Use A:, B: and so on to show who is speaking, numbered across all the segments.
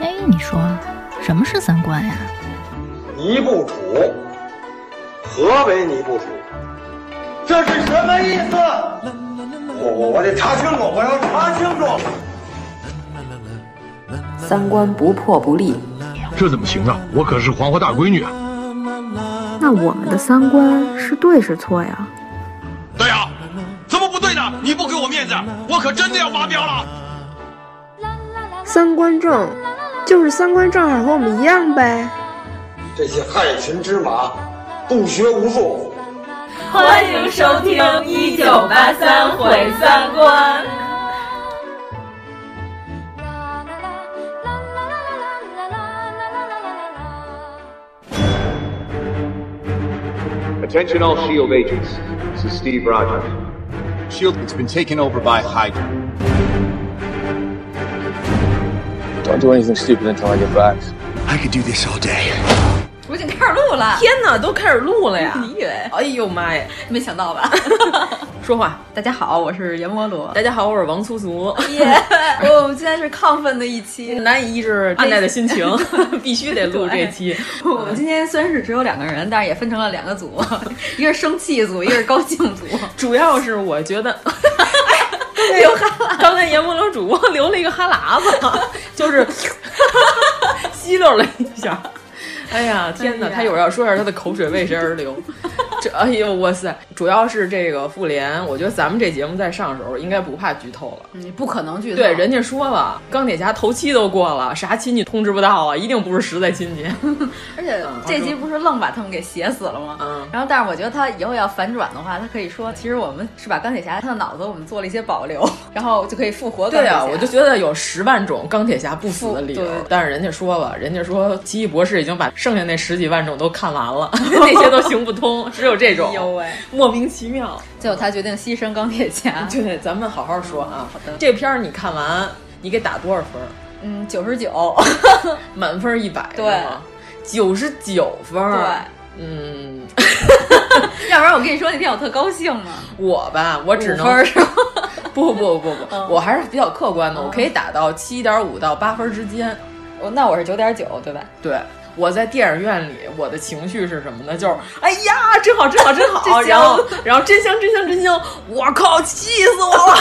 A: 哎你说，什么是三观呀、
B: 尼布楚，何为尼布楚？这是什么意思？我我我得查清楚，我要查清楚。
C: 三观不破不立。
D: 这怎么行啊？我可是黄花大闺女啊！
E: 那我们的三观是对是错呀？
F: 对呀、怎么不对呢？你不给我面子，我可真的要发飙了。
E: 三观正，就是三观正好和我们一样呗。
B: 这些害群之马，不学无术。
G: 欢迎收听《一九八三毁三观》。
H: Attention all SHIELD agents. This is Steve Rogers. SHIELD has been taken over by Hydra.
I: Don't do anything stupid until I get back.
H: I could do this all day.
G: 我已经开始录了，
J: 天哪，都开始录了呀！
G: 你以为？
J: 哎呦妈呀！
G: 没想到吧？
J: 说话，
G: 大家好，我是阎摩罗。
J: 大家好，我是王苏苏，
G: 耶！ 我们今天是亢奋的一期。
J: 难以抑制按耐的心情， 必须得录这期。
G: 我哦们今天虽然是只有两个人，但是也分成了两个 组，一个是生气组，一个是高兴组。
J: 主要是我觉得，
G: 流汗，
J: 刚才阎摩罗主播流了一个哈喇子， 就是吸溜了一下。哎呀，天哪！
G: 哎呀
J: 他一会儿要说一下他的口水为谁而流。 这，哎呦，哇塞！主要是这个复联，我觉得咱们这节目在上的时候应该不怕剧透了。
G: 你不可能剧透。
J: 对，人家说了，钢铁侠头七都过了，啥亲戚通知不到啊？一定不是实在亲戚。
G: 而且这集不是愣把他们给写死了吗？
J: 嗯
G: 然后，但是我觉得他以后要反转的话，他可以说，其实我们是把钢铁侠他的脑子我们做了一些保留，然后就可以复活钢
J: 对
G: 铁侠。
J: 啊，我就觉得有十万种钢铁侠不死的理由
G: 对，
J: 但是人家说了，人家说奇异博士已经把剩下那十几万种都看完 了，那些都行不通，只有这种
G: 哎呦喂，
J: 莫名其妙。
G: 结果他决定牺牲钢铁侠。
J: 对，咱们好好说啊。
G: 啊嗯好的
J: 这片儿你看完，你给打多少分儿？
G: 嗯，九十九，
J: 满分一百，
G: 对
J: 九十九分。
G: 对，
J: 嗯，
G: 要不然我跟你说那天我特高兴啊呢，
J: 我吧，我只
G: 五
J: 能
G: 分儿是吗？
J: 不不不不，
G: 嗯
J: 我还是比较客观的，我可以打到七点五到八分之间。
G: 我那我是九点九，对吧？
J: 对，我在电影院里，我的情绪是什么呢？就是哎呀，真好，真好，真好，
G: 嗯真香
J: 然后然后真香，真香，真香，我靠，气死我了！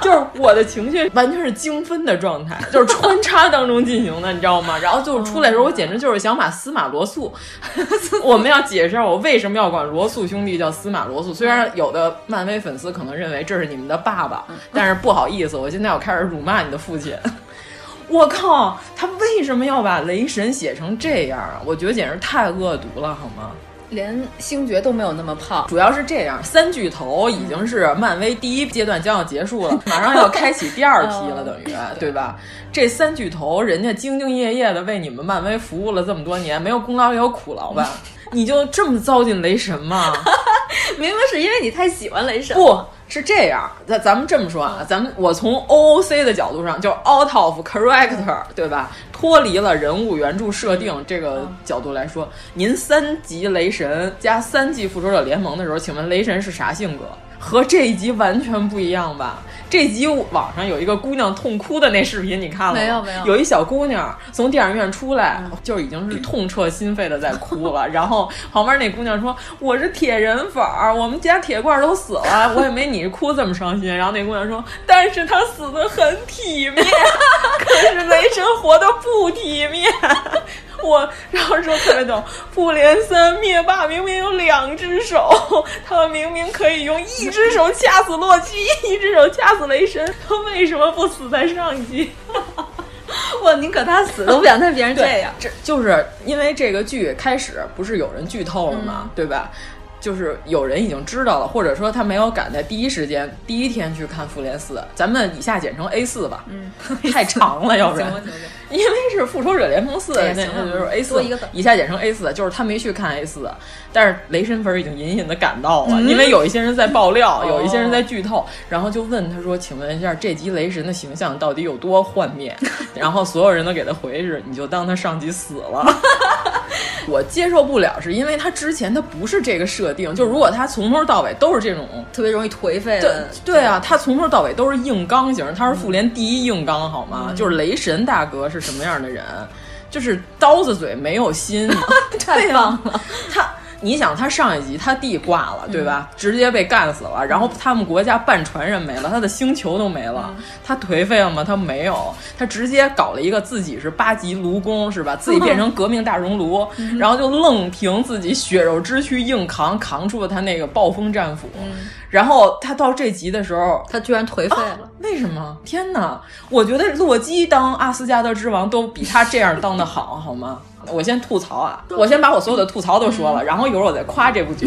J: 就是我的情绪完全是精分的状态，就是穿插当中进行的，你知道吗？然后就是出来的时
G: 哦
J: 候，我简直就是想把司马罗素， 我们要解释一下我为什么要管罗素兄弟叫司马罗素。虽然有的漫威粉丝可能认为这是你们的爸爸，
G: 嗯
J: 但是不好意思，我现在要开始辱骂你的父亲。我靠，他为什么要把雷神写成这样啊？我觉得简直太恶毒了，好吗？
G: 连星爵都没有那么胖，
J: 主要是这样，三巨头已经是漫威第一阶段将要结束了，马上要开启第二批了，
G: 嗯
J: 等于啊对吧？这三巨头人家兢兢业业的为你们漫威服务了这么多年，没有功劳也有苦劳吧？你就这么糟践雷神吗？
G: 明明是因为你太喜欢雷神，
J: 不是这样，咱咱们这么说啊，咱们我从 OOC 的角度上，就是 out of character，对吧？脱离了人物原著设定这个角度来说，您三集雷神加三季复仇者联盟的时候，请问雷神是啥性格？和这一集完全不一样吧？这集网上有一个姑娘痛哭的那视频，你看了吗？
G: 没有没有嗯
J: 有一小姑娘从电影院出来，就已经是痛彻心扉的在哭了。 然后旁边那姑娘说：“我是铁人粉儿，我们家铁罐都死了，我也没你哭这么伤心。”然后那姑娘说：“但是他死的很 体面，可是雷神活的不体面。” 我然后说特别逗，复联三灭霸明明有两只手，他明明可以用一只手掐死洛基，一只手掐死雷神，他为什么不死在上集？
G: 我宁可他死，都不想看别人这
J: 对
G: 样。
J: 这就是因为这个剧开始不是有人剧透了吗？对吧？就是有人已经知道了，或者说他没有赶在第一时间、第一天去看《复联四》，咱们以下简称 A 四吧，嗯， 太长了，要不
G: 行
J: 然
G: 吧，行吧，行吧
J: 因为是《复仇者联盟四》，
G: 哎
J: 那
G: 行了
J: 那就是 A 四
G: 多一个字，
J: 以下简称 A 四，就是他没去看 A 四，但是雷神粉儿已经隐隐的感到
G: 嗯
J: 了，因为有一些人在爆
G: 哦
J: 料，有一些人在剧透，然后就问他说：“请问一下，这集雷神的形象到底有多幻灭？” 然后所有人都给他回是：“你就当他上集死了。” 我接受不了，是因为他之前他不是这个设定，就如果他从头到尾都是这种
G: 特别容易颓废
J: 对
G: 的。
J: 对啊，他从头到尾都是硬刚型，他是复联第一硬刚好吗？就是雷神大哥是什么样的人？就是刀子嘴没有心，
G: 太棒了
J: 对呀他。你想，他上一集他弟挂了，对吧？直接被干死了，然后他们国家半船人没了，他的星球都没了，他颓废了吗？他没有，他直接搞了一个自己是八级卢工，是吧？自己变成革命大熔炉，然后就愣凭自己血肉之躯硬扛，扛出了他那个暴风战斧。然后他到这集的时候，
G: 他居然颓废
J: 啊
G: 了，
J: 为什么？天哪！我觉得洛基当阿斯加德之王都比他这样当 的好，好吗？我先吐槽啊，我先把我所有的吐槽都说了，然后一会儿我再夸这 部剧。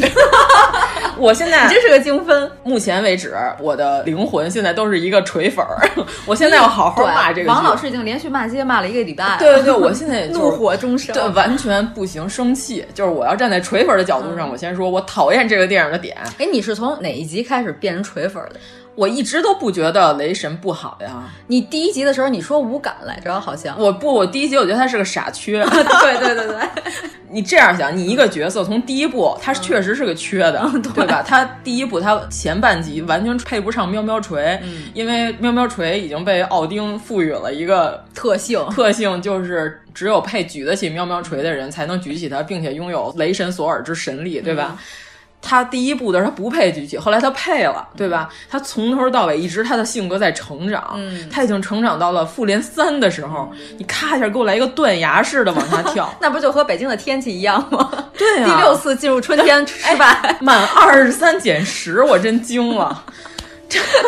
J: 我现
G: 嗯
J: 在
G: 你真是个精分。
J: 目前为止，我的灵魂现在都是一个锤粉 儿，我现在要好好
G: 对，
J: 骂这个剧。
G: 王老师已经连续骂街骂了一个礼拜了。
J: 对对对我现在也就是
G: 怒火中烧。
J: 对完全不行，生气就是我要站在锤粉的角
G: 嗯
J: 度上，我先说，我讨厌这个电影的点，
G: 哎，你是从哪一集开始变成锤粉的？
J: 我一直都不觉得雷神不好呀。
G: 你第一集的时候你说无感来着，好像。
J: 我不，我第一集我觉得他是个傻缺。
G: 对对对对，
J: 你这样想，你一个角色从第一部，他确实是个缺的，嗯对吧？他第一部他前半集完全配不上喵喵锤，
G: 嗯
J: 因为喵喵锤已经被奥丁赋予了一个
G: 特性
J: 特性，就是只有配举得起喵喵锤的人才能举起它，并且拥有雷神索尔之神力，对吧？他第一部的时候他不配举起，后来他配了，对吧？他从头到尾一直他的性格在成长，
G: 嗯
J: 他已经成长到了复联三的时候，你咔一下给我来一个断崖式的往下跳，
G: 那不就和北京的天气一样吗？
J: 对啊
G: 第六次进入春天失败，
J: 满二十三减十，我真惊了。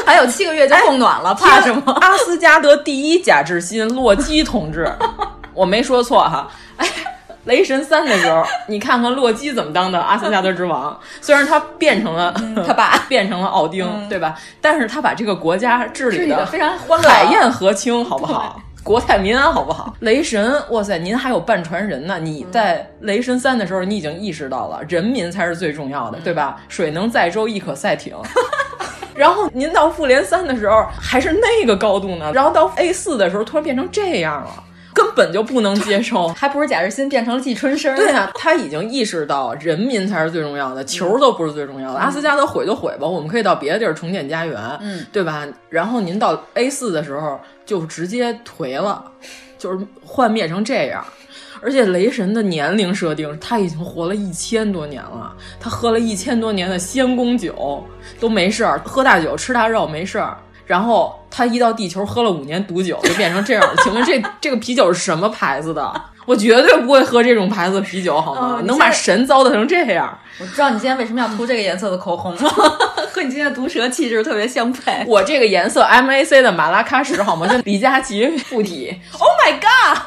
G: 还有七个月就供暖了， 怕什么？
J: 阿斯加德第一贾志新，洛基同志，我没说错哈。哎，雷神三的时候，你看看洛基怎么当的阿斯加德之王，虽然他变成了、
G: 嗯他爸嗯
J: 变成了奥丁，对吧？但是他把这个国家
G: 治
J: 治理
G: 理
J: 的
G: 的非常欢乐，啊
J: 海燕和清，好不好？国泰民安，好不好？雷神，哇塞，您还有半船人呢！你在雷神三的时候，你已经意识到了人民才是最重要的，对吧？水能载舟，亦可赛艇。 然后您到复联三的时候还是那个高度呢，然后到 A 四的时候突然变成这样了，根本就不能接 受。
G: 还不如贾日新变成了季春生。
J: 对啊，他已经意识到人民才是最重要的，球都不是最重要的。阿斯加德毁就毁吧，我们可以到别的地儿重建家园，
G: 嗯，
J: 对吧？然后您到 A 四的时候就直接颓了，就是幻灭成这样。而且雷神的年龄设定，他已经活了一千多年了，他喝了一千多年的仙宫酒都没事儿，喝大酒吃大肉没事儿。然后他一到地球喝了五年毒酒，就变成这样了。请问这这个啤酒是什么牌子的？我绝对不会喝这种牌子的啤酒，好
G: 哦
J: 吗？
G: 你
J: 能
G: 现
J: 把
G: 在
J: 神糟蹋成这样，
G: 我知道你今天为什么要涂这个颜色的口红了， 和你今天的毒舌气质特别相配。
J: 我这个颜色 MAC 的马拉喀什好 吗？就李佳琦附体 ，Oh my god，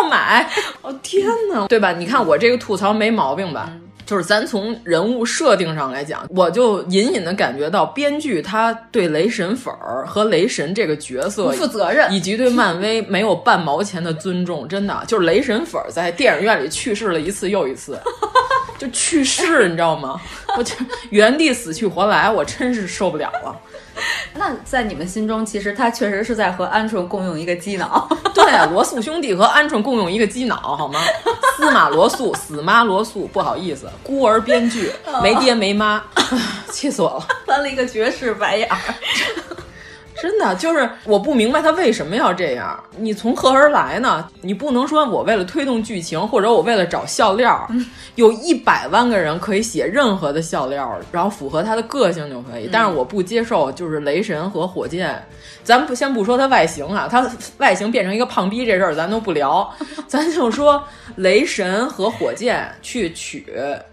J: 要 买！哦天哪，嗯对吧？你看我这个吐槽没毛病吧？就是咱从人物设定上来讲，我就隐隐的感觉到编剧他对雷神粉儿和雷神这个角色
G: 不负责任
J: 以及对漫威没有半毛钱的尊重，真的啊就是雷神粉儿在电影院里去世了一次又一 次，就去世，你知道吗？我就原地死去活来，我真是受不了了。
G: 那在你们心中，其实他确实是在和鹌鹑共用一个鸡脑。
J: 对，啊罗素兄弟和鹌鹑共用一个鸡脑，好吗？司马罗素，死妈罗素，不好意思，孤儿编剧，没爹没妈， 气死我了！
G: 翻了一个绝世白眼儿，
J: 真的就是我不明白他为什么要这样，你从何而来呢？你不能说我为了推动剧情，或者我为了找笑料儿，有一百万个人可以写任何的笑料儿，然后符合他的个性就可以。但是我不接受，就是雷神和火箭，咱不先不说他外形啊，他外形变成一个胖逼这事儿咱都不聊，咱就说雷神和火箭去取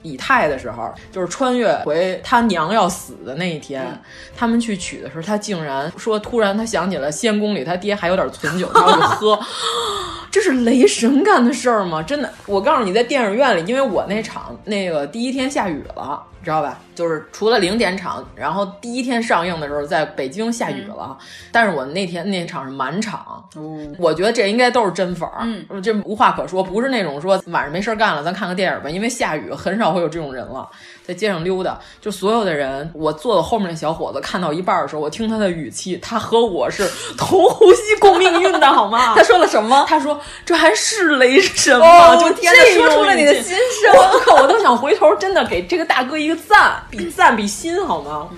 J: 以太的时候，就是穿越回他娘要死的那一天。他们去取的时候，他竟然说，突然他想起了仙宫里他爹还有点存酒，他要去喝。这是雷神干的事儿吗？真的，我告诉你，在电影院里，因为我那场那个第一天下雨了，你知道吧？就是除了零点场，然后第一天上映的时候在北京下雨了，但是我那天那场是满场，我觉得这应该都是真粉儿，
G: 嗯
J: 这无话可说，不是那种说晚上没事儿干了，咱看个电影吧，因为下雨很少会有这种人了，在街上溜达，就所有的人，我坐的后面那小伙子看到一半儿的时候，我听他的语气，他和我是同呼吸共命运的好吗？
G: 他说了什么？
J: 他说：“这还是雷神吗？”
G: 哦
J: 就
G: 天哪
J: 这，
G: 说
J: 种
G: 出了你的
J: 语气
G: 心声。
J: 我
G: 嗯
J: 靠，我都想回头真的给这个大哥一个赞，比赞比心好吗？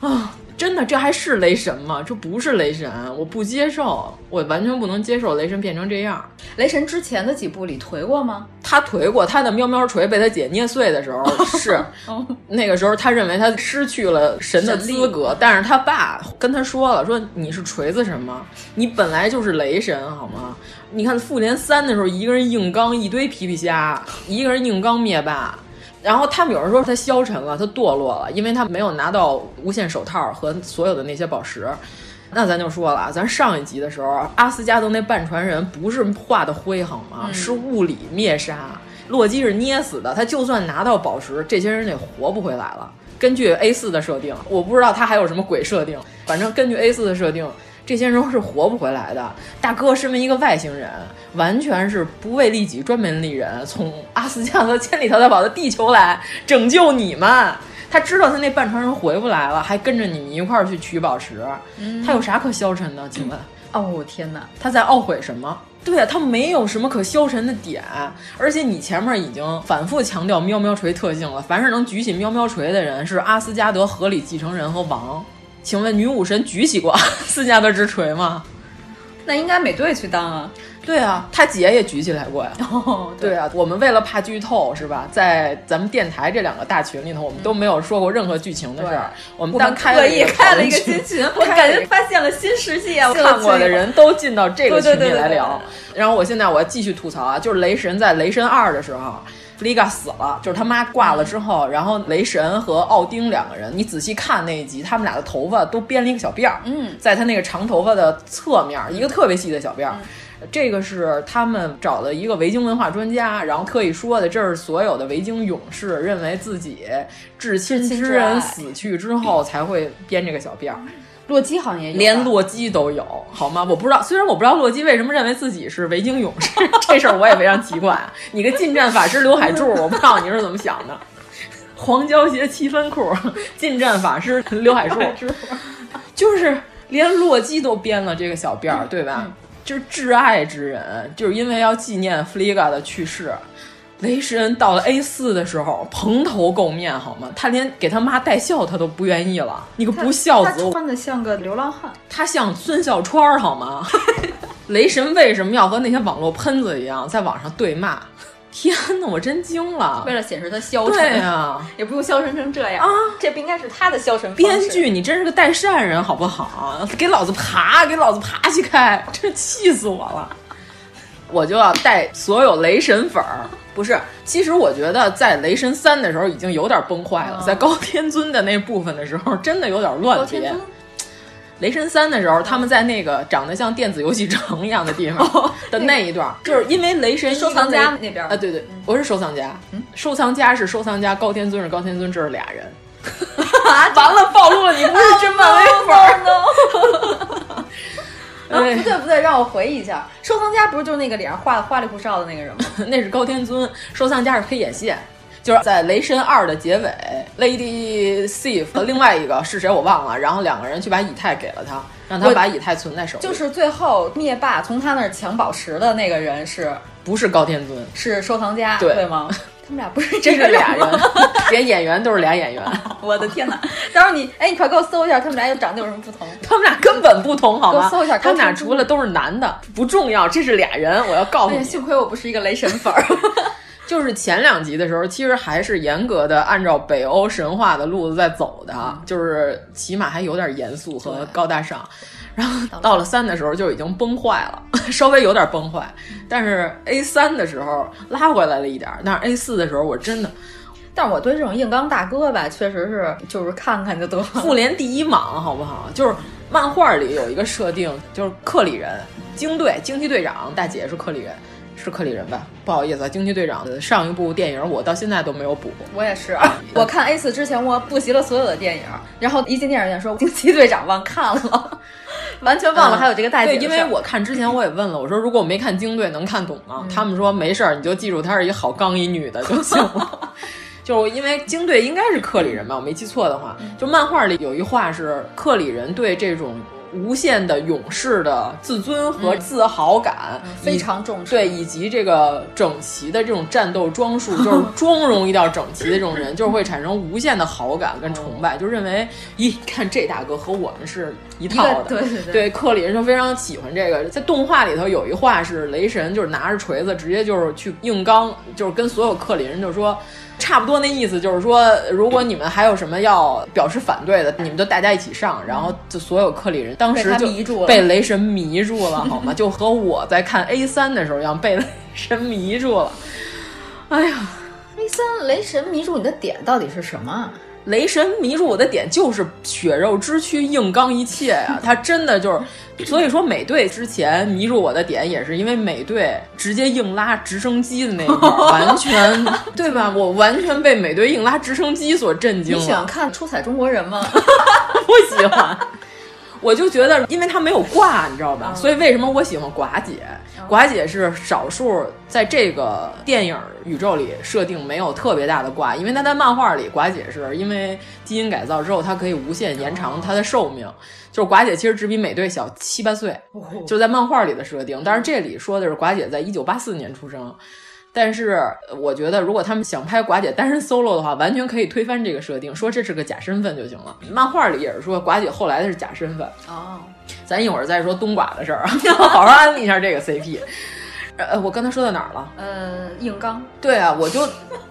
J: 啊，真的，这还是雷神吗？这不是雷神，我不接受，我完全不能接受雷神变成这样。
G: 雷神之前的几部里颓过吗？
J: 他颓过，他的喵喵锤被他姐捏碎的时候是那个时候，他认为他失去了神的资格，但是他爸跟他说了，说你是锤子神吗？你本来就是雷神好吗？你看复联三的时候，一个人硬刚一堆皮皮虾，一个人硬刚灭霸。然后他们有人说他消沉了，他堕落了，因为他没有拿到无限手套和所有的那些宝石。那咱就说了，咱上一集的时候，阿斯加德那半船人不是画的灰好吗？是物理灭杀，洛基是捏死的。他就算拿到宝石，这些人得活不回来了。根据 A 四的设定，我不知道他还有什么鬼设定，反正根据 A 四的设定，这些人是活不回来的。大哥身为一个外星人，完全是不为利己，专门利人，从阿斯加德千里迢迢跑到地球来拯救你们。他知道他那半船人回不来了，还跟着你们一块儿去取宝石，他有啥可消沉的？请问，
G: 哦，我天哪！
J: 他在懊悔什么？对啊，他没有什么可消沉的点，而且你前面已经反复强调喵喵锤特性了。凡是能举起喵喵锤的人，是阿斯加德合理继承人和王。请问女武神举起过阿斯加德之锤吗？
G: 那应该美队去当啊。
J: 对啊，他姐也举起来过呀。
G: 哦，
J: 对啊，我们为了怕剧透是吧，在咱们电台这两个大群里头，我们都没有说过任何剧情的事儿。我们
G: 我
J: 当
G: 们
J: 开
G: 特意
J: 个
G: 开了一个
J: 群
G: 新群，我感觉发现了新世界。我
J: 看过的人都进到这个群
G: 对
J: 里
G: 对对
J: 来
G: 对
J: 聊。然后我现在我要继续吐槽啊，就是雷神在雷神二的时候。弗利嘎死了，就是他妈挂了之后，然后雷神和奥丁两个人，你仔细看那一集，他们俩的头发都编了一个小辫儿，
G: 嗯
J: 在他那个长头发的侧面，一个特别细的小辫儿。这个是他们找了一个维京文化专家，然后特意说的，这是所有的维京勇士认为自己至亲
G: 亲
J: 之
G: 之
J: 人
G: 爱
J: 死去之后才会编这个小辫儿。
G: 洛基好像也有吧，
J: 连洛基都有，好吗？我不知道，虽然我不知道洛基为什么认为自己是维京勇士， 这事儿我也非常奇怪。啊你个近战法师刘海柱，我不知道你是怎么想的。黄胶鞋七分裤，近战法师刘海柱，就是连洛基都编了这个小辫儿，对吧？就是挚爱之人，就是因为要纪念弗利嘎的去世。雷神到了 A 四的时候，蓬头垢面，好吗？他连给他妈带孝他都不愿意了。你个
G: 他
J: 不孝子！
G: 他
J: 我
G: 穿的像个流浪汉。
J: 他像孙笑川儿好吗？ 雷神为什么要和那些网络喷子一样在网上对骂？天呐，我真惊了
G: 为！了显示他消沉，
J: 对啊，
G: 也不用消沉成这样
J: 啊！
G: 这不应该是他的消沉方
J: 编
G: 式
J: 剧你真是个带善人好不好？给老子爬，给老子爬起开！真是气死我了！我就要带所有雷神粉儿。不是，其实我觉得在雷神三的时候已经有点崩坏了，
G: 嗯
J: 在高天尊的那部分的时候，真的有点乱
G: 高
J: 别。
G: 天尊
J: 雷神三的时候，他们在那个长得像电子游戏城一样的地方 的哦那一段，就是因为雷神一
G: 收藏
J: 跟雷
G: 家那边
J: 啊，对对，我是收藏家，收藏家是收藏家，高天尊是高天尊，这是俩 人。完了，暴露了你不是真漫威粉儿。
G: 啊，不
J: 对，
G: 对不对，让我回忆一下，收藏家不是就是那个脸上画的花里胡哨的那个人吗？
J: 那是高天尊，收藏家是黑眼线。就是在《雷神二》的结尾，Lady Sif 和另外一个是谁我忘了，然后两个人去把以太给了他，让他
G: 我
J: 把以太存在手里，
G: 就是最后灭霸从他那儿抢宝石的那个人是
J: 不是高天尊，
G: 是收藏家，
J: 对
G: 对 吗？他们俩不是这
J: 这是
G: 个
J: 俩
G: 吗
J: 人？，连演员都是俩演员，
G: 我的天哪！到时候你哎，你快给我搜一下，他们俩又长得有什么不同？
J: 他们俩根本不同，好吗
G: 给我搜一下？
J: 他们俩
G: 高天尊
J: 除了都是男的，不重要，这是俩人，我要
G: 哎
J: 告诉
G: 呀，
J: 你。
G: 幸亏我不是一个雷神粉 儿。
J: 就是前两集的时候，其实还是严格的按照北欧神话的路子在走的，啊就是起码还有点严肃和高大上。然后到了三的时候就已经崩坏了， 稍微有点崩坏。但是 A 三的时候拉回来了一点儿，但是 A 四的时候我真的
G: 但我对这种硬刚大哥吧，确实是就是看看就得了。
J: 复联第一莽，好不好？就是漫画里有一个设定，就是克里人惊队惊奇队长大姐是克里人，是克里人吧？不好意思啊，惊奇队长的上一部电影我到现在都没有补。
G: 我也是，啊我看 A 四之前，我复习了所有的电影，然后一进电影院说《惊奇队长》忘看了， 完全忘了还有这个大姐
J: 嗯
G: 的
J: 对，
G: 事
J: 因
G: 儿、
J: 为我看之前我也问了，我说如果我没看惊队能看懂吗？他们说没事儿，你就记住她是一好刚一女的就行 了。就是我因为惊
G: 嗯
J: 队应该是克里人吧，我没记错的话，就漫画里有一话是克里人对这种无限的勇士的自尊和自豪感，以
G: 嗯非常重视
J: 对，以及这个整齐的这种战斗装束，就是 妆容一定要整齐的这种人，就是会产生无限的好感跟崇拜，就认为，咦，你看这大哥和我们是一套的，
G: 对对对
J: 对，克里人就非常喜欢这个。在动画里头有一话是雷神就是拿着锤子直接就是去硬刚，就是跟所有克里人就说。差不多那意思就是说，如果你们还有什么要表示反对的，你们就大家一起上，然后就所有克里人当
G: 被
J: 时
G: 他
J: 就
G: 迷住了
J: 被雷神迷住 了，好吗？就和我在看 A 三的时候一样，被雷神迷住了。哎呀，
G: 黑三雷神迷住你的点到底是什么？
J: 雷神迷住我的点就是血肉之躯，硬刚一切呀、他真的就是，所以说美队之前迷住我的点也是因为美队直接硬拉直升机的那一 块儿，完全对吧？我完全被美队硬拉直升机所震惊
G: 你
J: 了。
G: 喜欢看《出彩中国人》吗？
J: 不喜欢。我就觉得，因为他没有挂，你知道吧？所以为什么我喜欢寡姐？寡姐是少数在这个电影宇宙里设定没有特别大的挂，因为她在漫画里，寡姐是因为基因改造之后，她可以无限延长她的寿命。就是寡姐其实只比美队小七八岁，就在漫画里的设定。但是这里说的是寡姐在一九八四年出生，但是我觉得，如果他们想拍寡姐单人 solo 的话，完全可以推翻这个设定，说这是个假身份就行了。漫画里也是说寡姐后来的是假身份，
G: 哦，
J: 咱一会儿再说冬寡的事儿 啊，好好安利一下这个 CP。呃，我刚才说到哪儿了？
G: 呃，硬刚，
J: 对啊，我就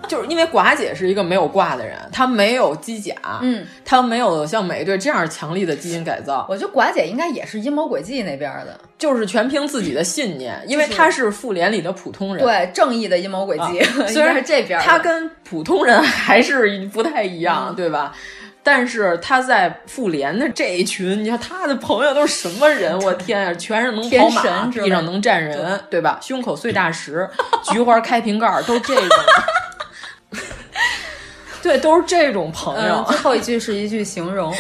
J: 就是因为寡姐是一个没有挂的人，她没有机甲，
G: 嗯，
J: 她没有像美队这样强力的基因改造，
G: 我觉得寡姐应该也是阴谋诡计那边儿的，
J: 就是全凭自己的信念，因为她是复联里的普通人，
G: 对，正义的阴谋诡计，
J: 啊虽然
G: 应该是这边儿的，嗯
J: 他跟普通人还是不太一样，对吧？但是他在复联的这一群，你看他的朋友都是什么人？我天呀，全是能跑
G: 天
J: 马，
G: 神之类
J: 地上能站人，对吧？胸口碎大石，菊花开瓶盖，都是这种。 对，都是这种朋友。
G: 嗯，最后一句是一句形容，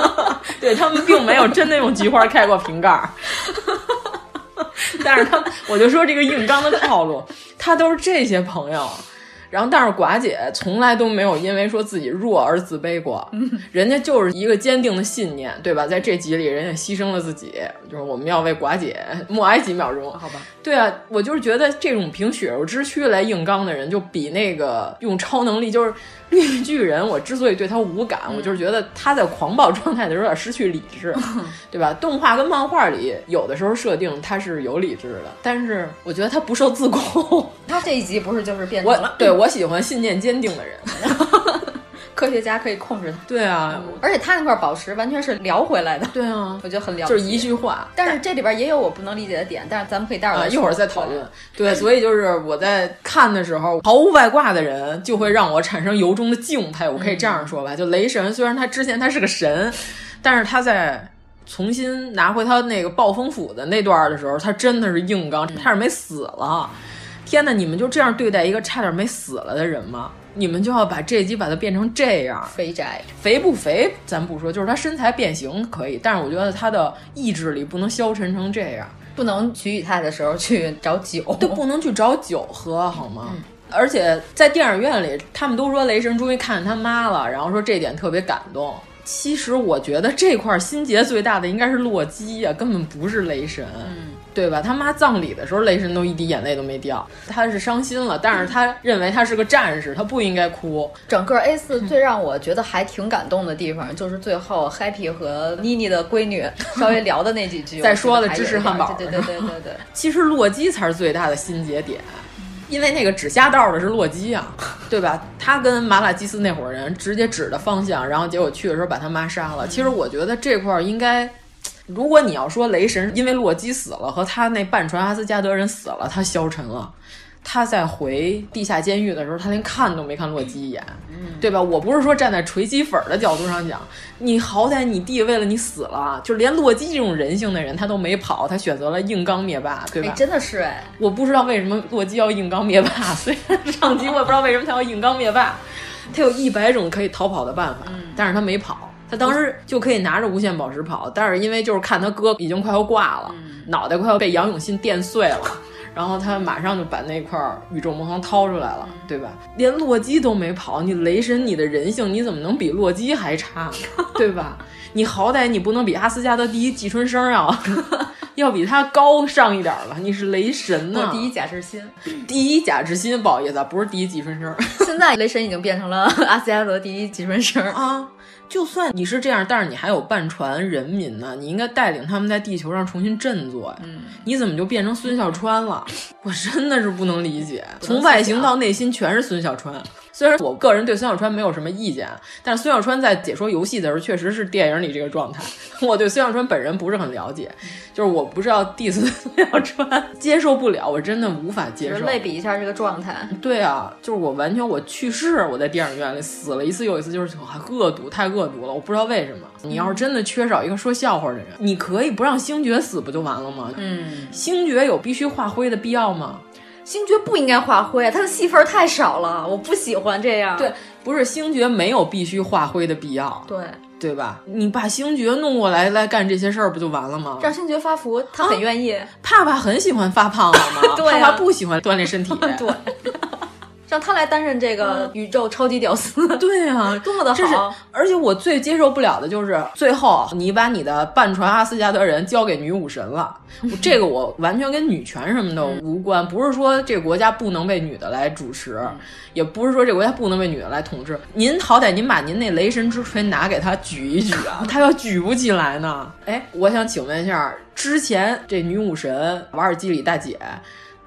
J: 对他们并没有真的用菊花开过瓶盖儿，但是他们我就说这个硬刚的套路，他都是这些朋友。然后，但是寡姐从来都没有因为说自己弱而自卑过，人家就是一个坚定的信念，对吧？在这集里，人家牺牲了自己，就是我们要为寡姐默哀几秒钟，好吧？对啊，我就是觉得这种凭血肉之躯来硬刚的人，就比那个用超能力，就是绿巨人。我之所以对他无感，我就是觉得他在狂暴状态的时候有点失去理智，对吧？动画跟漫画里有的时候设定他是有理智的，但是我觉得他不受自控。
G: 他这一集不是就是变成
J: 我
G: 了
J: 对我喜欢信念坚定的人。
G: 科学家可以控制他，
J: 对啊，
G: 而且他那块宝石完全是聊回来的，
J: 对啊，
G: 我觉得很了不
J: 就
G: 起
J: 是一句话。
G: 但是这里边也有我不能理解的点，但是咱们可以待会儿
J: 啊，
G: 再
J: 一会儿
G: 说
J: 再讨论。。 对，所以就是我在看的时候，毫无外挂的人就会让我产生由衷的敬佩。我可以这样说吧，就雷神，虽然他之前他是个神，但是他在重新拿回他那个暴风斧的那段儿的时候，他真的是硬刚，差点没死了。天哪，你们就这样对待一个差点没死了的人吗？你们就要把这一集把他变成这样，
G: 肥宅，
J: 肥不肥咱不说，就是他身材变形可以，但是我觉得他的意志力不能消沉成这样。
G: 不能取以泰的时候去找酒，
J: 都不能去找酒喝好吗？而且在电影院里，他们都说雷神终于看见他妈了，然后说这点特别感动。其实我觉得这块儿心结最大的应该是洛基呀、根本不是雷神，对吧？他妈葬礼的时候，雷神都一滴眼泪都没掉，他是伤心了，但是他认为他是个战士，他不应该哭。
G: 整个 A 四
J: 嗯
G: 最让我觉得还挺感动的地方，就是最后 Happy 和妮妮的闺 女稍微聊的那几句，
J: 再说了
G: 我觉得还有
J: 芝士汉堡
G: 对对对对对对，
J: 其实洛基才是最大的心结点，因为那个指瞎道的是洛基啊，对吧？他跟麻辣鸡丝那伙人直接指的方向，然后结果去的时候把他妈杀了。其实我觉得这块儿应该，如果你要说雷神因为洛基死了和他那半船阿斯加德人死了，他消沉了。他在回地下监狱的时候，他连看都没看洛基一眼，对吧？我不是说站在锤击粉儿的角度上讲，你好歹你弟为了你死了，就连洛基这种人性的人他都没跑，他选择了硬刚灭霸， 对吧？
G: 哎，真的是哎，
J: 我不知道为什么洛基要硬刚灭霸， 虽然上集我也不知道为什么他要硬刚灭霸，他有一百种可以逃跑的办
G: 嗯
J: 法，但是他没跑。他当时就可以拿着无限宝石跑，但是因为就是看他哥已经快要挂了，
G: 嗯
J: 脑袋快要被杨永信电碎了，然后他马上就把那块儿宇宙魔方掏出来了，
G: 嗯
J: 对吧？连 洛基都没跑，你雷神你的人性你怎么能比洛基还差呢？对吧？你好歹你不能比阿斯加德第一季春生啊， 要比他高上一点儿吧？你是雷神呢、
G: 我第一贾志新，
J: 第一贾志新，不好意思啊，不是第一季春生
G: 现在雷神已经变成了 阿斯加德第一吉春生。
J: 啊。就算你是这样，但是你还有半船人民呢，你应该带领他们在地球上重新振作呀。
G: 嗯，
J: 你怎么就变成孙笑川了？ 我真的是不能理解，从外形到内心全是孙笑川。虽然我个人对孙笑川没有什么意见，但是孙笑川在解说游戏的时候，确实是电影里这个状态。 我对孙笑川本人不是很了解，就是我不是要 diss 孙笑川， 接受不了，我真的无法接
G: 就是
J: 受。
G: 类比一下这个状态，
J: 对啊，就是我完全我去世，我在电影院里死了一次又一次，就是很恶毒，太恶毒了，我不知道为什么。你要是真的缺少一个说笑话的人，你可以不让星爵死不就完了吗？
G: 嗯，
J: 星爵有必须化灰的必要吗？
G: 星爵不应该化灰，啊他的戏份太少了，我不喜欢这样。
J: 对，不是星爵没有必须化灰的必要，
G: 对，
J: 对吧？你把星爵弄过来来干这些事儿不就完了吗？
G: 让星爵发福，他很愿意。
J: 帕帕很喜欢发胖好 吗？
G: 对啊
J: 帕帕不喜欢锻炼身体。
G: 对，让他来担任这个宇宙超级屌丝，
J: 对啊，
G: 多么的
J: 这是
G: 好！，
J: 而且我最接受不了的就是最后你把你的半船阿斯加德人交给女武神了，我这个我完全跟女权什么的无关，不是说这个国家不能被女的来主持，也不是说这个国家不能被女的来统治。您好歹您把您那雷神之锤拿给他举一举啊，他要举不起来呢。哎，我想请问一下，之前这女武神瓦尔基里大姐。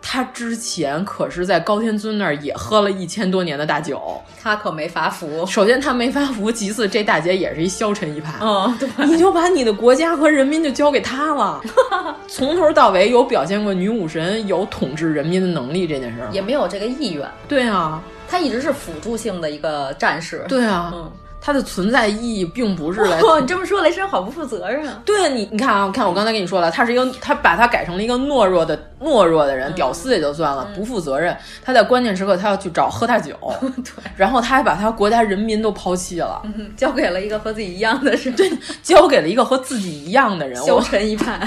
J: 她之前可是在高天尊那儿也喝了一千多年的大酒，
G: 他可没发福。
J: 首先他没发福，其次这大姐也是一消沉一派。
G: 嗯，对，
J: 你就把你的国家和人民就交给她了， 从头到尾有表现过女武神有统治人民的能力这件事儿。
G: 也没有这个意愿，
J: 对啊，
G: 他一直是辅助性的一个战士。，
J: 对啊，
G: 嗯，
J: 她的存在意义并不 是来。
G: 哇，你这么说，雷神好不负责任啊。
J: 对啊你，你看啊，看我刚才跟你说了，她是一个，她把她改成了一个懦弱的懦弱的
G: 嗯
J: 人，屌丝也就算了，不负责任。她在关键时刻，她要去找 喝大酒，对，然后她还把她国家人民都抛弃了，
G: 嗯交给了一个和自己一样的是 对
J: 交给了一个和自己一样的人。
G: 消
J: 我
G: 沉一派，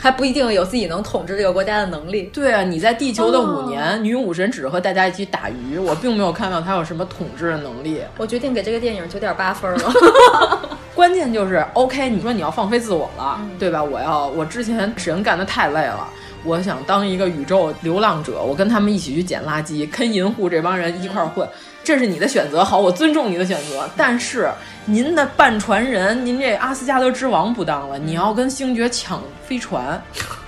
G: 还不一定有自己能统治这个国家的能力。
J: 对啊，你在地球的五年，女武神只是和大家一起打鱼，我并没有看到她有什么统治的能力。
G: 我决定给这个电影九点八分了。
J: 关键就是，OK，你说你要放飞自我了，对吧？我要，我之前神干的太累了，我想当一个宇宙流浪者，我跟他们一起去捡垃圾，跟银护这帮人一块儿混。这是你的选择，好，我尊重你的选择。但是您的半船人，您这阿斯加德之王不当了，你要跟星爵抢飞船。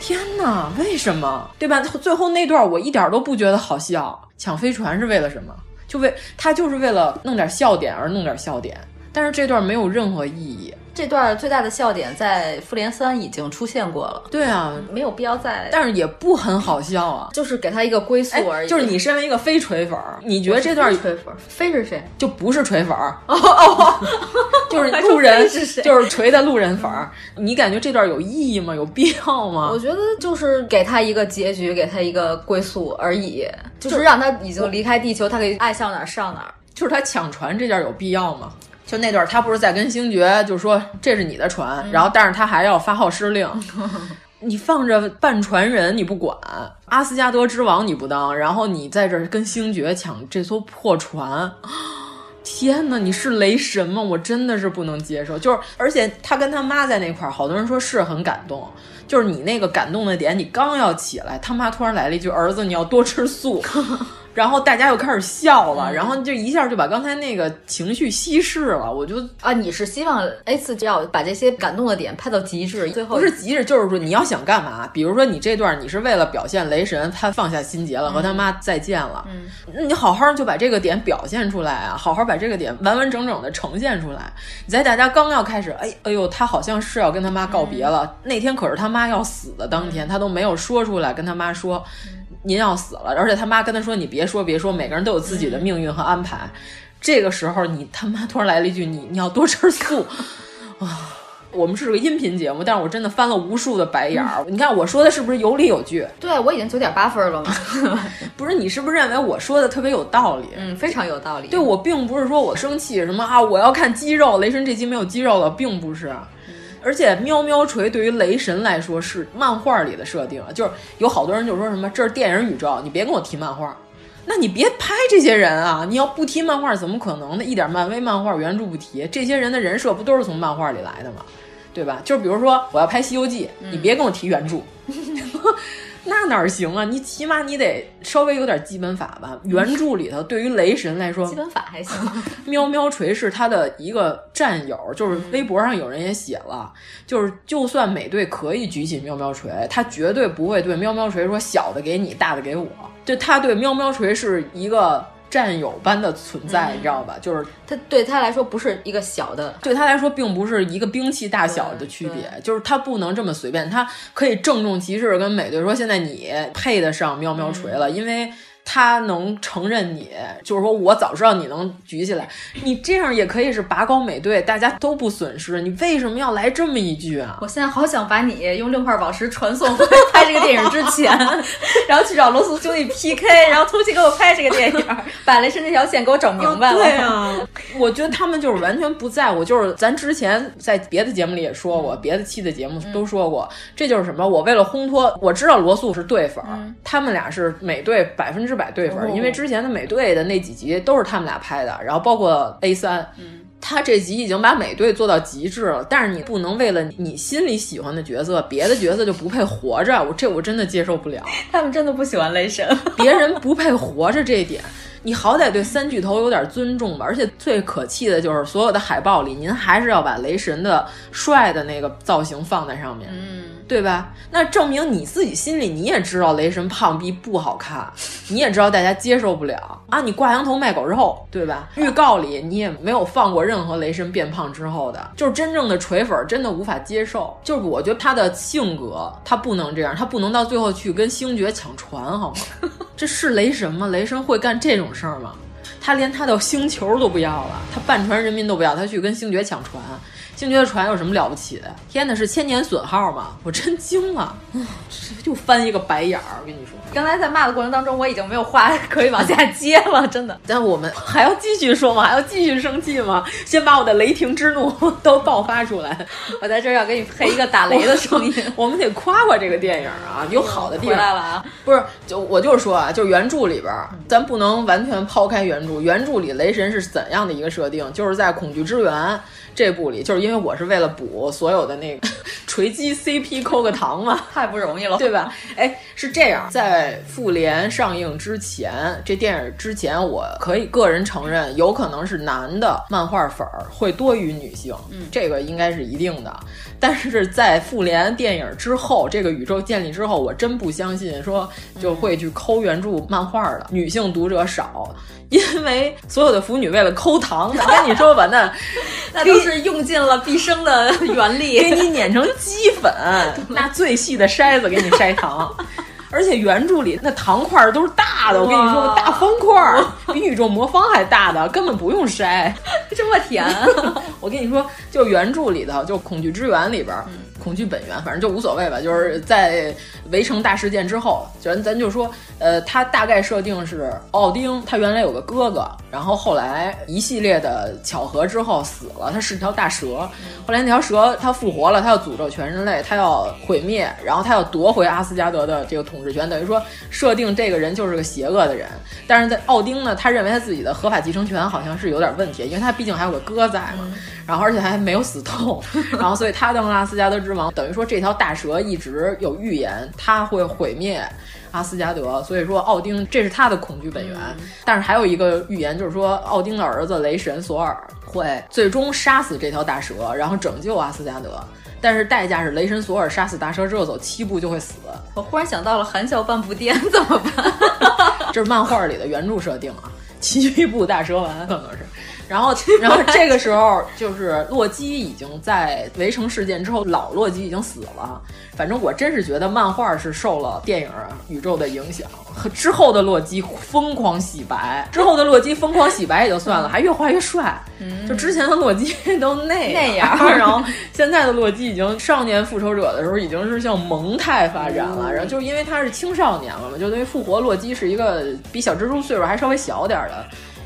J: 天哪，为什么？对吧？最后那段我一点都不觉得好笑。抢飞船是为了什么？就为他就是为了弄点笑点而弄点笑点，但是这段没有任何意义。
G: 这段最大的笑点在《复联三》已经出现过了，
J: 对啊，
G: 没有必要再，
J: 但是也不很好笑啊。
G: 就是给他一个归
J: 哎
G: 宿而已。
J: 就是你身为一个非锤粉儿，你觉得这段
G: 我是非粉，非是谁？
J: 就不是锤粉儿，哦哦，就是路人，
G: 还说非是谁
J: 就是锤的路人粉儿。你感觉这段有意义吗？有必要吗？
G: 我觉得就是给他一个结局，给他一个归宿而已，就是让他已经离开地球，他可以爱上哪儿上哪儿。
J: 就是他抢船这件有必要吗？就那段儿他不是在跟星爵就说这是你的船，然后但是他还要发号施令。你放着半船人你不管，阿斯加德之王你不当，然后你在这儿跟星爵抢这艘破船，天呐，你是雷神吗？我真的是不能接受。就是，而且他跟他妈在那块儿，好多人说是很感动。就是你那个感动的点，你刚要起来，他妈突然来了一句：“儿子，你要多吃素。”然后大家又开始笑了，然后就一下就把刚才那个情绪稀释了。我就
G: 啊，你是希望 A 四要把这些感动的点拍到极致，最后
J: 不是急着，就是说你要想干嘛？比如说你这段你是为了表现雷神他放下心结了，和他妈再见了，
G: 嗯
J: 那你好好就把这个点表现出来啊，好好把这个点完完整整的呈现出来。你在大家刚要开始，哎哎呦，他好像是要跟他妈告别了，那天可是他妈要死的当天，他都没有说出来跟他妈说。您要死了，而且他妈跟他说：“你别说，别说，每个人都有自己的命运和安排。”这个时候，你他妈突然来了一句：“你你要多吃素。”啊我们是个音频节目，但是我真的翻了无数的白眼儿。你看我说的是不是有理有据？
G: 对啊我已经九点八分了 嘛，
J: 不是你是不是认为我说的特别有道理？
G: 嗯，非常有道理。
J: 对我并不是说我生气什么啊，我要看肌肉，雷神这集没有肌肉了，并不是。
G: 嗯
J: 而且喵喵锤对于雷神来说是漫画里的设定，就是有好多人就说什么这是电影宇宙，你别跟我提漫画。那你别拍这些人啊！你要不提漫画怎么可能呢？一点漫威漫画原著不提，这些人的人设不都是从漫画里来的吗？对吧？就是比如说我要拍《西游记》，
G: 嗯
J: 你别跟我提原著， 那哪儿行啊？你起码你得稍微有点基本法吧。原著里头对于雷神来说
G: 基，本法还行，
J: 喵喵锤是他的一个战友，就是微博上有人也写了，就是就算美队可以举起喵喵锤，他绝对不会对喵喵锤说小的给你，大的给我，就他对喵喵锤是一个战友般的存在，你知道吧？就是
G: 他对他来说不是一个小的，
J: 对他来说，并不是一个兵器大小的区别，就是他不能这么随便，他可以郑重其事地跟美队说，现在你配得上喵喵锤了，因为。他能承认你，就是说我早知道你能举起来，你这样也可以是拔高美队，大家都不损失。你为什么要来这么一句啊？
G: 我现在好想把你用六块宝石传送回拍这个电影之前， 然后去找罗素兄弟 PK，然后重新给我拍这个电影，把雷神这条线给我整明白了。
J: 对啊， 我觉得他们就是完全不在乎，就是咱之前在别的节目里也说过，别的期的节目都说过，这就是什么？我为了烘托，我知道罗素是对粉儿，他们俩是美队百分之百对粉儿，因为之前的美队的那几集都是他们俩拍的，然后包括 A 三，他这集已经把美队做到极致了，但是你不能为了你心里喜欢的角色，别的角色就不配活着，我这我真的接受不了。
G: 他们真的不喜欢雷神，
J: 别人不配活着这一点，你好歹对三巨头有点尊重吧。而且最可气的就是所有的海报里，您还是要把雷神的帅的那个造型放在上面，嗯，对吧？那证明你自己心里你也知道雷神胖逼不好看，你也知道大家接受不了啊。你挂羊头卖狗肉，对吧？预告里你也没有放过任何雷神变胖之后的，就是真正的锤粉真的无法接受。就是我觉得他的性格他不能这样，他不能到最后去跟星爵抢船，好吗？ 这是雷神吗？雷神会干这种事儿吗？他连他的星球都不要了，他半船人民都不要，他去跟星爵抢船，星爵的船有什么了不起的？天哪，是千年损耗吗？我真惊了，唉这又翻一个白眼儿，我跟你说。
G: 刚才在骂的过程当中，我已经没有话可以往下接了，真的。
J: 但我们还要继续说吗？还要继续生气吗？先把我的雷霆之怒 都爆发出来，
G: 我在这儿要给你配一个打雷的声音。
J: 我们得夸夸这个电影啊，有好的地
G: 回来
J: 方。
G: 了啊！
J: 不是，就我就是说啊，就是原著里边儿，咱不能完全抛开原著。原著里雷神是怎样的一个设定？就是在《恐惧之源》这部里，就是因为我是为了补所有的那个 锤击 CP 抠个糖嘛，
G: 太不容易 了，
J: 对吧？哎，是这样，在复联上映之前，这电影之前，我可以个人承认，有可能是男的漫画粉儿会多于女性，嗯，这个应该是一定的。但是在复联电影之后，这个宇宙建立之后，我真不相信说就会去抠原著漫画的、女性读者少， 因为所有的腐女为了抠糖，我跟你说吧，那
G: 那都是用尽了毕生的原
J: 给
G: 力。
J: 你碾成鸡粉，拿最细的筛子给你筛 糖。而且原著里那糖块儿都是大的，我跟你说，
G: 哇
J: 大方块儿比宇宙魔方还大的，根本不用筛。
G: 这么甜，
J: 我跟你说，就是原著里头，就《恐惧之源》里边儿，恐惧本源，反正就无所谓吧。就是在围城大事件之后，咱咱就说，呃，他大概设定是奥丁，他原来有个哥哥，然后后来一系列的巧合之后死了，他是条大蛇，后来那条蛇他复活了，他要诅咒全人类，他要毁灭，然后他要夺回阿斯加德的这个统治权，等于说设定这个人就是个邪恶的人。但是在奥丁呢，他认为他自己的合法继承权好像是有点问题，因为他毕竟还有个哥在嘛，然后而且还没有死透，然后所以他当了阿斯加德之王，等于说这条大蛇一直有预言他会毁灭。阿斯加德，所以说奥丁这是他的恐惧本源。但是还有一个预言，就是说奥丁的儿子雷神索尔会最终杀死这条大蛇，然后拯救阿斯加德。但是代价是雷神索尔杀死大蛇之后走七步就会死，
G: 我忽然想到了含笑半步癫，怎么办？
J: 这是漫画里的原著设定啊。其余一部大蛇丸可能是，然后然后这个时候就是洛基已经在围城事件之后，老洛基已经死了。反正我真是觉得漫画是受了电影啊宇宙的影响，之后的洛基疯狂洗白，之后的洛基疯狂洗白也就算了，还越画越帅。就之前的洛基都那
G: 那样
J: 然后现在的洛基已经少年复仇者的时候，已经是向萌态发展了。然后就是因为他是青少年了嘛，就等于复活洛基是一个比小蜘蛛岁数还稍微小点儿的。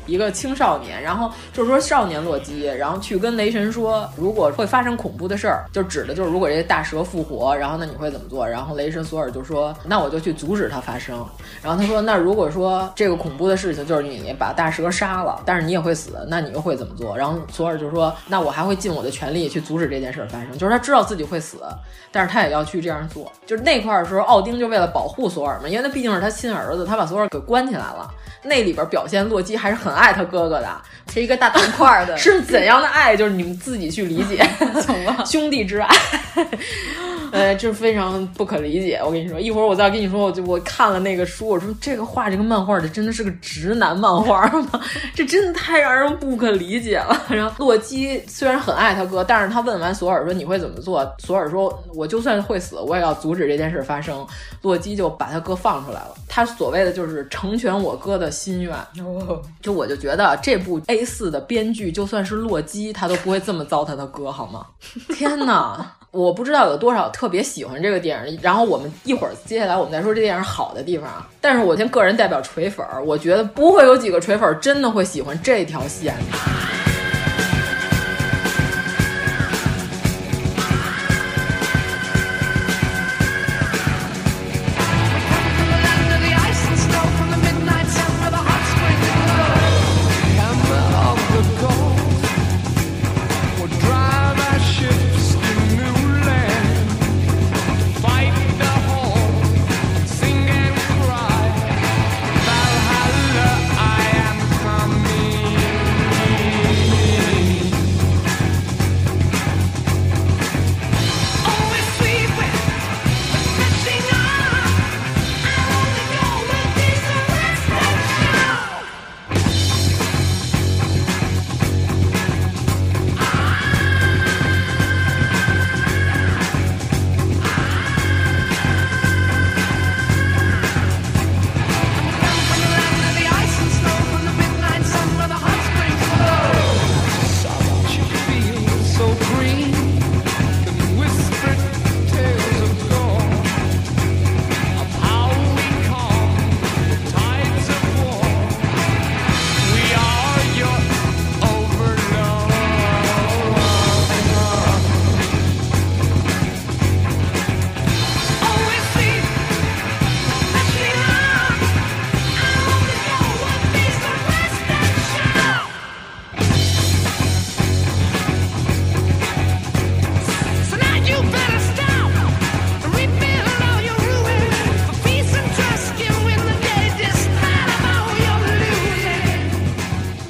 J: 一个青少年，然后就是说少年洛基，然后去跟雷神说，如果会发生恐怖的事儿，就指的就是如果这些大蛇复活，然后那你会怎么做？然后雷神索尔就说，那我就去阻止它发生。然后他说，那如果说这个恐怖的事情就是你把大蛇杀了，但是你也会死，那你又会怎么做？然后索尔就说，那我还会尽我的全力去阻止这件事儿发生，就是他知道自己会死，但是他也要去这样做。就是那块儿的时候，奥丁就为了保护索尔嘛，因为那毕竟是他亲儿子，他把索尔给关起来了。那里边表现洛基还是很爱他哥哥的，
G: 是一 个大铜块儿的，
J: 是怎样的爱，就是你们自己去理解，
G: 懂了
J: 兄弟之爱，呃，这非常不可理解。我跟你说，一会儿我再跟你说，我就我看了那个书，我说这个画这个漫画的真的是个直男漫画吗？这真的太让人不可理解了。然后洛基虽然很爱他哥，但是他问完索尔说你会怎么做？索尔说我就算会死，我也要阻止这件事发生。洛基就把他哥放出来了，他所谓的就是成全我哥的心愿。就我就觉得这部 A 四的编剧，就算是洛基，他都不会这么糟蹋他哥，好吗？ 天哪！我不知道有多少特别喜欢这个电影，然后我们一会儿接下来我们再说这电影好的地方啊。但是我先个人代表锤粉儿，我觉得不会有几个锤粉儿真的会喜欢这条线。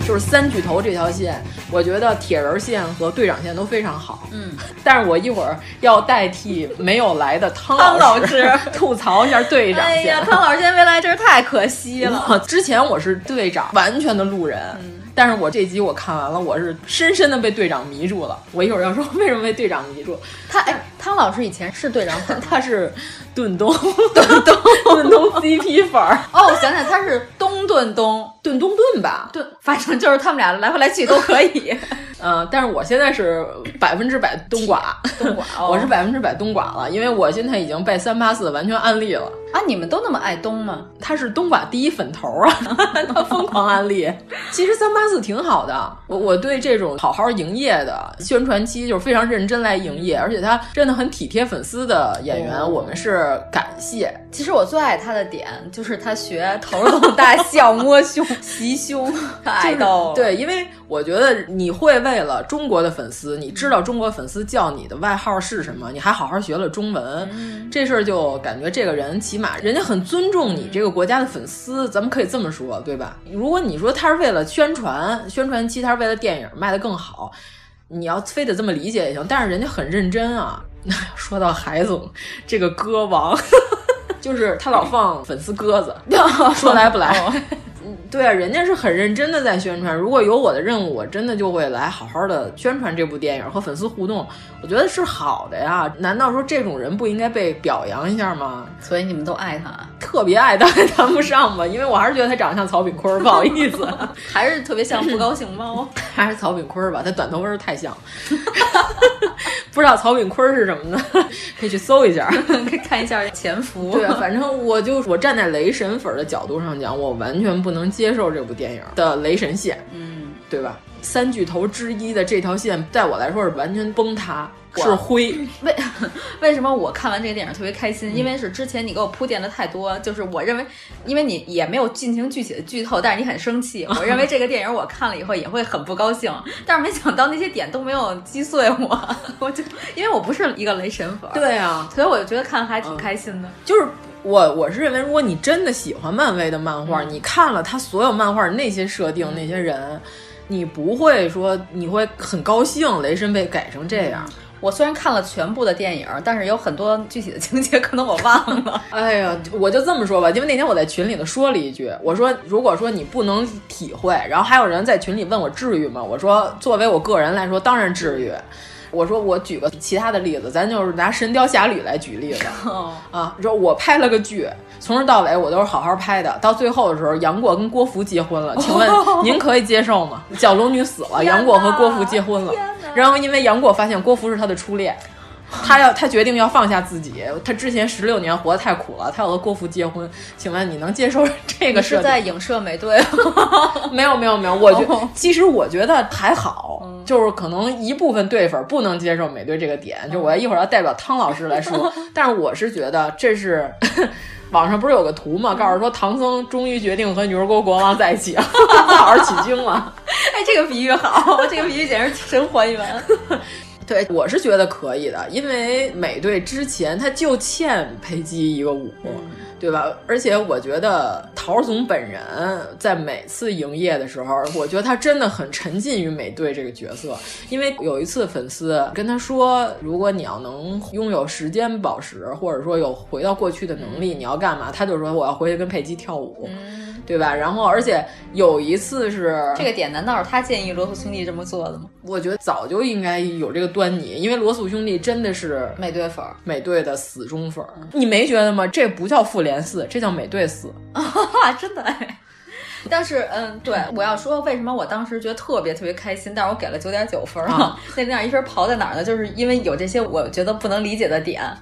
J: 就是三巨头这条线，我觉得铁人线和队长线都非常好。嗯，但是我一会儿要代替没有来的汤
G: 汤
J: 老
G: 老
J: 吐槽一下队长
G: 哎
J: 线。
G: 呀，汤老师今天没来，真是太可惜了。 嗯
J: 我 之前我是队长，完全的路人。但是我这集我看完了，我是深深的被队长迷住了。我一会儿要说为什么被队长迷住，
G: 他哎，汤老师以前是队长粉儿
J: 他是顿 东，顿东，顿东 CP 粉儿，
G: 哦，我想起来他是东顿东
J: 顿东顿吧？
G: 顿，反正就是他们俩来回来去都可以。
J: 嗯，但是我现在是百分之百冬瓜，
G: 冬瓜哦
J: 我是百分之百冬瓜了，因为我现在已经被三八四完全安利了。
G: 啊，你们都那么爱东吗？
J: 他是冬瓜第一粉头啊， 他疯狂安利。其实三八四挺好的，我我对这种好好营业的宣传期就是非常认真来营业，而且他真的很体贴粉丝的演员，
G: 哦
J: 我们是感谢。
G: 其实我最爱他的点就是他学头弄大笑摸胸袭胸，太爱到了。
J: 对，因为我觉得你会为了中国的粉丝，你知道中国粉丝叫你的外号是什么，你还好好学了中文，
G: 嗯
J: 这事儿就感觉这个人起码人家很尊重
G: 嗯
J: 你这个国家的粉丝，咱们可以这么说，对吧？如果你说他是为了宣传，宣传期他是为了电影卖得更好，你要非得这么理解也行，但是人家很认真啊。 说到海总这个歌王， 就是他老放粉丝鸽 子，说来不来。
G: 哦
J: 嗯对啊，人家是很认真的在宣传。如果有我的任务，我真的就会来好好的宣传这部电影和粉丝互动，我觉得是好的呀。难道说这种人不应该被表扬一下吗？
G: 所以你们都爱他啊，
J: 特别爱，当然谈不上吧，因为我还是觉得他长得像曹炳坤儿，不好意思，
G: 还是特别像不高兴猫。
J: 还是曹炳坤儿吧，他短头发儿太像了。 不知道曹炳坤儿是什么呢？可以去搜一下。
G: 看一下潜伏，
J: 对啊，反正我就我站在雷神粉儿的角度上讲，我完全不能能接受这部电影的雷神线，
G: 嗯，
J: 对吧？三巨头之一的这条线，在我来说是完全崩塌，
G: 哇
J: 是 灰。
G: 为 为什么我看完这个电影特别开心？因为是之前你给我铺垫的太多，就是我认为，因为你也没有进行具体的剧透，但是你很生气。我认为这个电影我看了以后也会很不高兴，但是没想到那些点都没有击碎我，我就因为我不是一个雷神粉，，
J: 对嗯啊，
G: 所以我就觉得看还挺开心的。
J: 就是我我是认为，如果你真的喜欢漫威的漫画，你看了他所有漫画那些设定、那些人，你不会说你会很高兴雷神被改成这样。
G: 我虽然看了全部的电影，但是有很多具体的情节可能我忘了。
J: 哎呀，我就这么说吧，因为那天我在群里头说了一句，我说如果说你不能体会，然后还有人在群里问我至于吗？我说作为我个人来说，当然至于。我说我举个其他的例子，咱就是拿《神雕侠侣》来举例子。啊，说我拍了个剧，从头到尾我都是好好拍的，到最后的时候，杨过跟郭芙结婚了，请问您可以接受吗？小龙女死了，杨过和郭芙结婚了，然后因为杨过发现郭芙是他的初恋。他要，他决定要放下自己。他之前十六年活得太苦了，他要和郭芙结婚。请问你能接受这个
G: 是
J: 设定？
G: 在影射美队吗，
J: 没有没有没有，我觉、
G: 哦
J: 其实我觉得还好，就是可能一部分队粉不能接受美队这个
G: 哦
J: 点，就我一会儿要代表汤老师 来说，但是我是觉得这是。 网上不是有个图吗？告诉说唐僧终于决定和女儿国国王在一起了， 好好取经了。
G: 哎，这个比喻好，这个比喻简直神还原。
J: 对，我是觉得可以的，因为美队之前他就欠佩姬一个舞，对吧？而且我觉得陶总本人在每次营业的时候，我觉得他真的很沉浸于美队这个角色，因为有一次粉丝跟他说，如果你要能拥有时间宝石，或者说有回到过去的能力，你要干嘛？他就说我要回去跟佩姬跳舞，对吧？然后而且有一次是
G: 嗯这个点难道是他建议罗素兄弟这么做的吗？
J: 我觉得早就应该有这个端倪，因为罗素兄弟真的是
G: 美队粉儿，
J: 美队的死忠粉儿，你没觉得吗？这不叫复联四，这叫美队四。
G: 哇，真的哎。但是，嗯，对，我要说为什么我当时觉得特别特别开心，但是我给了九点九分儿
J: 啊，
G: 那零点一分儿刨在哪儿呢？就是因为有这些我觉得不能理解的点。
J: 啊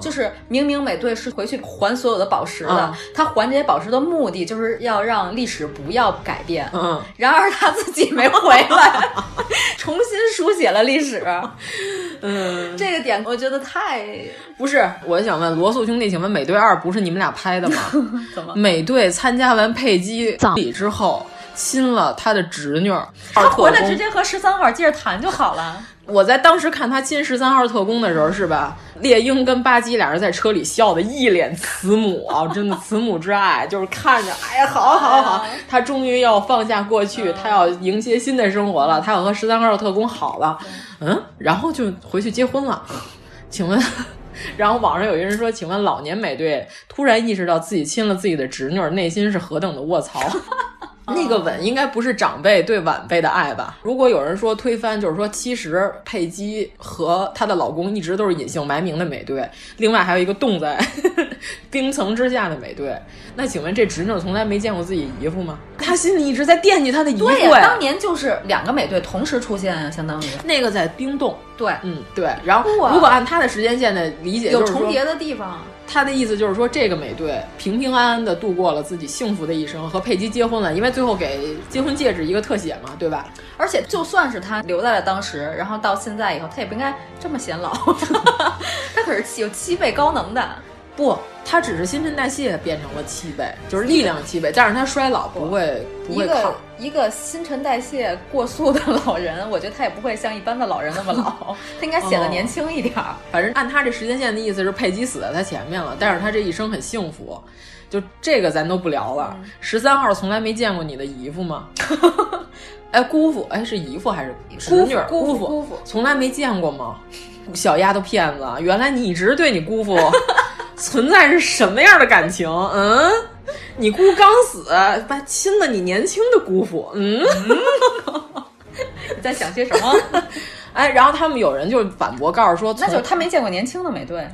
G: 就是明明美队是回去还所有的宝石的
J: 啊，
G: 他还这些宝石的目的就是要让历史不要改变，
J: 嗯，
G: 然而他自己没回来， 重新书写了历史。嗯，这个点我觉得太
J: 不是，我想问罗素兄弟，请问美队二不是你们俩拍的吗？
G: 怎么？
J: 美队参加完佩姬葬礼之后，亲了他的侄女儿
G: 他
J: 特
G: 回来直
J: 工。
G: 接和十三号接着谈就好了。
J: 我在当时看他亲十三号特工的时候，是吧？猎鹰跟巴基俩人在车里笑的一脸慈母啊，真的慈母之爱，就是看着，哎呀，嗯好好好，他终于要放下过去，他要迎接新的生活了，他要和十三号特工好了，嗯，然后就回去结婚了。请问， 然后网上有一人说，请问老年美队突然意识到自己亲了自己的侄女，内心是何等的卧 槽。那个吻应该不是长辈对晚辈的爱吧？如果有人说推翻，就是说其实佩姬和她的老公一直都是隐姓埋名的美队，另外还有一个冻在 冰层之下的美队。那请问这侄女从来没见过自己姨夫吗？她心里一直在惦记她的姨夫
G: 对呀、
J: 哎。
G: 当年就是两个美队同时出现啊，相当于
J: 那个在冰冻，
G: 对，
J: 嗯，对。然后
G: 哇
J: 如果按她的时间线的理解，
G: 有
J: 就是说
G: 重叠的地方。
J: 他的意思就是说，这个美队平平安安的度过了自己幸福的一生，和佩姬结婚了，因为最后给结婚戒指一个特写嘛，对吧？
G: 而且就算是他留在了当时，然后到现在以后，他也不应该这么显 老，他可是有七倍高能的。
J: 不，他只是新陈代谢变成了七倍，就是力量七倍，但是他衰老不会不
G: 一
J: 会
G: 个
J: 抗。
G: 一个新陈代谢过速的老人，我觉得他也不会像一般的老人那么 老，他应该显得年轻一点儿。
J: 反正按他这时间线的意思是，佩姬死在他前面了，但是他这一生很幸福。就这个咱都不聊了。十三号从来没见过你的姨夫 吗？哎，姑父，哎，是姨父还是侄女儿？
G: 姑父姑
J: 姑
G: 父姑父
J: 从来没见过吗？小丫头骗子，原来你一直对你 姑父存在是什么样的感情？嗯，你姑刚死，爸亲了你年轻的姑父，嗯。
G: 你在 想些什么？
J: 哎，然后他们有人就反驳，告诉说，
G: 那就是他没见过年轻的美队，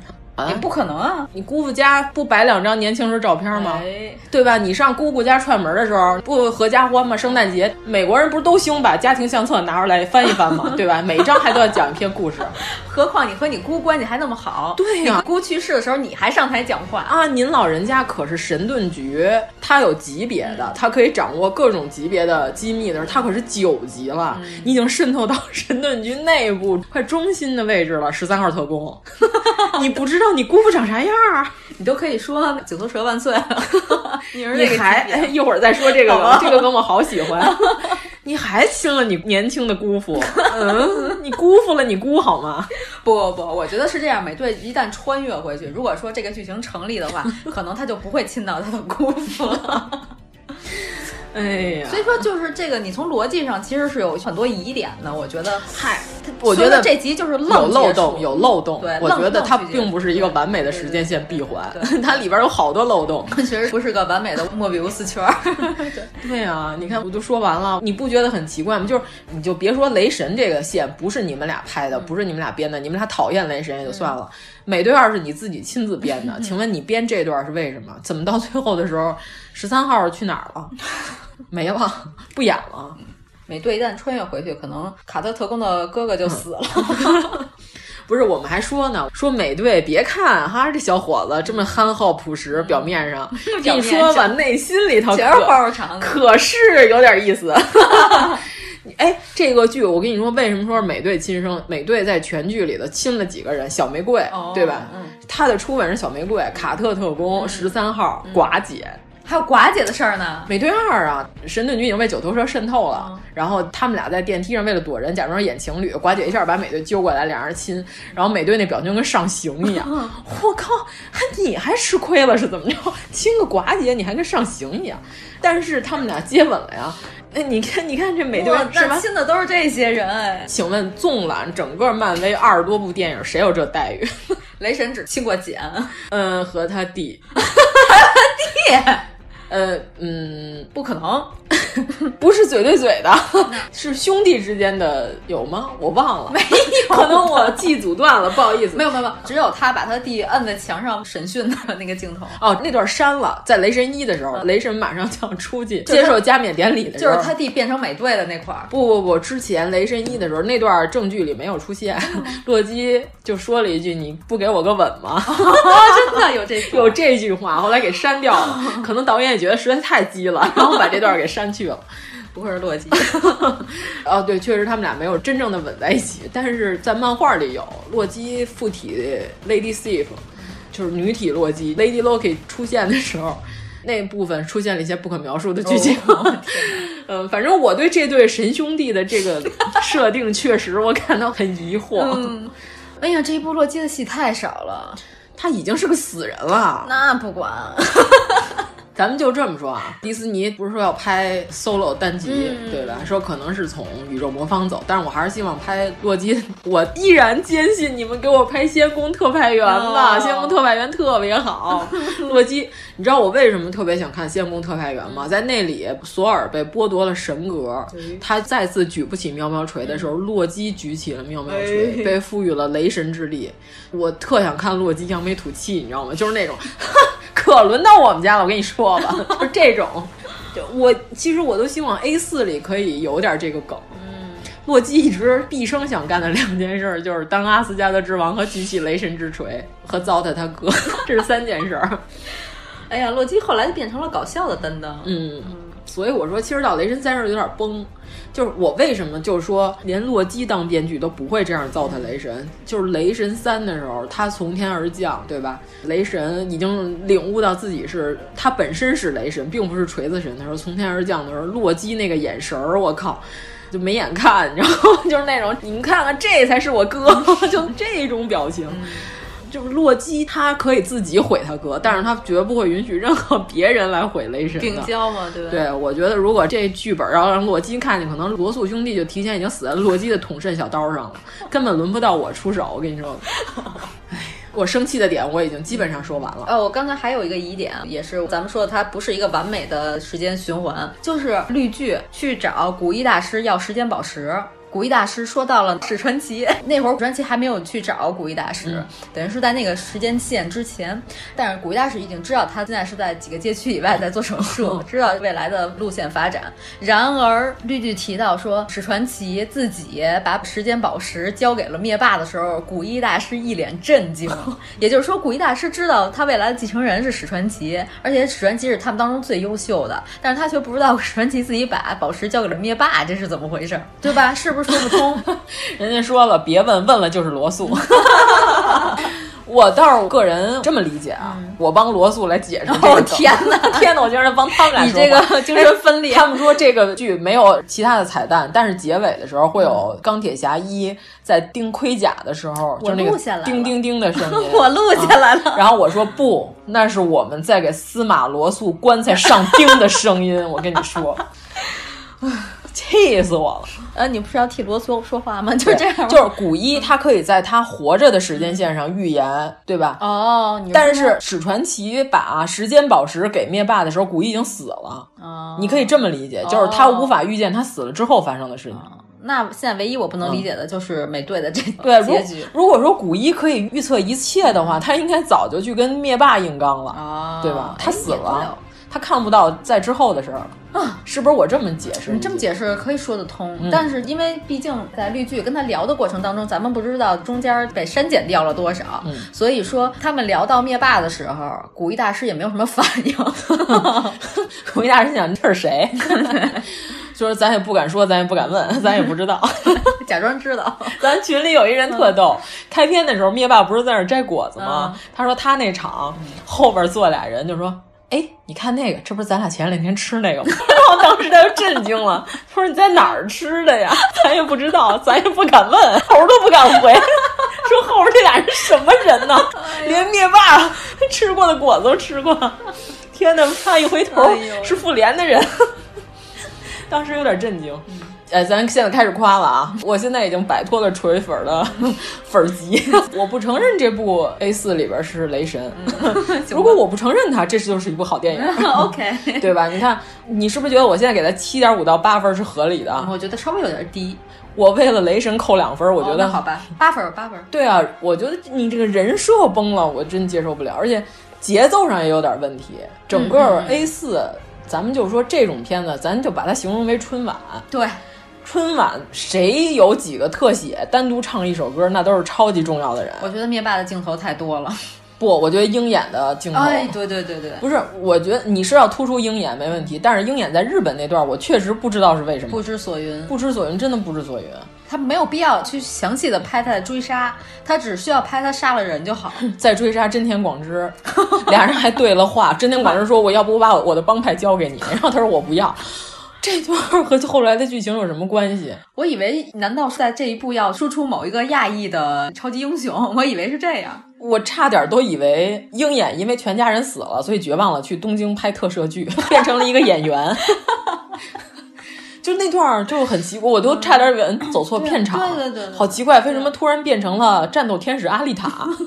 G: 也不可能啊。
J: 你姑父家不摆两张年轻时照片吗？
G: 哎
J: 对吧？你上姑姑家串门的时候，不合家欢吗？圣诞节，美国人不是都兴把家庭相册拿出来翻一翻 吗？对吧？每一张还都要讲一篇故事
G: 何况你和你姑关系还那么好，
J: 对 呀
G: 你姑去世的时候你还上台讲话，
J: 啊！您老人家可是神盾局，他有级别
G: 嗯
J: 的，他可以掌握各种级别的机密的，他可是九级了，
G: 嗯
J: 你已经渗透到神盾局内部快中心的位置了，十三号特 工，你不知道你姑父长啥样儿？啊
G: 你都可以说九头蛇万岁了。 你是那
J: 你
G: 个
J: 还
G: 级别
J: 哎，一会儿再说这个
G: 好
J: 梗
G: 吧，
J: 这个梗我好 喜欢。你还亲了你年轻的姑父，嗯，你辜负了你姑好吗？
G: 不不不，我觉得是这样，美队一旦穿越回去，如果说这个剧情成立的 话，可能他就不会亲到他的姑父了。
J: 哎呀
G: 所，以说，就是这个，你从逻辑上其实是有很多疑点的。我觉得，嗨，
J: 我觉得
G: 这集就是
J: 有
G: 愣
J: 漏
G: 结束
J: 洞，有漏洞
G: 对。
J: 我
G: 愣
J: 觉得它
G: 愣去解
J: 并不是一个完美的时间线闭环， 它里边有好多漏洞。
G: 其实不是个完美的莫比乌斯圈儿。
J: 对啊，你看我都说完了，你不觉得很奇怪吗？就是你就别说雷神这个线不是你们俩拍的，不是你们俩编的，你们俩讨厌雷神也就算了，美队二是你自己亲自编 的，请问你编这段是为什么？怎么到最后的时候，十三号去哪儿了？ 没了，不演了。
G: 美队一旦穿越回去，可能卡特特工的哥哥就死了。
J: 不是，我们还说呢，说美队，别看哈这小伙子这么憨厚朴实，表面上
G: 嗯 表
J: 一
G: 面
J: 说吧，
G: 上
J: 内心里头
G: 全
J: 可
G: 是花花肠子
J: 可是有点 意思。哎，这个剧我跟你说，为什么说是美队亲生？美队在全剧里头亲了几个人？小玫瑰，
G: 哦
J: 对吧？
G: 嗯
J: 他的初吻是小玫瑰，卡特特工十三号、
G: 嗯
J: 寡姐，
G: 还有寡姐的事儿呢，
J: 美队二啊，神盾局已经被九头蛇渗透了，
G: 嗯
J: 然后他们俩在电梯上为了躲人，假装演情侣，寡姐一下把美队揪过来，两人亲，然后美队那表情跟上刑一样，
G: 嗯
J: 我靠，还你还吃亏了是怎么着？亲个寡姐你还跟上刑一样，但是他们俩接吻了呀，哎，你看你看这美队
G: 哇
J: 是吧
G: 那？亲的都是这些人哎。
J: 请问纵览整个漫威二十多部电影，谁有这待遇？
G: 雷神只亲过简，
J: 嗯，和他弟，呃，嗯，
G: 不可能。
J: 不是嘴对嘴的，是兄弟之间的有吗？我忘了，没 有， 可能我记阻断了，不好意思，
G: 没有没有没有，只有他把他弟摁在墙上审讯的那个镜头，
J: 哦，那段删了，在雷神一的时候，雷神马上嗯就要出去接受加冕典礼的时
G: 就
J: 候，
G: 是他弟变成美队的那块 儿。
J: 不不不，之前雷神一的时候，那段证据里没有出现， 洛基就说了一句：“你不给我个吻 吗？”
G: 哦真的有这种
J: 有这句话，后来给删 掉了，可能导演也觉得实在太鸡了，然后把这段给删去了。
G: 不愧是洛基，
J: 哦，对，确实他们俩没有真正的吻在一起，但是在漫画里有洛基附体 Lady Sif，就是女体洛基 Lady Loki 出现的时候，那部分出现了一些不可描述的剧情。
G: 哦
J: 嗯，反正我对这对神兄弟的这个设定确实我感到很疑惑。
G: 嗯，哎呀，这一部洛基的戏太少了，
J: 他已经是个死人了。
G: 那不管，
J: 咱们就这么说啊，迪士尼不是说要拍 solo 单集，对吧？说可能是从宇宙魔方走，但是我还是希望拍洛基。我依然坚信你们给我拍仙宫特派员吧，
G: 哦
J: 仙宫特派员特别好。洛基，你知道我为什么特别想看仙宫特派员吗？在那里，索尔被剥夺了神格，他再次举不起喵喵锤的时候，洛基举起了喵喵锤，被赋予了雷神之力。我特想看洛基扬眉吐气，你知道吗？就是那种。可轮到我们家了，我跟你说吧，就是这种。就我其实我都希望 A 四里可以有点这个梗。洛基一直毕生想干的两件事儿，就是当阿斯加德之王和举起雷神之锤，和糟蹋他哥， 这是三件事儿。
G: 哎呀，洛基后来就变成了搞笑的担当，
J: 嗯，所以我说，其实到雷神三时候有点崩，就是我为什么就是说，连洛基当编剧都不会这样糟蹋雷神，就是雷神三的时候，他从天而降，对吧？雷神已经领悟到自己是他本身是雷神，并不是锤子神的时候，从天而降的时候，洛基那个眼神儿，我靠！就没眼看，然后就是那种你们看看，这才是我哥，就这种表情。就是洛基，他可以自己毁他哥，但是他绝不会允许任何别人来毁雷神 的。
G: 病娇嘛，对吧？
J: 对，我觉得如果这剧本要让洛基看见，可能罗素兄弟就提前已经死在洛基的捅肾小刀上了，根本轮不到我出手。我跟你 说，哎，我生气的点我已经基本上说完了。
G: 呃，我刚才还有一个疑点，啊也是咱们说的，它不是一个完美的时间循环，就是绿巨去找古一大师要时间宝石，古一大师说到了史传奇， 那会儿古传奇还没有去找古一大师，等于是在那个时间线之前。但是古一大师已经知道他现在是在几个街区以外在做手术，知道未来的路线发展。然而绿巨提到说，史传奇自己把时间宝石交给了灭霸的时候，古一大师一脸震惊。啊 也就是说，古一大师知道他未来的继承人是史传奇，而且史传奇是他们当中最优秀的，但是他却不知道史传奇自己把宝石交给了灭霸，这是怎么回事？ 对吧？是不是说不通？
J: 人家说了，别问，问了就是罗 素。我倒是个人这么理解啊，我帮罗素来解释这个。
G: 嗯哦天哪
J: 天哪！我竟然帮他们俩
G: 你
J: 说话
G: 这个精神分裂
J: 哎他们说这个剧没有其他的彩蛋，但是结尾的时候会有钢铁侠一在钉盔甲的时候，
G: 嗯我
J: 就是那
G: 录
J: 个
G: 下来了
J: 叮叮叮的声音。
G: 我录下来了。
J: 然后我说不，那是我们在给司马罗素棺材上钉的声音。我跟你说， 气死我了。
G: 呃，你不是要替罗嗦说话吗？就这 样吗，
J: 就是古一，他可以在他活着的时间线上预言，对吧？
G: 哦，你
J: 但是史传奇把时间宝石给灭霸的时候，古一已经死了。
G: 哦，
J: 你可以这么理解，就是他无法预见他死了之后发生的事情。
G: 那现在唯一我不能理解的就是美队的这个
J: 对，如
G: 结局
J: 如果说古一可以预测一切的话，他应该早就去跟灭霸硬刚了，
G: 啊
J: 对吧？他死了，
G: 哎
J: 他看不到在之后的事儿了，是不是？我这么解释，
G: 啊你嗯 这么解释可以说得通，但是因为毕竟在绿剧跟他聊的过程当中，咱们不知道中间被删减掉了多少，所以说他们聊到灭霸的时候，古一大师也没有什么反 应。
J: 古一大人想这是谁？ 就是咱也不敢说，咱也不敢问，咱也不知道。
G: 假装知 道，
J: 咱群里有一人
G: 嗯
J: 特逗，开篇的时候灭霸不是在那儿摘果子吗？他说他那场
G: 嗯
J: 后边坐俩人就说。哎，你看那个，这不是咱俩前两天吃那个吗？ 然后当时他就震惊了，他说你在哪儿吃的呀？ 咱也不知道，咱也不敢问，头都不敢回， 说后边这俩人什么人呢？
G: 哎
J: 连灭霸吃过的果子都吃过，天哪！他一回头、
G: 哎呦
J: 是复联的人。当时有点震惊。
G: 嗯
J: 呃，咱现在开始夸了啊！我现在已经摆脱了锤粉儿的 粉儿级， 我不承认这部 A 四里边是雷神。
G: 嗯
J: 如果我不承认它，这就是一部好电影，
G: OK，
J: 对吧？你看，你是不是觉得我现在给它七点五到八分是合理的？
G: 我觉得稍微有点低，
J: 我为了雷神扣两分，我觉
G: 嗯哦
J: 得
G: 那好。吧，八分儿八分儿。
J: 对啊，我觉得你这个人设崩了，我真接受不了，而且节奏上也有点问题。
G: 嗯
J: 整个 A 四，咱们就说这种片子，咱就把它形容为春晚。
G: 对，
J: 春晚谁有几个特写单独唱一首歌，那都是超级重要的人。
G: 我觉得灭霸的镜头太多了。
J: 不，我觉得鹰眼的镜头。
G: 哎，对对对对，
J: 不是，我觉得你是要突出鹰眼没问题，但是鹰眼在日本那段，我确实不知道是为什么，
G: 不知所云，
J: 不知所云，真的不知所云。
G: 他没有必要去详细的拍他的追杀，他只需要拍他杀了人就好。
J: 在追杀真田广之， 俩人还对了话。真田广之说：“我要不我把我的帮派交给你？”然后他说：“我不要。”这段儿和后来的剧情有什么关系？
G: 我以为难道是在这一步要输出某一个亚裔的超级英雄？ 我以为是这样。
J: 我差点都以为鹰眼因为全家人死了，所以绝望了，去东京拍特摄剧， 变成了一个演员。 就那段儿就很奇怪，我都差点以为嗯走错片场，
G: 对对对对对
J: 好奇怪，为什么突然变成了战斗天使阿丽 塔？对，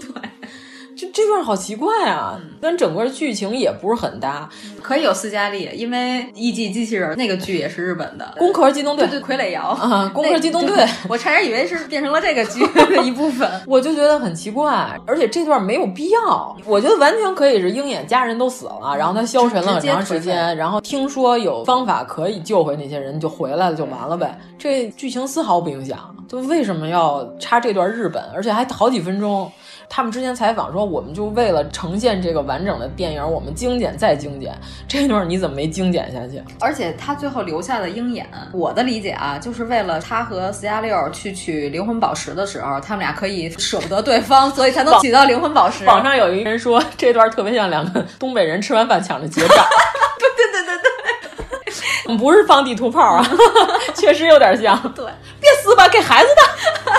J: 就这段儿好奇怪啊，
G: 嗯
J: 跟整个剧情也不是很搭。
G: 可以有斯嘉丽，因为《艺伎机器人》那个剧也是日本 的。
J: 攻壳机动队
G: 对，对，傀儡摇
J: 啊攻壳机动队
G: 那 对我差点以为是变成了这个剧 的一部分。
J: 我就觉得很奇怪，而且这段没有必要。我觉得完全可以是鹰眼家人都死了，然后他消沉了很长时
G: 直接颓
J: 间，然后听说有方法可以救回那些人，就回来了就完了呗。这剧情丝毫不影响，就为什么要插这段日本，而且还好几分钟？他们之前采访说，我们就为了呈现这个完整的电影，我们精简再精简。这段你怎么没精简下去？
G: 而且他最后留下的鹰眼，我的理解啊，就是为了他和斯嘉六去取灵魂宝石的时候，他们俩可以舍不得对方，所以才能取到灵魂宝 石。
J: 网上有一个人说，这段特别像两个东北人吃完饭抢着结账。
G: 对对对对
J: 我们不是放地图炮啊， 确实有点像。
G: 对，
J: 别撕吧，给孩子 的。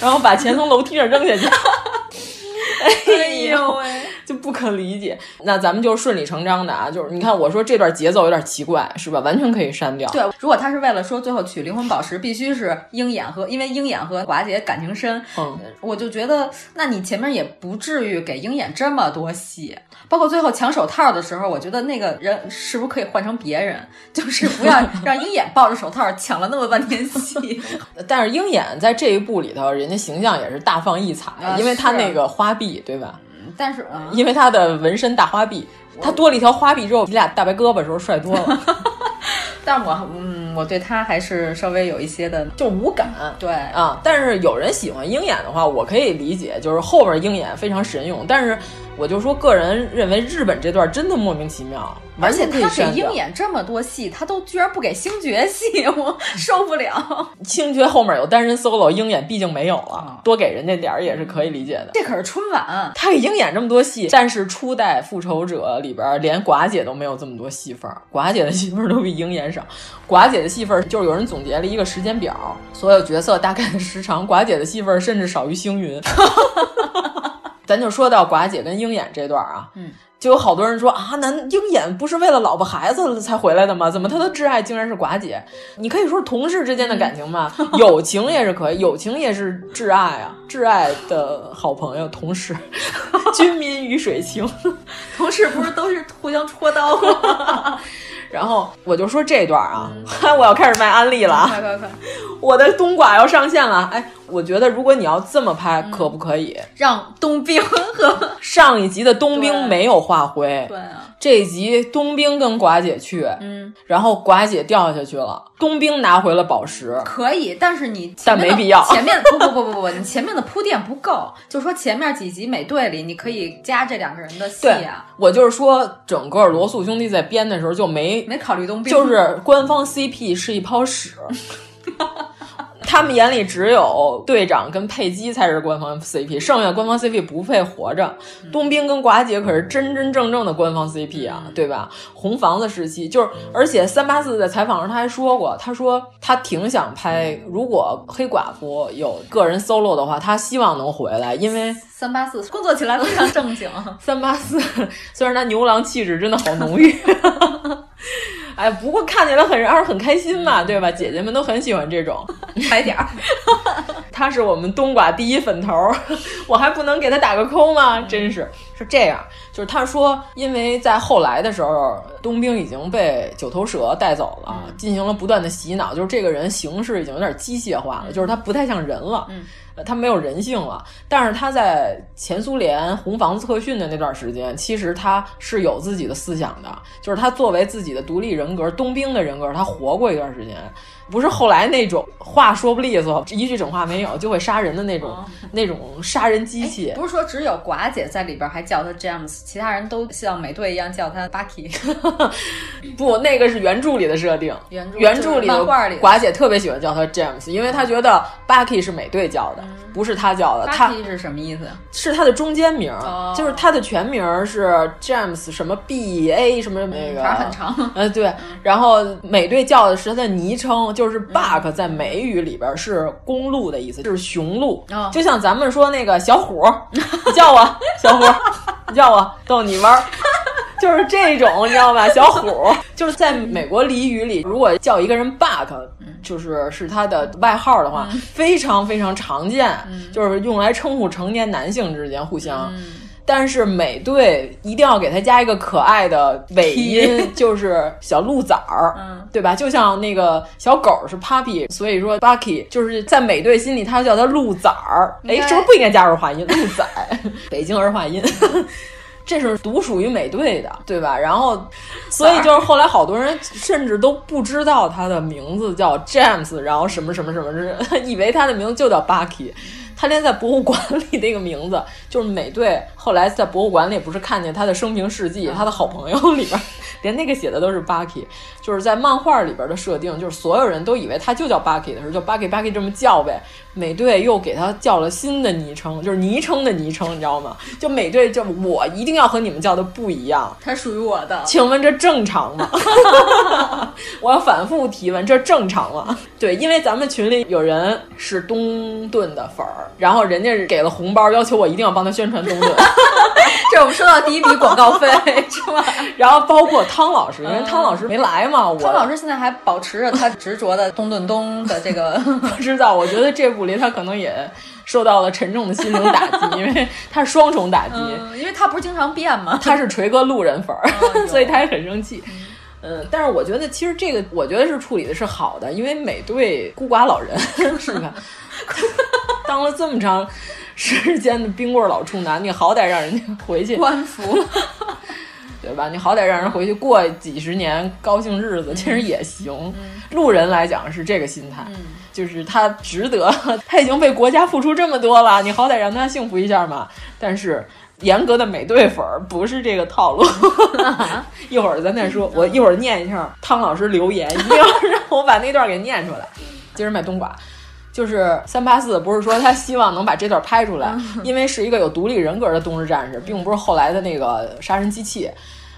J: 然后把钱从楼梯上扔下去。哎
G: 哎呦喂！
J: 就不可理解。那咱们就顺理成章的啊，就是你看我说这段节奏有点奇怪，是吧？完全可以删掉。
G: 对，如果他是为了说最后取灵魂宝石，必须是鹰眼和，因为鹰眼和华姐感情深，
J: 嗯，
G: 我就觉得，那你前面也不至于给鹰眼这么多戏，包括最后抢手套的时候，我觉得那个人是不是可以换成别人，就是不 要让鹰眼抱着手套抢了那么半天戏。
J: 但是鹰眼在这一部里头，人家形象也是大放异彩，
G: 啊
J: 因为他
G: 是
J: 那个花臂，对吧？
G: 但是， 嗯，
J: 因为他的纹身大花臂，他多了一条花臂之后，比俩大白胳膊的时候帅多了，
G: 但我嗯，我对他还是稍微有一些的
J: 就无感。
G: 对啊，
J: 啊，但是有人喜欢鹰眼的话，我可以理解，就是后边鹰眼非常神勇。但是我就说，个人认为日本这段真的莫名其妙，
G: 而
J: 完
G: 且
J: 全可以
G: 他给
J: 删掉
G: 鹰。眼这么多戏，他都居然不给星爵戏， 我受不了。
J: 星爵后面有单人 solo，鹰眼毕竟没有
G: 啊
J: 了，多给人家点儿也是可以理解的。
G: 这可是春晚，
J: 他给鹰眼这么多戏，但是初代复仇者里边连寡姐都没有这么多戏份儿，寡姐的戏份儿都比鹰眼少。寡姐的戏份儿就是有人总结了一个时间表，所有角色大概的时长，寡姐的戏份儿甚至少于星云。 咱就说到寡姐跟鹰眼这段儿啊，
G: 嗯，
J: 就有好多人说啊，男鹰眼不是为了老婆孩子才回来的吗？怎么他的挚爱竟然是寡姐？你可以说是同事之间的感情吧，
G: 嗯
J: 友情也是可以，友情也是挚爱啊，挚爱的好朋友、同事， 军民鱼水情。
G: 同事不是都是互相戳刀吗？
J: 然后我就说这段啊， 我要开始卖安利了啊，
G: 快快快！
J: 我的冬瓜要上线了。哎，我觉得如果你要这么拍，
G: 嗯
J: 可不可以？
G: 让冬兵和
J: 上一集的冬兵
G: 对
J: 没有化灰，
G: 对啊，
J: 这一集冬兵跟寡姐去，
G: 嗯，
J: 然后寡姐掉下去了，冬兵拿回了宝石。
G: 可以，但是你前面的
J: 但没必要
G: 前面不不不不不，你前面的铺垫不够，就说前面几集美队里你可以加这两个人的戏
J: 对
G: 啊，，
J: 我就是说，整个罗素兄弟在编的时候就没
G: 没考虑冬兵，
J: 就是官方 CP 是一泡屎，他们眼里只有队长跟佩姬才是官方 CP，剩下官方 CP 不配活着。冬兵跟寡姐可是真真正正的官方 CP 啊，对吧？红房子时期就是，而且三八四在采访时他还说过，他说他挺想拍，如果黑寡妇有个人 solo 的话，他希望能回来，因为。
G: 三八四工作起来非常正 经，
J: 三八四，虽然他牛郎气质真的好浓郁，哎，不过看起来很让人很开心嘛，对吧？姐姐们都很喜欢这种。
G: 来点儿，
J: 他是我们冬瓜第一粉头儿，我还不能给他打个扣吗？真是是这样，就是他说，因为在后来的时候，冬兵已经被九头蛇带走了，进行了不断的洗脑，就是这个人形式已经有点机械化了，就是他不太像人了，
G: 嗯
J: 呃，他没有人性了。但是他在前苏联红房子特训的那段时间，其实他是有自己的思想的，就是他作为自己的独立人格，冬兵的人格，他活过一段时间。不是后来那种话说不利索，一句整话没有就会杀人的那种、
G: 哦哎
J: 那种杀人机器。
G: 不是说只有寡姐在里边还叫他 James，其他人都像美队一样叫他 Bucky，
J: 不，那个是原著里的设定。
G: 原著
J: 原著里
G: 就是
J: 的
G: 漫画里的
J: 寡姐特别喜欢叫他 James，因为她觉得 Bucky 是美队叫的，不是他叫的。他
G: 嗯 Bucky 是什么意思？
J: 是他的中间名儿，
G: 哦
J: 就是他的全名儿是 James 什么 B A 什么那个，
G: 反嗯正很长。
J: 呃，对，然后美队叫的是他的昵称，就是 Buck 在美语里边是公鹿的意思，就是雄鹿。
G: 哦
J: 就像咱们说那个小虎， 你叫我小虎，你叫我逗你玩儿。就是这种，你知道吧？小虎就是在美国俚语里，如果叫一个人 “buck”，就是是他的外号的话，非常非常常见，就是用来称呼成年男性之间互相。但是美队一定要给他加一个可爱的尾音， 就是小鹿崽儿，
G: 嗯
J: 对吧？就像那个小狗是 Puppy，所以说 Bucky 就是在美队心里，他叫他鹿崽儿。哎
G: 应，该
J: 是不是不应该加儿化音？鹿仔，北京儿 化音。这是独属于美队的，对吧？然后，所以就是后来好多人甚至都不知道他的名字叫 James，然后什么什么什么之， 以为他的名字就叫 Bucky。他连在博物馆里那个名字，就是美队后来在博物馆里不是看见他的生平事迹，他的好朋友里边， 连那个写的都是 Bucky，就是在漫画里边的设定，就是所有人都以为他就叫 Bucky 的时候，就 Bucky Bucky 这么叫呗。美队又给他叫了新的昵称，就是昵称的昵称，你知道吗？就美队就我一定要和你们叫的不一 样。
G: 它属于我 的，
J: 请问这正常吗？ 我要反复提问，这正常吗？对，因为咱们群里有人是 东顿的粉儿，然后人家给了红包，要求我一定要帮他宣传东顿。
G: 这是我们收到第一笔广告费，是吧？
J: 然后包括汤老师，因为汤老师没来嘛，我
G: 嗯汤老师现在还保持着他执着的东顿东的这 个，
J: 不知道，我觉得这部里他可能也受到了沉重的心灵打击，因为他是双重打击，
G: 嗯，因为他不是经常变吗？
J: 他是锤哥路人粉儿，
G: 呦
J: 所以他也很生气。嗯，但是我觉得其实这个，我觉得是处理的是好的，因为美队孤寡老人 是吧？当了这么长时间的冰棍儿老处男，你好歹让人家回去
G: 官 服，
J: 对吧？你好歹让人回去过几十年高兴日子，其实也行。路人来讲是这个心态，就是他值得， 他已经为国家付出这么多了，你好歹让他幸福一下嘛。但是严格的美队粉儿不是这个套路。一会儿咱再说，我一会儿念一下汤老师留言，一定要让我把那段给念出来。今儿卖冬瓜。就是三八四，不是说他希望能把这段拍出来，因为是一个有独立人格的冬日战士，并不是后来的那个杀人机器。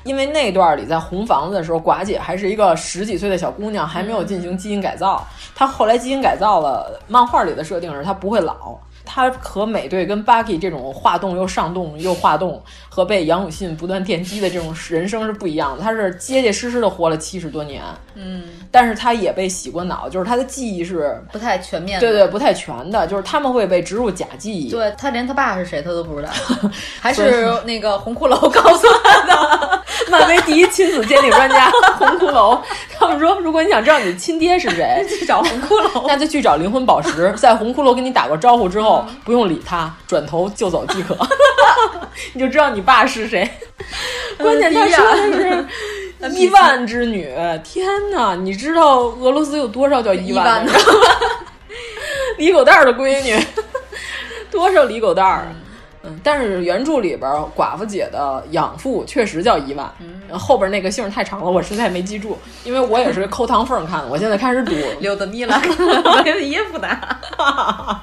J: 因为那段里在红房子的时候，寡姐还是一个十几岁的小姑娘，还没有进行基因改造。她后来基因改造了，漫画里的设定是她不会老。她和美队跟 Bucky 这种化冻又上冻又化冻，和被杨永信不断电击的这种人生是不一样的。她是结结实实的活了七十多年，
G: 嗯，
J: 但是她也被洗过脑，就是她的记忆是
G: 不太全面。
J: 对对，不太全的，就是他们会被植入假记忆。
G: 对他连他爸是谁他都不知 道，还是那个红骷髅告诉他的。
J: 漫威第一亲子鉴定专家 红骷髅，他们说，如果你想知道你亲爹是谁，去找红骷髅，那就去找灵魂宝石，在红骷髅跟你打过招呼之后，不用理他，转头就走即可， 你就知道你爸是谁。 哎关键他说的 是。伊万之女，天哪！你知道俄罗斯有多少叫伊万的
G: 伊
J: 人 吗？李狗蛋儿的闺女，多少李狗蛋儿啊？嗯，但是原著里边儿寡妇姐的养父确实叫伊万，嗯、后边那个姓儿太长了，我实在没记住，因为我也是抠糖缝儿看的，我现在开 始读
G: 柳德米拉维耶夫娜，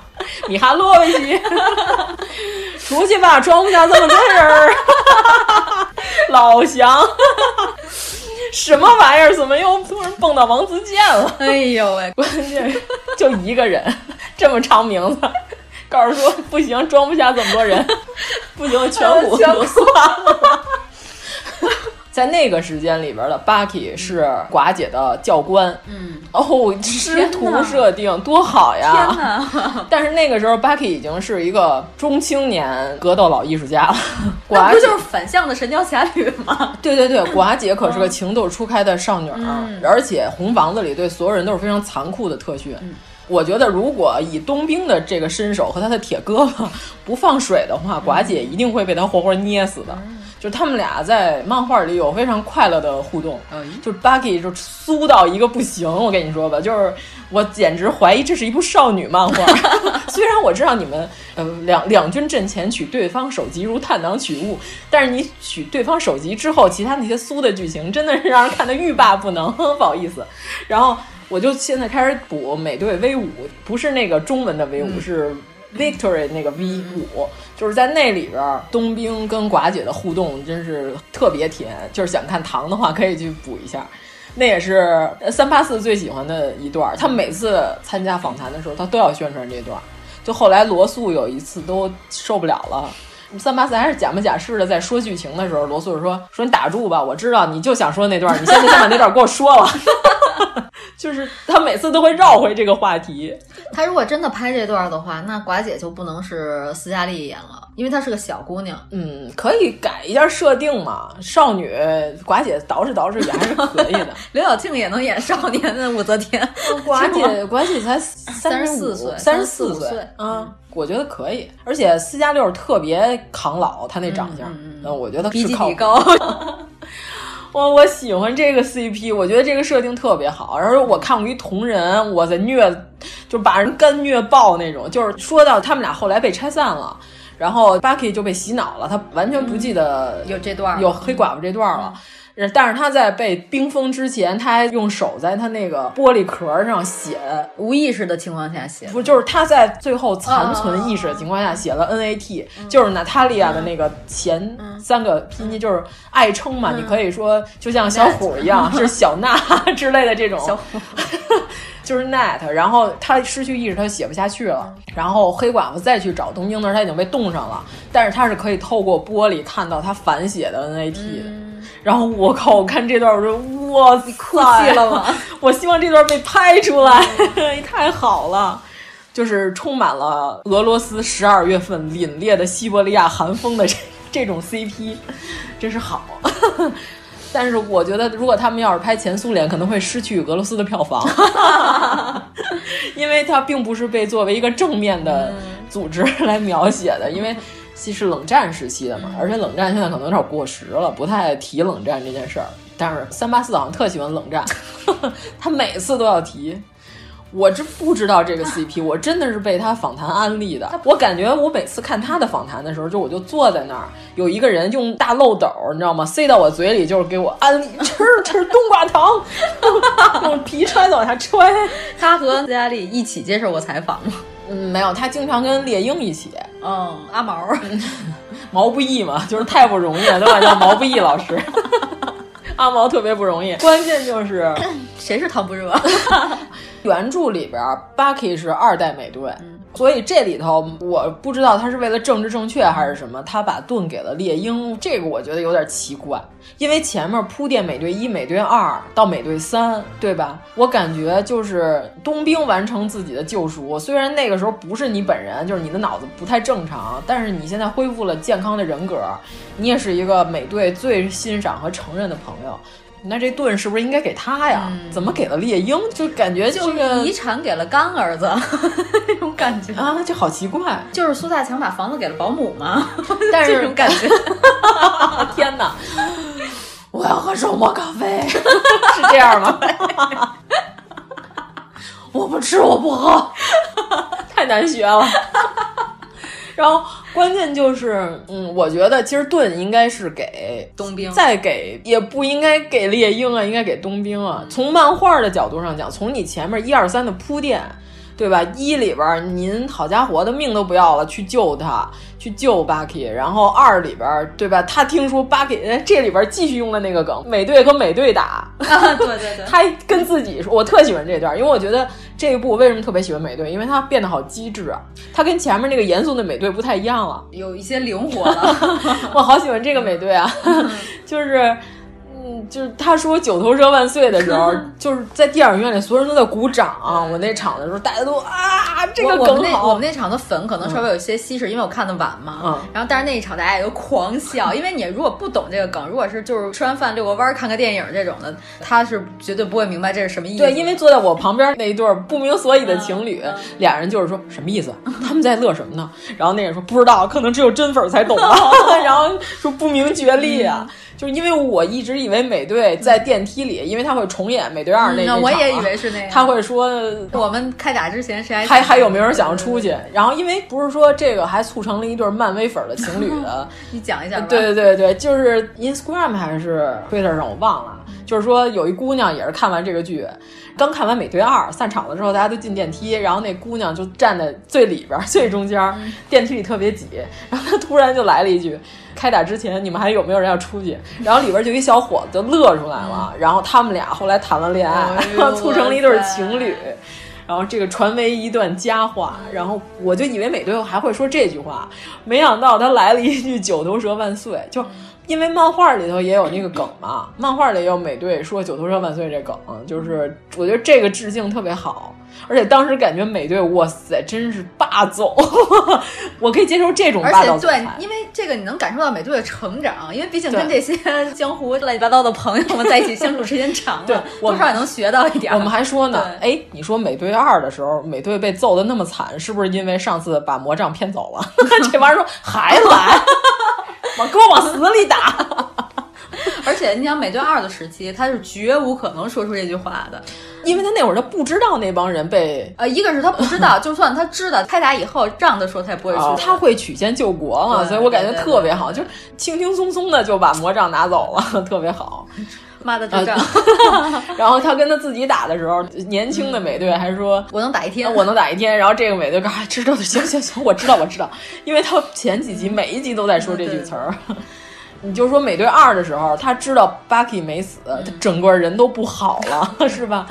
J: 米哈洛维奇， 出去吧，装不下这么多人儿， 老祥， 什么玩意儿？怎么又突然蹦到王自健了？
G: 哎呦喂，
J: 关键是 就一个人，这么长名字，告诉说不行，装不下这么多 人，不行，颧骨就算了。在那个时间里边的 Bucky 是寡姐的教官，
G: 嗯，
J: 哦，师徒设定多好呀！
G: 天哪，
J: 但是那个时候 Bucky 已经是一个中青年格斗老艺 术家了，
G: 那
J: 寡
G: 不
J: 姐
G: 就是反向的《神雕侠侣》吗？
J: 对对对，寡姐可是
G: 嗯
J: 个情窦初开的少女儿，而且红房子里对所有人都是非常残酷的特
G: 嗯
J: 训。我觉得，如果以冬兵的这个身手和他的铁胳膊不放水的话，寡姐一定会被他活活捏死的。就是他们俩在漫画里有非常快乐的互动，就是 Bucky 就酥到一个不行，我跟你说吧，就是我简直怀疑这是一部少女漫画。虽然我知道你们，呃，两两军阵前取对方首级如探囊取物，但是你取对方首级之后，其他那些酥的剧情真的是让人看得欲罢不能， 不好意思。然后我就现在开始补美队 V 五，不是那个中文的 V 五、是 Victory 那个 V 五、就是在那里边儿，冬兵跟寡姐的互动真是特别甜，就是想看糖的话可以去补一下。那也是三八四最喜欢的一段儿，他每次参加访谈的时候，他都要宣传这段儿。就后来罗素有一次都受不了了。三八四还是假模假式的在说剧情的时候，罗素就说：“说你打住吧，我知道你就想说那段，你现在先把那段给我说了。”就是他每次都会绕回这个话题，
G: 他如果真的拍这段的话，那寡姐就不能是斯嘉丽演了，因为她是个小姑娘。
J: 嗯，可以改一下设定嘛。少女寡姐捯饬捯饬也还是可以的。
G: 刘晓庆也能演少年的武则 天，
J: 寡姐，寡姐才三
G: 34岁
J: 三
G: 34
J: 十岁
G: 岁，
J: 嗯，我觉得可以。而且私家六特别抗老，他那长相，
G: 嗯嗯嗯
J: 我觉得
G: 比
J: 是
G: 基
J: 靠
G: 底
J: 谱
G: 高。
J: 我我喜欢这个 CP，我觉得这个设定特别好。然后我看过一同人，我在虐，就把人干虐爆那种。就是说到他们俩后来被拆散了，然后 Bucky 就被洗脑了，他完全不记得
G: 有这段儿嗯
J: 有黑寡妇这段儿了。呃但是他在被冰封之前，他还用手在他那个玻璃壳上写，
G: 无意识的哦情况下写，
J: 不就是他在最后残存意识的情况下写了 NAT，、就是
G: 嗯
J: 娜塔莉亚的那个前三个拼音就是爱称
G: 嗯
J: 嘛，你可以说就像小虎一样是小娜 之类的这种
G: 小虎，
J: 就是 Net，然后他失去意识，他就写不下去
G: 嗯
J: 了。然后黑寡妇再去找东京的时候，他已经被冻上了，但是他是可以透过玻璃看到他反写的 NAT 的。
G: 嗯
J: 然后我靠！我看这段，我说哇塞，哭
G: 泣了吗？嗯
J: 我希望这段被拍出来， 太好了。就是充满了俄罗斯十二月份凛冽的西伯利亚寒风的这这种 CP，真是好。 但是我觉得，如果他们要是拍前苏联，可能会失去俄罗斯的票房， 因为它并不是被作为一个正面的组织来描写的，因为其实冷战时期的嘛，而且冷战现在可能有点过时了，不太提冷战这件事儿。但是三八四好像特喜欢冷战， 他每次都要提。我这不知道这个 CP，我真的是被他访谈安利的。我感觉我每次看他的访谈的时候，就我就坐在那儿，有一个人用大漏斗，你知道吗？塞到我嘴里，就是给我安利 吃吃冬瓜糖， 用皮揣子往下揣。
G: 他和斯嘉丽一起接受过采访吗？
J: 嗯，没有，他经常跟猎鹰一起，
G: 嗯，阿毛，
J: 毛不易嘛， 就是太不容易了，都管叫毛不易老师。 阿毛特别不容易，关键就是。
G: 谁是唐不 热？
J: 原著里边儿，Bucky 是二代美队，所以这里头我不知道他是为了政治正确还是什么，他把盾给了猎鹰，这个我觉得有点奇怪，因为前面铺垫美队一、美队二到美队三，对吧？我感觉就是冬兵完成自己的救赎，虽然那个时候不是你本人，就是你的脑子不太正常，但是你现在恢复了健康的人格，你也是一个美队最欣赏和承认的朋友。那这盾是不是应该给他呀？怎么给了猎鹰？就感觉就是
G: 遗产给了干儿子， 那种感觉。
J: 啊，这好奇怪！
G: 就是苏大强把房子给了保姆 嘛，
J: 但是
G: 这种感觉，
J: 天哪，我要喝手磨咖啡， 是这样吗？ 我不吃，我不喝，太难学了。然后关键就是，嗯，我觉得其实盾应该是给
G: 冬兵
J: 再给也不应该给猎鹰啊，应该给冬兵啊。从漫画的角度上讲，从你前面一二三的铺垫，对吧？一里边儿您好家伙的命都不要了，去救他，去救 Bucky。然后二里边儿，对吧？他听说 Bucky，哎这里边儿继续用了那个梗，美队和美队打，
G: 啊对对对，
J: 他还跟自己说，我特喜欢这段，因为我觉得这一部为什么特别喜欢美队，因为他变得好机智啊，他跟前面那个严肃的美队不太一样了。
G: 有一些灵 活了。
J: 我好喜欢这个美队啊， 就是。嗯，就是他说“九头蛇万岁”的 时候，就是在电影院里，所有人都在鼓掌、我那场的时候，大家都啊，这个
G: 我我们
J: 梗
G: 那我
J: 好
G: 们。那场的粉可能稍微有些稀释，因为我看的晚嘛。
J: 嗯
G: 然后但是那一场大家也都狂笑，因为你如果不懂这个梗，如果是就是吃完饭遛个弯儿看个电影这种的，他是绝对不会明白这是什么意思。
J: 对，因为坐在我旁边那一对儿不明所以的情侣，
G: 嗯
J: 俩人就是说什么 意思？他们在乐什么呢？然后那人说不知道，可能只有真粉儿才 懂吧。然后说不明觉厉啊，
G: 嗯
J: 就是因为我一直以为美队在电梯里，因为他会重演《美队二》那那
G: 嗯那
J: 场啊
G: 我也以为是那样。
J: 他会说
G: 我们开打之前谁还
J: 还还有没有人想要出去？然后因为不是说这个还促成了一对漫威粉儿的情侣的，
G: 你讲一下吧。
J: 对对对对，就是 Instagram 还是 Twitter 上我忘了，就是说有一姑娘也是看完这个剧，刚看完《美队二》散场了之后，大家都进电梯，然后那姑娘就站在最里边儿最中
G: 嗯
J: 间儿，电梯里特别挤，然后她突然就来了一句。开打之前，你们还有没有人要出去？然后里边就一小伙子就乐出来了，然后他们俩后来谈了恋爱
G: 哎，
J: 然后
G: 呦
J: 促成了一对儿
G: 哇塞
J: 情侣。然后这个传为一段佳话，然后我就以为美队还会说这句话，没想到他来了一句“九头蛇万岁”，
G: 嗯
J: 就因为漫画里头也有那个梗嘛，漫画里也有美队说“九头蛇万岁”这梗，
G: 嗯
J: 就是我觉得这个致敬特别好，而且当时感觉美队，哇塞，真是霸总， 我可以接受这种
G: 而
J: 霸道
G: 且
J: 总裁
G: 对，因为这个你能感受到美队的成长，因为毕竟
J: 对
G: 跟这些 江湖乱七八糟的朋友们在一起相处时间长了，
J: 对
G: 多
J: 我们
G: 少也能学到一点儿。
J: 我们还说呢，
G: 对
J: 哎，你说美队二的时候，美队被揍的那么惨，是不是因为上次把魔杖骗走了？ 这玩意儿说还来， 往给我往死里打。
G: 而且你想美队二的时期，他是绝无可能说出这句话的。
J: 因为他那会儿他不知道那帮人被。
G: 呃，一个是他不知 道，就算他知道，拍打以后让他说他也不会说。
J: 他会曲线救国嘛，
G: 啊对
J: 所以我感觉
G: 对对
J: 特别好，就是轻轻松松的就把魔杖拿走了， 特别好。
G: 妈的智障，
J: 啊然后他跟他自己打的时候，年轻的美队还说：“
G: 我能打一
J: 那
G: 天，
J: 我能打一天。然后这个美队告诉他知道的，啊行行行，我知道我知道，因为他前几集每一集都在说这句词儿。你就说美队二的时候，他知道 Bucky 没死，他整个人都不好 了，是吧？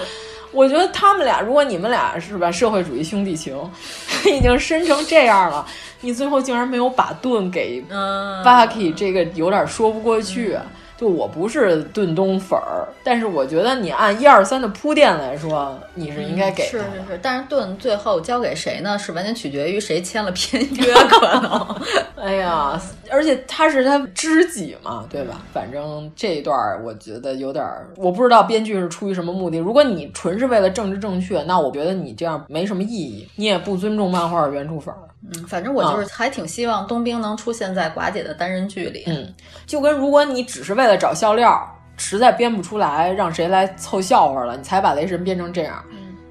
J: 我觉得他们俩，如果你们俩是吧，社会主义兄弟情 已经深成这样了，你最后竟然没有把盾给
G: 嗯，
J: Bucky 这个有点说不过去。就我不是顿东粉儿，但是我觉得你按一二三的铺垫来说，你是应该给他
G: 嗯是
J: 的。
G: 是是，但是盾最后交给谁呢？是完全取决于谁签了 片约，可能。
J: 哎呀，而且他是他知己嘛，对吧？反正这一段儿我觉得有点儿，我不知道编剧是出于什么目的。如果你纯是为了政治正确，那我觉得你这样没什么意义，你也不尊重漫画原著粉儿。
G: 嗯，反正我就是还挺希望冬兵能出现在寡姐的单人剧里。
J: 嗯，就跟如果你只是为了找笑料儿，实在编不出来，让谁来凑笑话了，你才把雷神编成这样，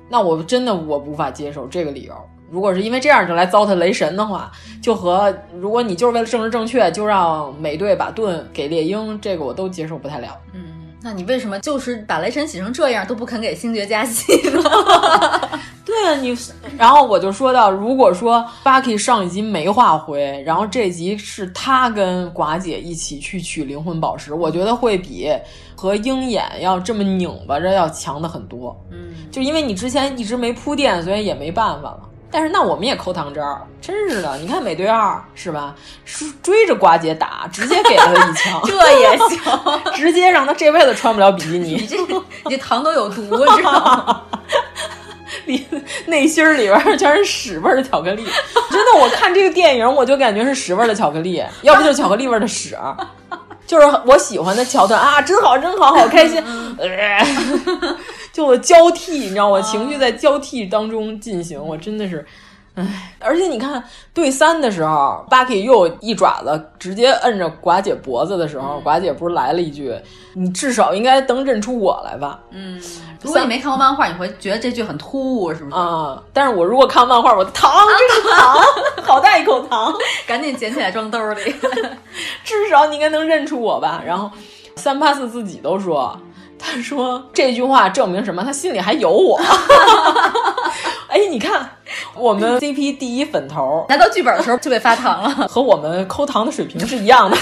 J: 那我真的我无法接受这个理由。如果是因为这样就来糟蹋雷神的话，就和如果你就是为了政治正确，就让美队把盾给猎鹰，这个我都接受不太了。
G: 嗯，那你为什么就是把雷神洗成这样都不肯给星爵加戏呢？
J: 对啊，你，然后我就说到，如果说呃 Bucky 上一集没化灰，然后这集是他跟寡姐一起去取灵魂宝石，我觉得会比和鹰眼要这么拧巴着要强的很多。
G: 嗯，，
J: 就因为你之前一直没铺垫，所以也没办法了。但是那我们也抠糖汁儿，真是的。你看美队二是吧，是追着寡姐打，直接给了他一枪
G: 这也行，
J: 直接让他这辈子穿不了比基
G: 你
J: 尼，
G: 这你这糖都有毒，你知道吗？
J: 里内心儿里边儿全是屎味儿的巧克力。真的，我看这个电影，我就感觉是屎味儿的巧克力，要不就是巧克力味儿的屎。啊就是我喜欢的桥段啊，真好，真好，好开心，呃就我交替，你知道，我情绪在交替当中进行，我真的是，唉，而且你看对三的时候，Bucky 又一爪子直接摁着寡姐脖子的时候，寡姐不是来了一句：“你至少应该能认出我来吧？”
G: 嗯，如果你没看过漫画，你会觉得这剧很突兀，是不是？
J: 啊、但是我如果看漫画，我糖，这是糖，好大一口糖，
G: 赶紧捡起来装兜 里。
J: 至少你应该能认出我吧。然后三八四自己都说，他说这句话证明什么？他心里还有我。哎，你看我们 CP 第一粉头
G: 拿到剧本的时候就被发糖了。
J: 和我们抠糖的水平是一样的。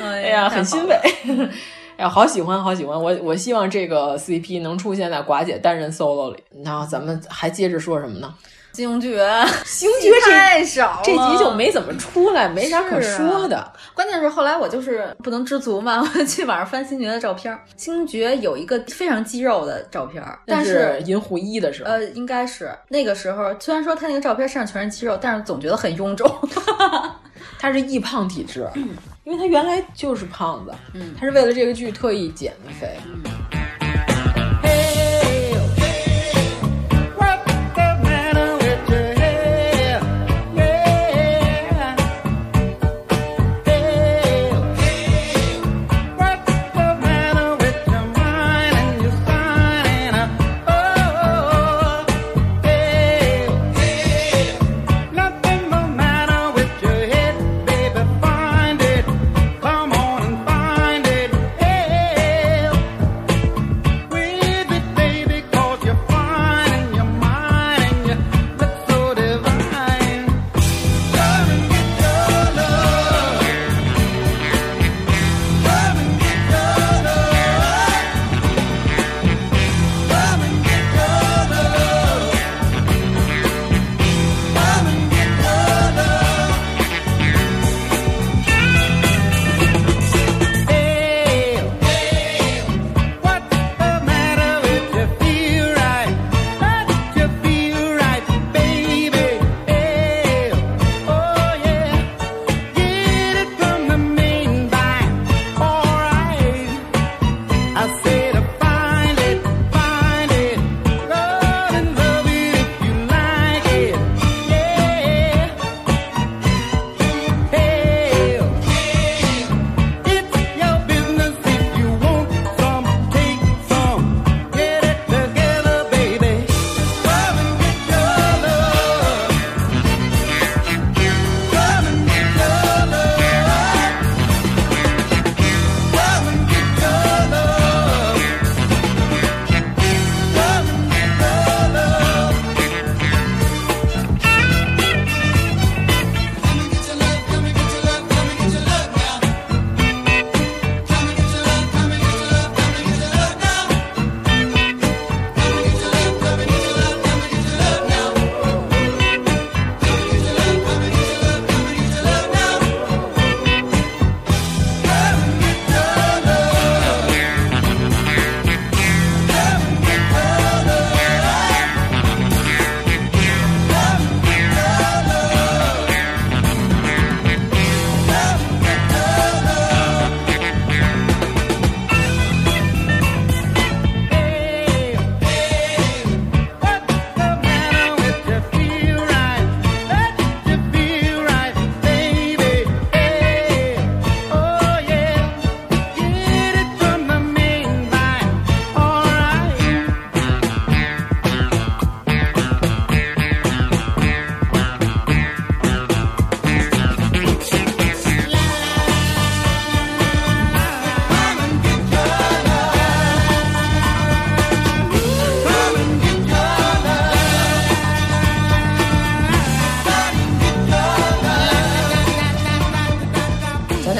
G: 哎
J: 哎呀，很欣慰。。 哎呀，好喜欢，好喜欢！我我希望这个 CP 能出现在寡姐单人 solo 里。然后咱们还接着说什么呢？
G: 星爵，
J: 星爵这
G: 太少了，
J: 这集就。没怎么出来，没啥可
G: 是啊
J: 说的。
G: 关键是后来我就是不能知足嘛，我去网上翻星爵的照片儿，星爵有一个非常肌肉的照片儿，但
J: 但
G: 是。
J: 银狐一的时候，
G: 呃，应该是那个时候，虽然说他那个照片上全是肌肉，但是总觉得很臃肿。
J: 他是易胖体质，因为他原来就是胖子，
G: 嗯
J: 他是为了这个剧特意减的肥。
K: Find it, come on and find it. Hey,
J: oh,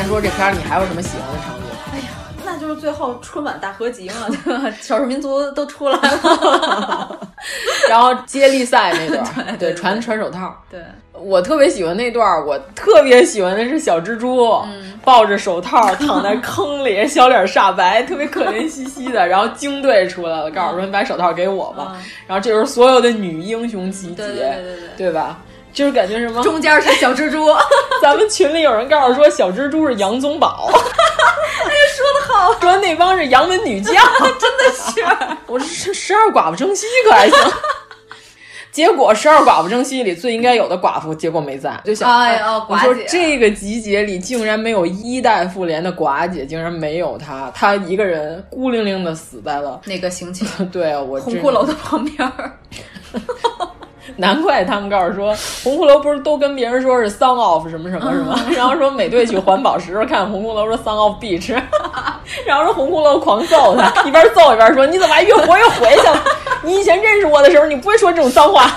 J: 说这片儿，你还有什么喜欢的场景？
G: 那就是最后春晚大合集 嘛，对吧少数民族都出来了。
J: 然后接力赛那段儿，
G: 对
J: 对，传传手套。
G: 对，
J: 我特别喜欢那段儿，我特别喜欢的是小蜘蛛、
G: 嗯
J: 抱着手套躺在坑里，小脸煞白，特别可怜兮兮的。然后京队出来了，告诉我说：“你把手套给我吧。
G: 嗯
J: 然后这时候所有的女英雄集结，
G: 对对对对对
J: 吧？就是感觉什么，
G: 中间是小蜘蛛，
J: 咱们群里有人告诉说小蜘蛛是杨宗保， 哎说的好，说那帮是杨门女将， 真的是，我说这十二寡妇争西可还行。 结果十二寡妇争西里最应该有的寡妇，结果没在，就想，
G: 哎呦
J: 我
G: 寡
J: 说
G: 姐
J: 这个集结里竟然没有一代妇联的寡姐，竟然没有她，她一个人孤零零的死在了。
G: 那个刑警，
J: 对我
G: 红
J: 真
G: 骷髅的旁边儿。
J: 难怪他们告诉说红骷髅不是都跟别人说是 “sun off” 什么什么什么， 然后说美队去环保时候看红骷髅说 “sun off beach”，然 后说红骷髅狂揍 他，一边揍一边说：“你怎么还越活越回去了？ 你以前认识我的时候，你不会说这种脏话。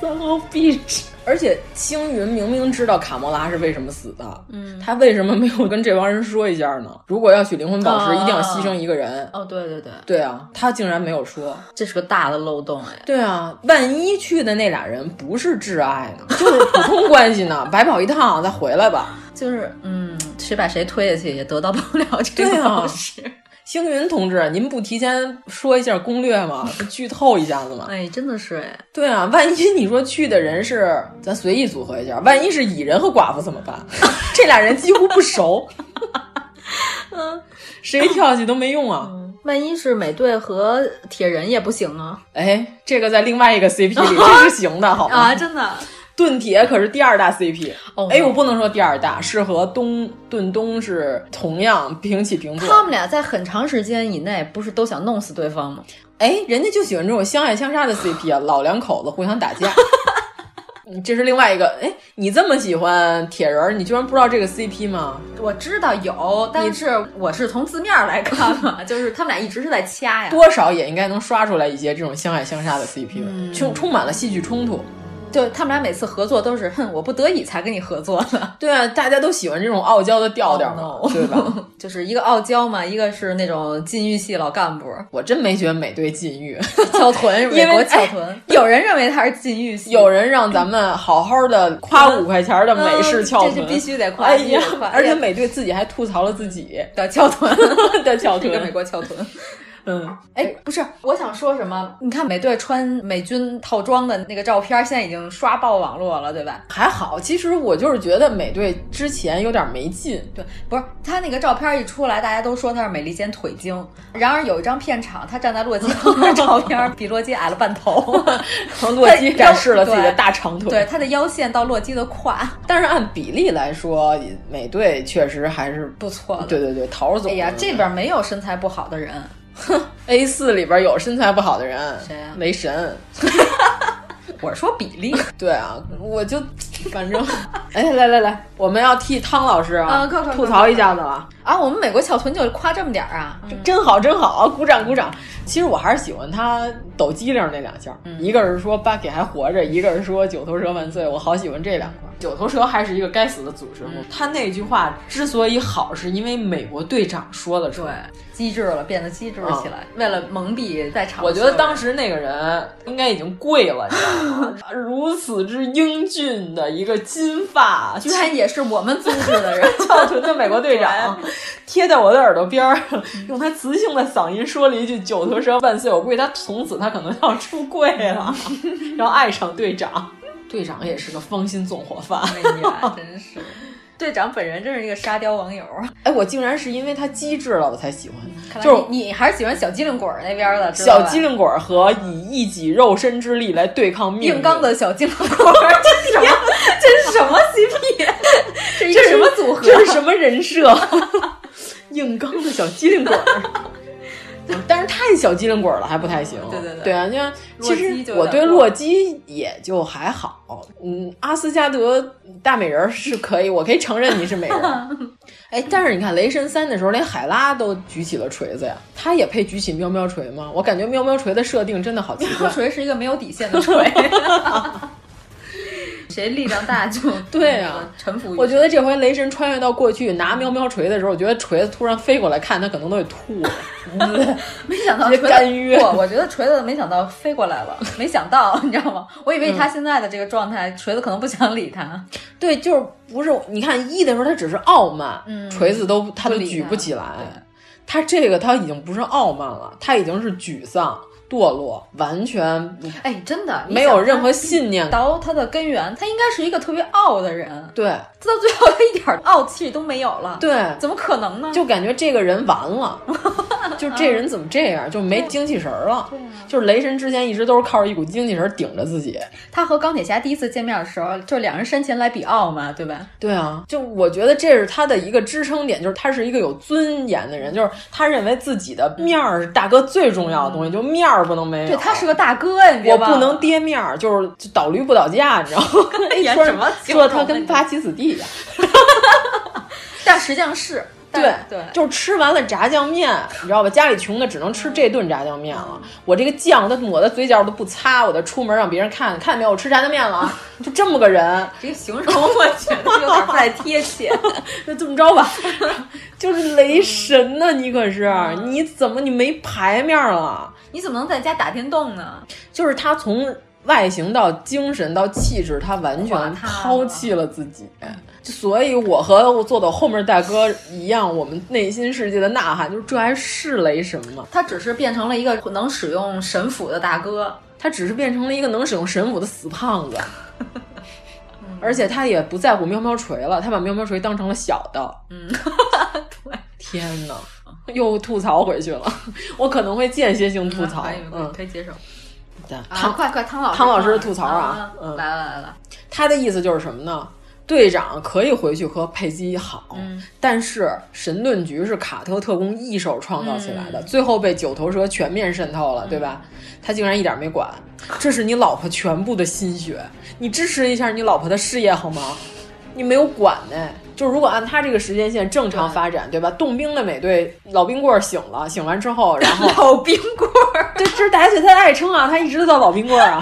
J: ”sun off beach。而 且星云明明知道卡莫拉是为什么死的，嗯，他为什么没有跟这帮人说一下呢？如果要取灵魂宝石，
G: 啊
J: 一定要牺牲一个人。
G: 哦，对对对，
J: 对啊，他竟然没有说。
G: 这是个大的漏洞哎。
J: 对啊，万一去的那俩人不是挚爱呢， 就是普通关系呢， 白跑一趟再回来吧。
G: 就是，嗯，谁把谁推下去也得到不了这
J: 对
G: 个
J: 啊
G: 宝石。
J: 星云同志，您不提前说一下攻略吗？ 剧透一下子吗？
G: 哎，真的是哎，
J: 对啊，万一你说去的人是咱随意组合一下，万一是蚁人和寡妇怎么办？ 这俩人几乎不熟，嗯，谁跳下去都没用啊。
G: 万一是美队和铁人也不行啊
J: 哎，这个在另外一个 CP 里这是行的，好吗？
G: 啊，真的。
J: 盾铁可是第二大 CP，
G: 哦
J: 哎、我不能说第二大，是和东盾东是同样平起平坐。
G: 他们俩在很长时间以内不是都想弄死对方吗？
J: 哎，人家就喜欢这种相爱相杀的 CP 啊，老两口子互相打架。 嗯这是另外一个，哎，你这么喜欢铁人儿，你居然不知道这个 CP 吗？
G: 我知道有，但是我是从字面来看嘛， 就是他们俩一直是在掐呀。
J: 多少也应该能刷出来一些这种相爱相杀的 CP，吧充、
G: 嗯
J: 充满了戏剧冲突。
G: 就他们俩每次合作都是，哼，我不得已才跟你合作的，
J: 对啊，大家都喜欢这种傲娇的调调嘛
G: Oh no
J: 对吧？
G: 就是一个傲娇嘛，一个是那种禁欲系老干部，
J: 我真没觉得美队禁欲。
G: 翘臀， 美
J: 因为
G: 国翘臀。哎有人认为他是禁欲系，
J: 有人让咱们好好的夸五块钱的美式翘
G: 嗯
J: 臀，
G: 嗯这是必须得夸
J: 哎
G: 必须
J: 呀
G: 得夸，
J: 而且美队自己还吐槽了自己
G: 的翘臀，
J: 的 翘
G: 这
J: 臀
G: 个。美国翘臀。
J: 嗯，
G: 哎，不是，我想说什么？你看美队穿美军套装的那个照片，现在已经刷爆网络了，对吧？
J: 还好，其实我就是觉得美队之前有点没劲。
G: 对，不是他那个照片一出来，大家都说他是美利坚腿精。然而有一张片场，他站在洛基旁边的照片，比洛基矮了半头。
J: 然后洛基展示了自己的大长腿，
G: 哎对，他的腰线到洛基的胯，
J: 但是按比例来说，美队确实还是
G: 不错了
J: 对对对，桃儿总，
G: 哎呀，这边没有身材不好的人，
J: A 四里边有身材不好的人，
G: 谁啊呀
J: 雷神。
G: 我是说比例。
J: 对啊，我 就反正，哎，来来来，我们要替汤老师啊
G: 嗯快快快
J: 吐槽一下子了。
G: 啊，我们美国翘臀就夸这么点儿啊，
J: 真好，真好， 鼓掌鼓掌。其实我还是喜欢他抖机灵那两下儿，一个是说巴给还活着，一个是说九头蛇万岁，我好喜欢这两嗯个。九头蛇还是一个该死的组织物，他那句话之所以好，是因为美国队长说了出
G: 对
J: 来。，
G: 机智了，变得机智起来，哦为了蒙蔽在场。
J: 我觉得当时那个人应该已经跪了，你知道 吗？如此之英俊的一个金 发，
G: 居然也是我们组织的 人，
J: 翘臀的美国队 长贴在我的耳朵边儿，用他磁性的嗓音说了一句“九头蛇万岁”，我估计他从此他可能要出柜了， 然后爱上队长。队长也是个芳心纵火犯。
G: 哎呀，真是。队长本人真是一个沙雕网友，
J: 哎，我竟然是因为他机智了我才喜欢
G: 看，来
J: 就是
G: 你你还是喜欢小机灵鬼儿那边的，知道
J: 小
G: 吧
J: 机灵鬼儿和以一己肉身之力来对抗命运
G: 硬刚的小机灵鬼 儿，这是什么？这是什么 CP？这
J: 这
G: 是
J: 是
G: 什么组合？
J: 这是什么人设？ 硬刚的小机灵 鬼儿。嗯但是太小机灵鬼儿了还不太行，
G: 对对对
J: 对啊！你看，其
G: 洛基
J: 实
G: 就有点
J: 我对洛基也就还好，嗯，阿斯加德大美人儿是可以，我可以承认你是美人 儿。哎，但是你看雷神三的时候，连海拉都举起了锤子呀，他也配举起喵喵锤吗？我感 觉喵喵锤的设定真的好奇怪
G: 这。锤是一个没有底线的锤。谁力量大就
J: 对啊，
G: 臣服于谁。
J: 我觉得这回雷神穿越到过去拿喵喵锤的时候，我觉得锤子突然飞过来看他，可能都得吐了。
G: 没想到锤
J: 直接
G: 子
J: 干约
G: 不，我觉得锤子没想到飞过来了，没想到， 你知道吗？我以为
J: 嗯
G: 他现在的这个状态，锤子可能不想理他。
J: 对，就是不是你看，E 一的时候，他只是傲慢，
G: 嗯
J: 锤子都他都
G: 不理
J: 举
G: 他
J: 不起来。他这个他已经不是傲慢了，他已经是沮丧、堕落，完全不
G: 哎，真的
J: 没有任何信念。
G: 到他的根源，他应该是一个特别傲的人，
J: 对
G: 到最后他一点儿傲气都没有了。，
J: 对，
G: 怎么可能呢？
J: 就感觉这个人完 了，就这人怎么这样，就没精气神儿了。
G: 啊
J: 就是雷神之前一直都是靠着一股精气神儿顶着自己。
G: 他和钢铁侠第一次见面的时候，就两人生前来比傲嘛，对吧？
J: 对啊，就我觉得这是他的一个支撑点，就是他是一个有尊严的人，就是他认为自己的面儿是大哥最重要的东西，就面儿不能没有。
G: 对，他是个大哥呀，你别
J: 我
G: 忘
J: 不
G: 了
J: 能跌面儿，就是就倒驴不倒架，你知道 吗？哎
G: 演
J: 说
G: 什么形
J: 说
G: 容
J: 他
G: 呢
J: 跟
G: 你
J: 八旗子弟一样。
G: 但实际上是，
J: 对
G: 但对，
J: 就是吃完了炸酱面，你知道吧？家里穷的只能吃这顿炸酱面了。我这个酱都抹在嘴角都不擦，我再出门让别人看看见没有，我吃炸酱面了 啊！就这么个人，
G: 这个形容我觉得有点不太贴切。
J: 那这么着吧，就是雷神呢、你可是你怎么你没牌面了？
G: 你怎么能在家打电动呢？
J: 就是他从外形到精神到气质，他完
G: 垮
J: 全
G: 塌了
J: 抛弃了自己。所以我和我坐到后面大哥一样，我们内心世界的呐喊就是这还是雷神吗？
G: 他只是变成了一个能使用神斧的大哥，
J: 他只是变成了一个能使用神斧的死胖 子。而且他也不在乎喵喵锤了，他把喵喵锤当成了小的。 嗯，
G: 对，
J: 天哪，又吐槽回去了。 我可能会间歇性吐槽
G: 还以为。
J: 嗯，
G: 可以接受。
J: 对
G: 啊，
J: 唐
G: 快快，汤老师，
J: 汤老
G: 老
J: 师的吐槽啊嗯
G: 来了来了，
J: 他的意思就是什么呢？队长可以回去和佩姬好，
G: 嗯
J: 但是神盾局是卡特特工一手创造起来
G: 嗯
J: 的，最后被九头蛇全面渗透了，对吧？他竟然一点没管，这是你老婆全部的心血，你支持一下你老婆的事业好吗？你没有管呢、就如果按他这个时间线正常发展，对吧？动兵的美队老冰棍儿醒了，醒完 之后，然后
G: 老冰棍儿，
J: 对，这是大家对他的爱称啊，他一直都叫老冰 棍儿啊。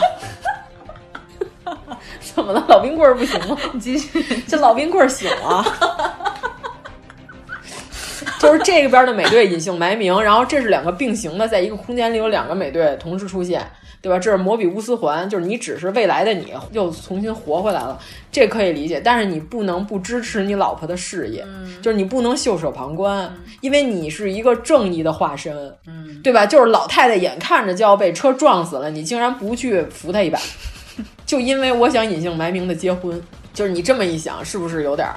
J: 怎么了？老冰棍儿不行吗？
G: 你继续。
J: 这老冰棍儿醒了。就是这边的美队隐姓埋名，然后这是两个并行的，在一个空间里有两个美队同时出现，对吧？这是摩比乌斯环，就是你只是未来的你又重新活回来了，这可以理解。但是你不能不支持你老婆的事业，就是你不能袖手旁观，因为你是一个正义的化身，
G: 嗯，
J: 对吧？就是老太太眼看着就要被车撞死了，你竟然不去扶她一把，就因为我想隐姓埋名的结婚，就是你这么一想，是不是有点儿？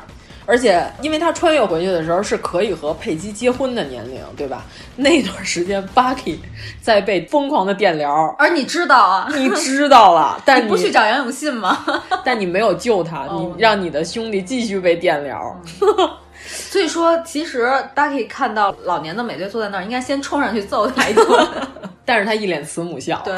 J: 而且，因为他穿越回去的时候是可以和佩姬结婚的年龄，对吧？那段时间，Bucky 在被疯狂的 电疗，
G: 而你知道啊，
J: 你知 道了，但
G: 你不去找杨永信吗？
J: 但你没有救他，
G: 哦嗯
J: 你让你的兄弟继续被电疗。
G: 所以说，其实大家可以看到老年的美队坐在那儿，应该先冲上去揍他一顿。
J: 但是他一脸慈母笑，
G: 对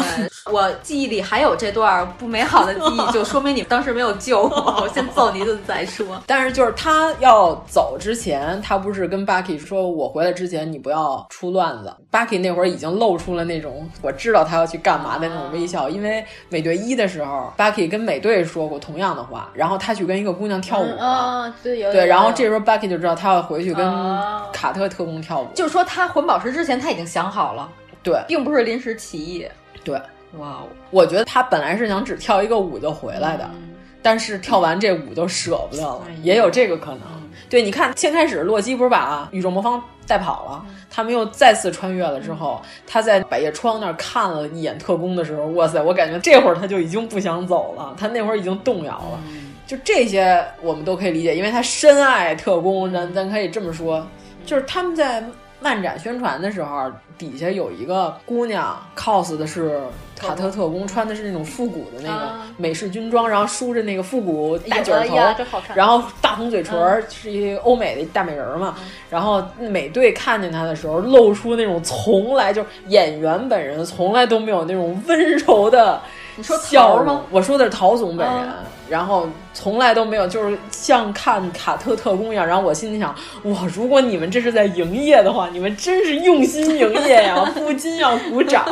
G: 我记忆里还有这段不美好的记忆， 就说明你当时没有救 我，我先揍你一顿再说。
J: 但是就是他要走之前，他不是跟 Bucky 说：“我回来之前你不要出乱子。”Bucky 那会儿已经露出了那种我知道他要去干嘛的那种微笑，因为美队一的时候，Bucky 跟美队说过同样的话，然后他去跟一个姑娘跳舞了。
G: 啊，对，有
J: 嗯哦对，然后
G: 有
J: 这时候 Bucky 就知道他要回去跟
G: 哦
J: 卡特特工跳舞。
G: 就是说他魂宝石之前他已经想好了，
J: 对
G: 并不是临时起意。
J: 对，
G: 哇哦，
J: 我觉得他本来是想只跳一个舞就回来的，
G: 嗯
J: 但是跳完这舞就舍不得了，
G: 哎呀
J: 也有这个可能。对，你看，先开始洛基不是把宇宙魔方带跑了，
G: 嗯
J: 他们又再次穿越了之后，他在百叶窗那儿看了一眼特工的时候，哇塞，我感觉这会儿他就已经不想走了，他那会儿已经动摇了。就这些我们都可以理解，因为他深爱特工，咱咱可以这么说，就是他们在漫展宣传的时候，底下有一个姑娘 cos 的是卡特特工，穿的是那种复古的那个
G: 啊
J: 美式军装，然后梳着那个复古大
G: 有
J: 卷
G: 的
J: 头
G: 呀真好，看嗯
J: 然后大红嘴唇儿，是一个欧美的大美人儿嘛。然后美队看见她的时候，露出那种从来就是演员本人从来都没有那种温柔的。
G: 你说
J: 笑
G: 桃
J: 容
G: 儿吗？
J: 我说的是陶总本人，
G: 啊
J: 然后从来都没有就是像看卡特特工一样。然后我心里想，哇，如 果你们这是在营业的话，你们真是用心营业呀，不禁要鼓掌。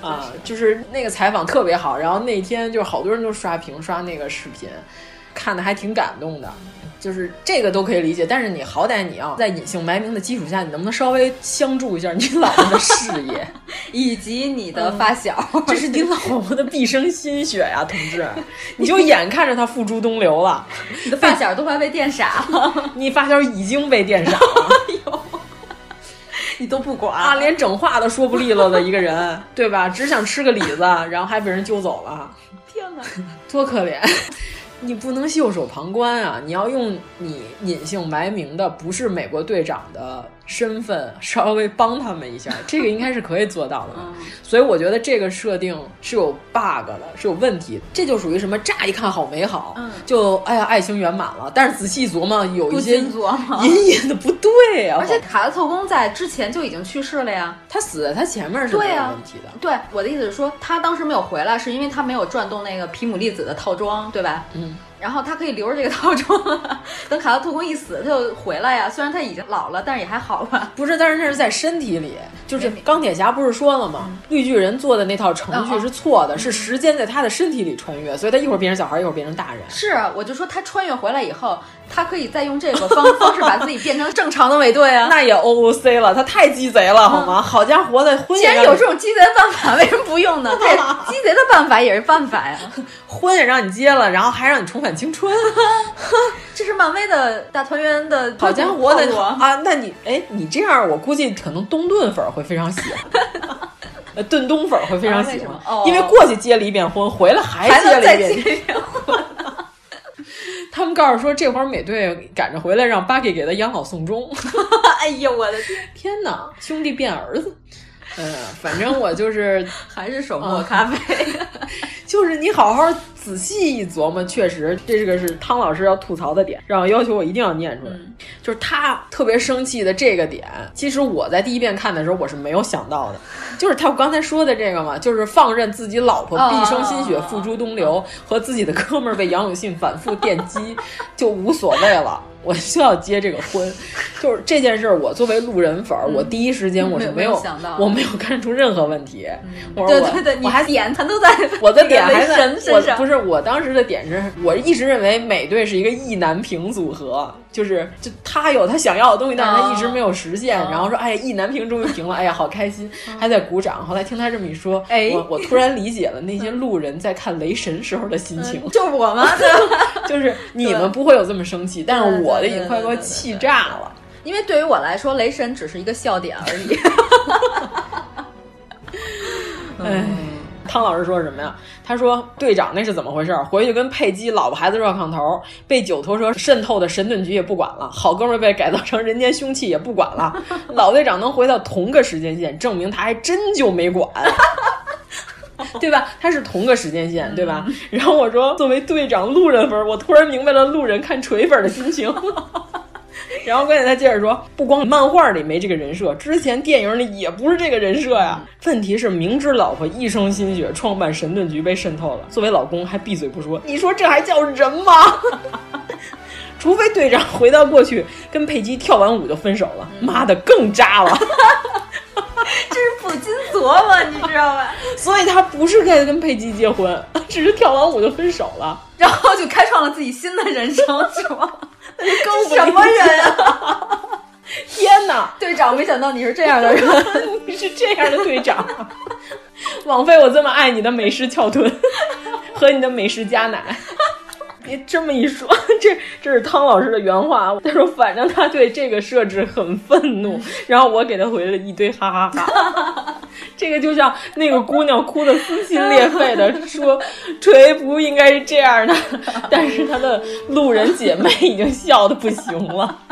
J: 啊，就是那个采访特别好，然后那天就是好多人都刷屏刷那个视频，看的还挺感动的。就是这个都可以理解，但是你好歹你要在隐姓埋名的基础下，你能不能稍微相助一下你老婆的事业，
G: 以及你的发小？
J: 这是你老婆的毕生心血呀、同志！你就眼看着她付诸东流了，
G: 你的发小都快被电傻了，
J: 你发小已经被电傻了。
G: 哎你都不管
J: 啊，连整话都说不利落的一个人，对吧？只想吃个李子，然后还被人揪走了，
G: 天哪，
J: 多可怜！ 你不能袖手旁观啊！你要用你隐姓埋名的，不是美国队长的身份，稍微帮他们一下，这个应该是可以做到的。
G: 嗯
J: 所以我觉得这个设定是有 bug 的，是有问题。这就属于什么？乍一看好美好，
G: 嗯
J: 就哎呀爱情圆满了，但是仔细琢磨，有
G: 不
J: 一些
G: 禁琢磨。
J: 隐隐的不对啊。
G: 而且卡特特工在之前就已经去世了呀。
J: 他死在他前面是
G: 对
J: 没有
G: 啊
J: 问题的。
G: 对，我的意思是说，他当时没有回来，是因为他没有转动那个皮姆粒子的套装，对吧？
J: 嗯。
G: 然后他可以留着这个套装， 等卡特特工一死，他就回来呀。虽然他已经老了，但是也还好吧。
J: 不是，但是那是在身体里，就是
G: 没
J: 钢铁侠不是说了吗？绿巨人做的那套程
G: 嗯
J: 序
G: 嗯
J: 是错的，是时间在他的身体里穿越，所以他一会儿变成小孩，一会儿变成大人。
G: 是啊，我就说他穿越回来以后，他可以再用这个方 方式把自己变成正常的美队 啊。
J: 那也 O O C 了，他太鸡贼了，好吗？好家伙的
G: 嗯
J: 婚
G: 既
J: 也
G: 然
J: 让
G: 有
J: 你
G: 这种鸡贼的办法，为什么不用 呢？这鸡贼的办法也是办法呀。
J: 婚也让你结了，然后还让你重返青春，
G: 这是漫威的大团圆的
J: 好家伙
G: 套
J: 的
G: 路啊
J: 啊！那你哎，你这样我估计可能东顿粉儿会非常喜 欢。呃，顿东粉儿会非常
G: 啊为
J: 喜
G: 什
J: 欢
G: 么，哦
J: 因为过去结了一遍婚，回来还
G: 还
J: 结
G: 能
J: 了
G: 再
J: 一遍
G: 接一遍
J: 他们告诉说，这会儿美队赶着回来，让巴给给他养老送终。
G: 哎呦我的天，
J: 天哪，兄弟变儿子。嗯，反正我就是，
G: 还是手磨咖啡。
J: 就是你好好仔细一琢磨，确实这个是汤老师要吐槽的点，让我要求我一定要念出来。
G: 嗯
J: 就是他特别生气的这个点，其实我在第一遍看的时候我是没有想到的，就是他我刚才说的这个嘛，就是放任自己老婆毕生心血
G: 哦
J: 付诸东流，和自己的哥们儿被杨永信反复电击，就无所谓了。我就要结这个婚，就是这件事儿。我作为路人粉儿，我第一时间我是
G: 嗯没有
J: 有
G: 没有想到
J: 我没有看出任何问题。
G: 嗯
J: 我说
G: 对
J: 我
G: 对对，你
J: 我还
G: 点他都在
J: 我的点
G: 在
J: 还在
G: 神
J: 我
G: 身上，
J: 不是我当时的点是，我一直认为美队是一个意难平组合，就是就他有他想要的东西，但是他一直没有实现。
G: 哦
J: 然后说，哎呀，意难平终于平了，哎呀，好开心，还在鼓掌。后来听他这么一说，
G: 啊哎嗯
J: 我我突然理解了那些路人在看雷神时候的心情，
G: 就是我 吗？对吧
J: 就是你们不会有这么生气，但是我的已经快给我
G: 嗯对对对对对
J: 气炸了。
G: 因为对于我来说，雷神只是一个笑点而已。
J: 哎，汤老师说什么呀？他说队长那是怎么回事？回去跟佩姬老婆孩子热炕头，被九头蛇渗透的神盾局也不管了，好哥们儿被改造成人间凶器也不管了，老队长能回到同个时间线，证明他还真就没管。 对吧？他是同个时间线，对吧？然后我说，作为队长路人粉儿，我突然明白了路人看锤粉儿的心情。然后关键他接着说，不光漫画里没这个人设，之前电影里也不是这个人设呀。问题是，明知老婆一生心血创办神盾局被渗透了，作为老公还闭嘴不说，你说这还叫人吗？ 除非队长回到过去跟佩姬跳完舞就分手了，妈的更渣了。
G: 这是不禁琢磨，你知道吧？
J: 所以他不是该跟佩姬结婚，只是跳完舞就分手了。
G: 然后就开创了自己新的人生，是 吗？
J: 更不
G: 什么人 啊？
J: 天哪！
G: 队长，没想到你是这样的人。
J: 你是这样的队长， 枉费我这么爱你的美式翘臀 和你的美式加奶。 你这么一说， 这这是汤老师的原话。他说，反正他对这个设置很愤怒，然后我给他回了一堆哈哈哈。 这个就像那个姑娘哭得撕心裂肺的说，锤不应该是这样的， 但是她的路人姐妹已经笑得不行了。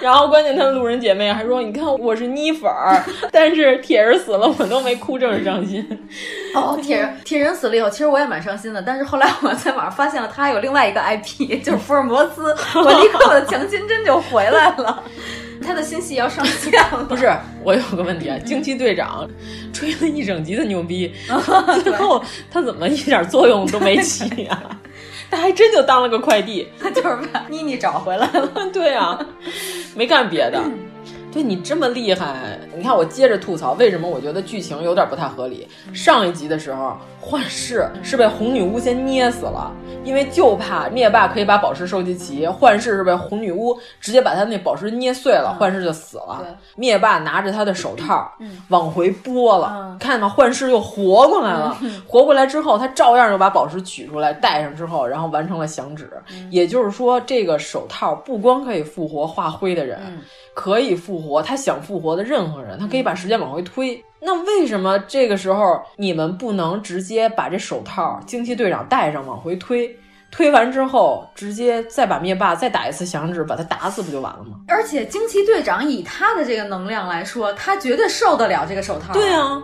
J: 然后关键他的路人姐妹还说：“你看我是妮粉儿，但是铁人死了我都没哭这么伤心。
G: 哦，铁人铁人死了以后，其实我也蛮伤心的。但是后来我在网上发现了他还有另外一个 IP，就是 福尔摩 斯。我立刻我的强心针就回来了， 他的新戏要上线了。”
J: 不是，我有个问题啊，惊奇队长吹了一整集的牛 逼，最后他怎么一点作用都没起啊？ 他还真就当了个快递。
G: 他就是把妮妮找回来了。
J: 对啊，没干别的。对你这么厉害，你看我接着吐槽，为什么我觉得剧情有点不太合理？上一集的时候，幻视是被红女巫先捏死了，因为就怕灭霸可以把宝石收集齐，幻视是被红女巫直接把他那宝石捏碎了，幻视就死了。灭霸拿着他的手套 往回拨了，看到幻视又活过来了，活过来之后，他照样就把宝石取出来戴上之后，然后完成了响指。也就是说，这个手套不光可以复活化灰的人。可以复活他想复活的任何人，他可以把时间往回推。那为什么这个时候你们不能直接把这手套惊奇队长戴上往回推？推完之后，直接再把灭霸再打一次响指，把他打死不就完了吗？
G: 而且惊奇队长以他的这个能量来说，他绝对受得了这个手套。
J: 对啊，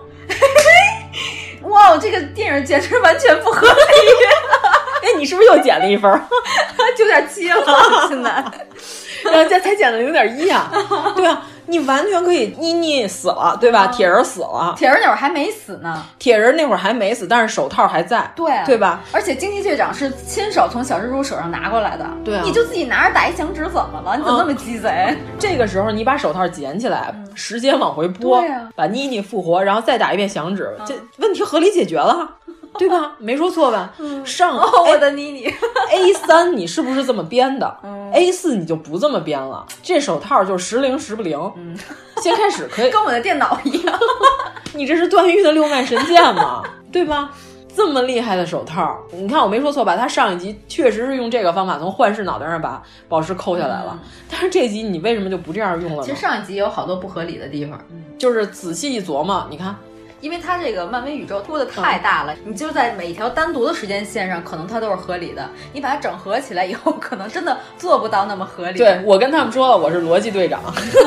G: 哇，这个电影简直完全不合理，
J: 哎，你是不是又减了一分？
G: 九点七 了，现在。
J: 然后这才减了零点一啊， 对啊，你完全可以，妮妮死了，对吧？铁人死了，
G: 铁人那会儿还没死呢，
J: 铁人那会儿还没死，但是手套还在，
G: 对啊
J: 对啊吧？
G: 而且惊奇队长是亲手从小蜘蛛手上拿过来的，
J: 对啊
G: 你就自己拿着打一响指怎么了？你怎么那么鸡 贼？
J: 这个时候你把手套捡起来，时间往回拨，
G: 嗯对啊嗯
J: 把妮妮复活，然后再打一遍响指，这问题合理解决 了。对吧？没说错吧？上
G: 哦，我的妮 妮，
J: A 三你是不是这么编的、a
G: 嗯
J: 四你就不这么编了。这手套就时灵时不灵。
G: 嗯
J: 先开始可以，
G: 跟我的电脑一样，
J: 你这是段誉的六脉神剑吗？对吧？这么厉害的手套，你看我没说错吧？他上一集确实是用这个方法从幻视脑袋上把宝石抠下来了，
G: 嗯
J: 但是这集你为什么就不这样用了
G: 其
J: 呢
G: 实？上一集有好多不合理的地方，
J: 就是仔细一琢磨，你看，
G: 因为它这个漫威宇宙拖得太大了，你就在每一条单独的时间线上，可能它都是合理的。你把它整合起来以后，可能真的做不到那么合理。
J: 对，我跟他们说了，我是逻辑队长。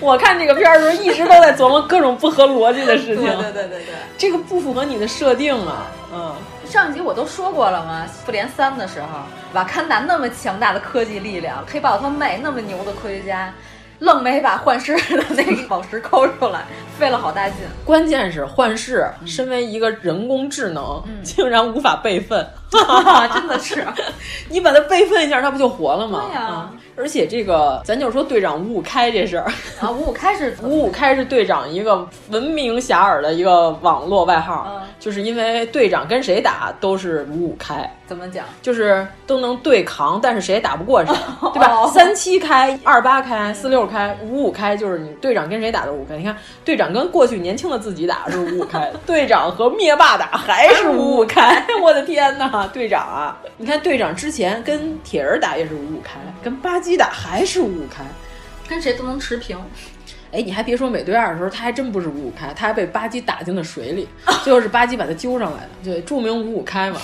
J: 我看这个片儿的时候，一直都在琢磨各种不合逻辑的
G: 对
J: 事情。
G: 对对对对。
J: 这个不符合你的设定啊，嗯。
G: 上集我都说过了嘛，复联三的时候，瓦坎达那么强大的科技力量，黑豹他妹那么牛的科学家，愣没把幻视的那 个宝石抠出来，费了好大劲。
J: 关键是幻视身为一个人工智能，竟然无法备 份，
G: 啊真的是，
J: 你把它备份一下，它不就活了吗？
G: 对呀
J: 啊而且这个，咱就说队长五五开这事儿，
G: 啊，五五开始
J: 五五开是队长一个闻名遐迩的一个网络外号，
G: 嗯
J: 就是因为队长跟谁打都是五五开，
G: 怎么讲？
J: 就是都能对扛，但是谁也打不 过谁，对吧？
G: 哦
J: 三七开、二八开、四六开、五五开，就是你队长跟谁打都是五五开。你看，队长跟过去年轻的自己打是五五 开，队长和灭霸打还是五五 开。哎我的天哪，队长啊！你看队长之前跟铁人打也是五五开，跟巴基打还是五五开。
G: 跟谁都能持平，
J: 哎，你还别说，美队二的时候他还真不是五五开，他还被巴基打进了水里，最后是巴基把他揪上来的。对，著名五五开嘛。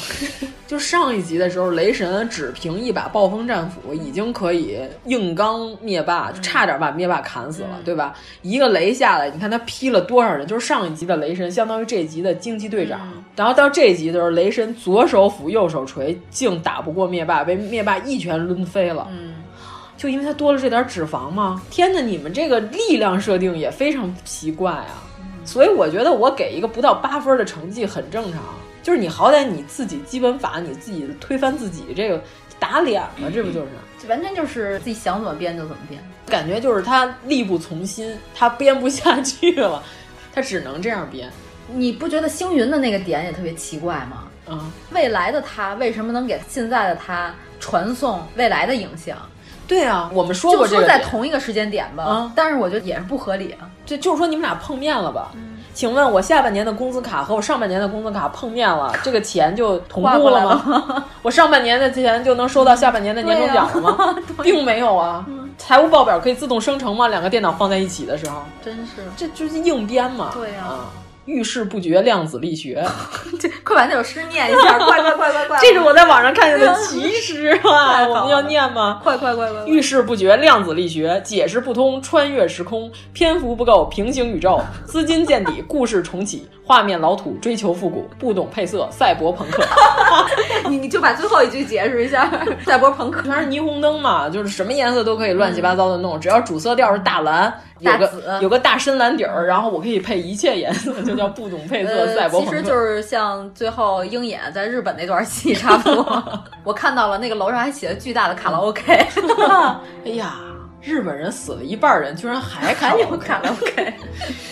J: 就上一集的时候，雷神只凭一把暴风战斧已经可以硬刚灭霸，就差点把灭霸砍死了，对吧？一个雷下来，你看他劈了多少人？就是上一集的雷神，相当于这一集的惊奇队长。然后到这一集的时候，雷神左手斧右手锤，竟打不过灭霸，被灭霸一拳抡飞
G: 嗯
J: 了。就因为它多了这点脂肪吗？天呐，你们这个力量设定也非常奇怪啊！所以我觉得我给一个不到八分的成绩很正常，就是你好歹你自己基本法你自己推翻自己，这个打脸了，这不就是？
G: 这完全就是自己想怎么编就怎么编。
J: 感觉就是他力不从心，他编不下去了，他只能这样编。
G: 你不觉得星云的那个点也特别奇怪吗？
J: 嗯，
G: 未来的他为什么能给现在的他传送未来的影像？
J: 对啊，我们说
G: 就
J: 过这
G: 说
J: 个
G: 在
J: 点
G: 同一个时间点啊吧，
J: 嗯
G: 但是我觉得也是不合理啊。
J: 这就是说你们俩碰面了吧？
G: 嗯
J: 请问我下半年的工资卡和我上半年的工资卡碰面 了，这个钱就同
G: 划
J: 步
G: 过来
J: 了吗？ 我上半年的钱就能收到下半年的年终奖了吗？ 并没有啊，
G: 嗯
J: 财务报表可以自动生成吗？两个电脑放在一起的时候，
G: 真是，
J: 这就是硬编嘛。
G: 对呀
J: 啊，遇事不决，量子力 学，
G: 这快把那首诗念一下，快快快快 快！
J: 这是我在网上看见的
G: 哎
J: 奇诗 啊，我们要念吗？
G: 快快快快快！
J: 遇事不决，量子力学解释不通，穿越时空，篇幅不够，平行宇宙，资金见底，故事重启，画面老土，追求复古，不懂配色，赛博朋克。
G: 你你就把最后一句解释一 下，赛博朋克
J: 全是霓虹灯嘛，就是什么颜色都可以乱七八糟的弄，只要主色调是大蓝，有
G: 大紫
J: 个有个大深蓝底儿，然后我可以配一切颜色，就叫不懂配色，赛
G: 呃，
J: 博
G: 其
J: 朋克。
G: 实就是像最后鹰眼在日本那段戏 差不多。我看到了那个楼上还写了巨大的卡拉 OK，
J: 哎呀，日本人死了一半人，居 然还卡拉
G: 卡拉 OK，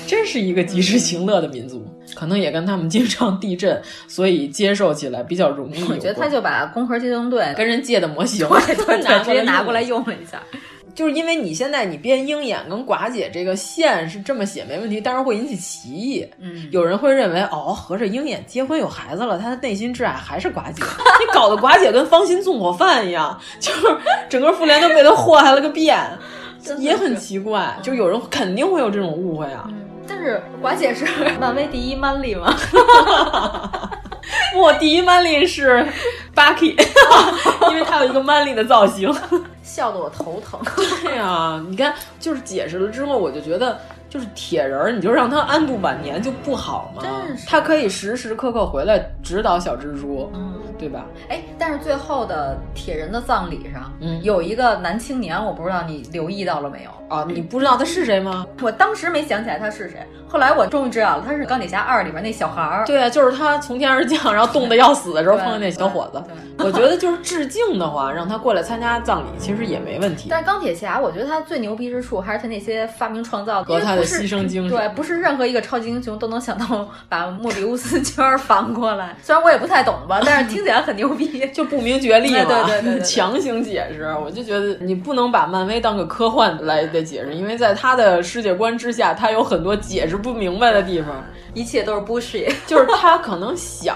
J: 真是一个及时行乐的民族。可能也跟他们经常地震，所以接受起来比较容易有关。
G: 我觉得他就把《攻壳机动队》
J: 跟人借的模 型，
G: 拿直接拿过来用了一下。
J: 就是因为你现在你编鹰眼跟寡姐这个线是这么写没问题，但是会引起歧义。
G: 嗯，
J: 有人会认为哦，合着鹰眼结婚有孩子了，他的内心挚爱还是寡姐， 你搞得寡姐跟芳心纵火犯一样， 就是整个复联都被他祸害了个遍，也很奇怪。就有人肯定会有这种误会啊。
G: 嗯、但是寡姐 是漫威第一 manly 吗？
J: 我第一 manly 是 Bucky，因为他有一个 manly 的造型。
G: 笑得我头疼。
J: 对呀、啊，你看，就是解释了之后，我就觉得，就是铁人儿，你就让他安度晚年就不好吗？他可以时时刻刻回来指导小蜘蛛，
G: 嗯，
J: 对吧？
G: 哎，但是最后的铁人的葬礼上，
J: 嗯，
G: 有一个男青年，我不知道你留意到了没有
J: 啊？你不知道他是谁吗？
G: 我当时没想起来他是谁，后来我终于知道了，他是钢铁侠二里边那小孩儿。
J: 对啊，就是他从天而降，然后冻得要死的时候碰见那小伙子。 我觉得就是致敬的话，让他过来参加葬礼，其实也没问题。
G: 但是钢铁侠，我觉得他最牛逼之处还是他那些发明创造
J: 和他的牺牲精神。
G: 对，不是任何一个超级英雄都能想到把莫比乌斯 圈反过来。虽然我也不太懂吧，但是听起来很牛 逼，
J: 就不明觉厉嘛。
G: 对对,对对对，
J: 强行解释，我就觉得你不能把漫威当个科幻来的解释，因为在他的世界观之下，他有很多解释不明白的地方。
G: 一切都是 bullshit，
J: 就是他可能想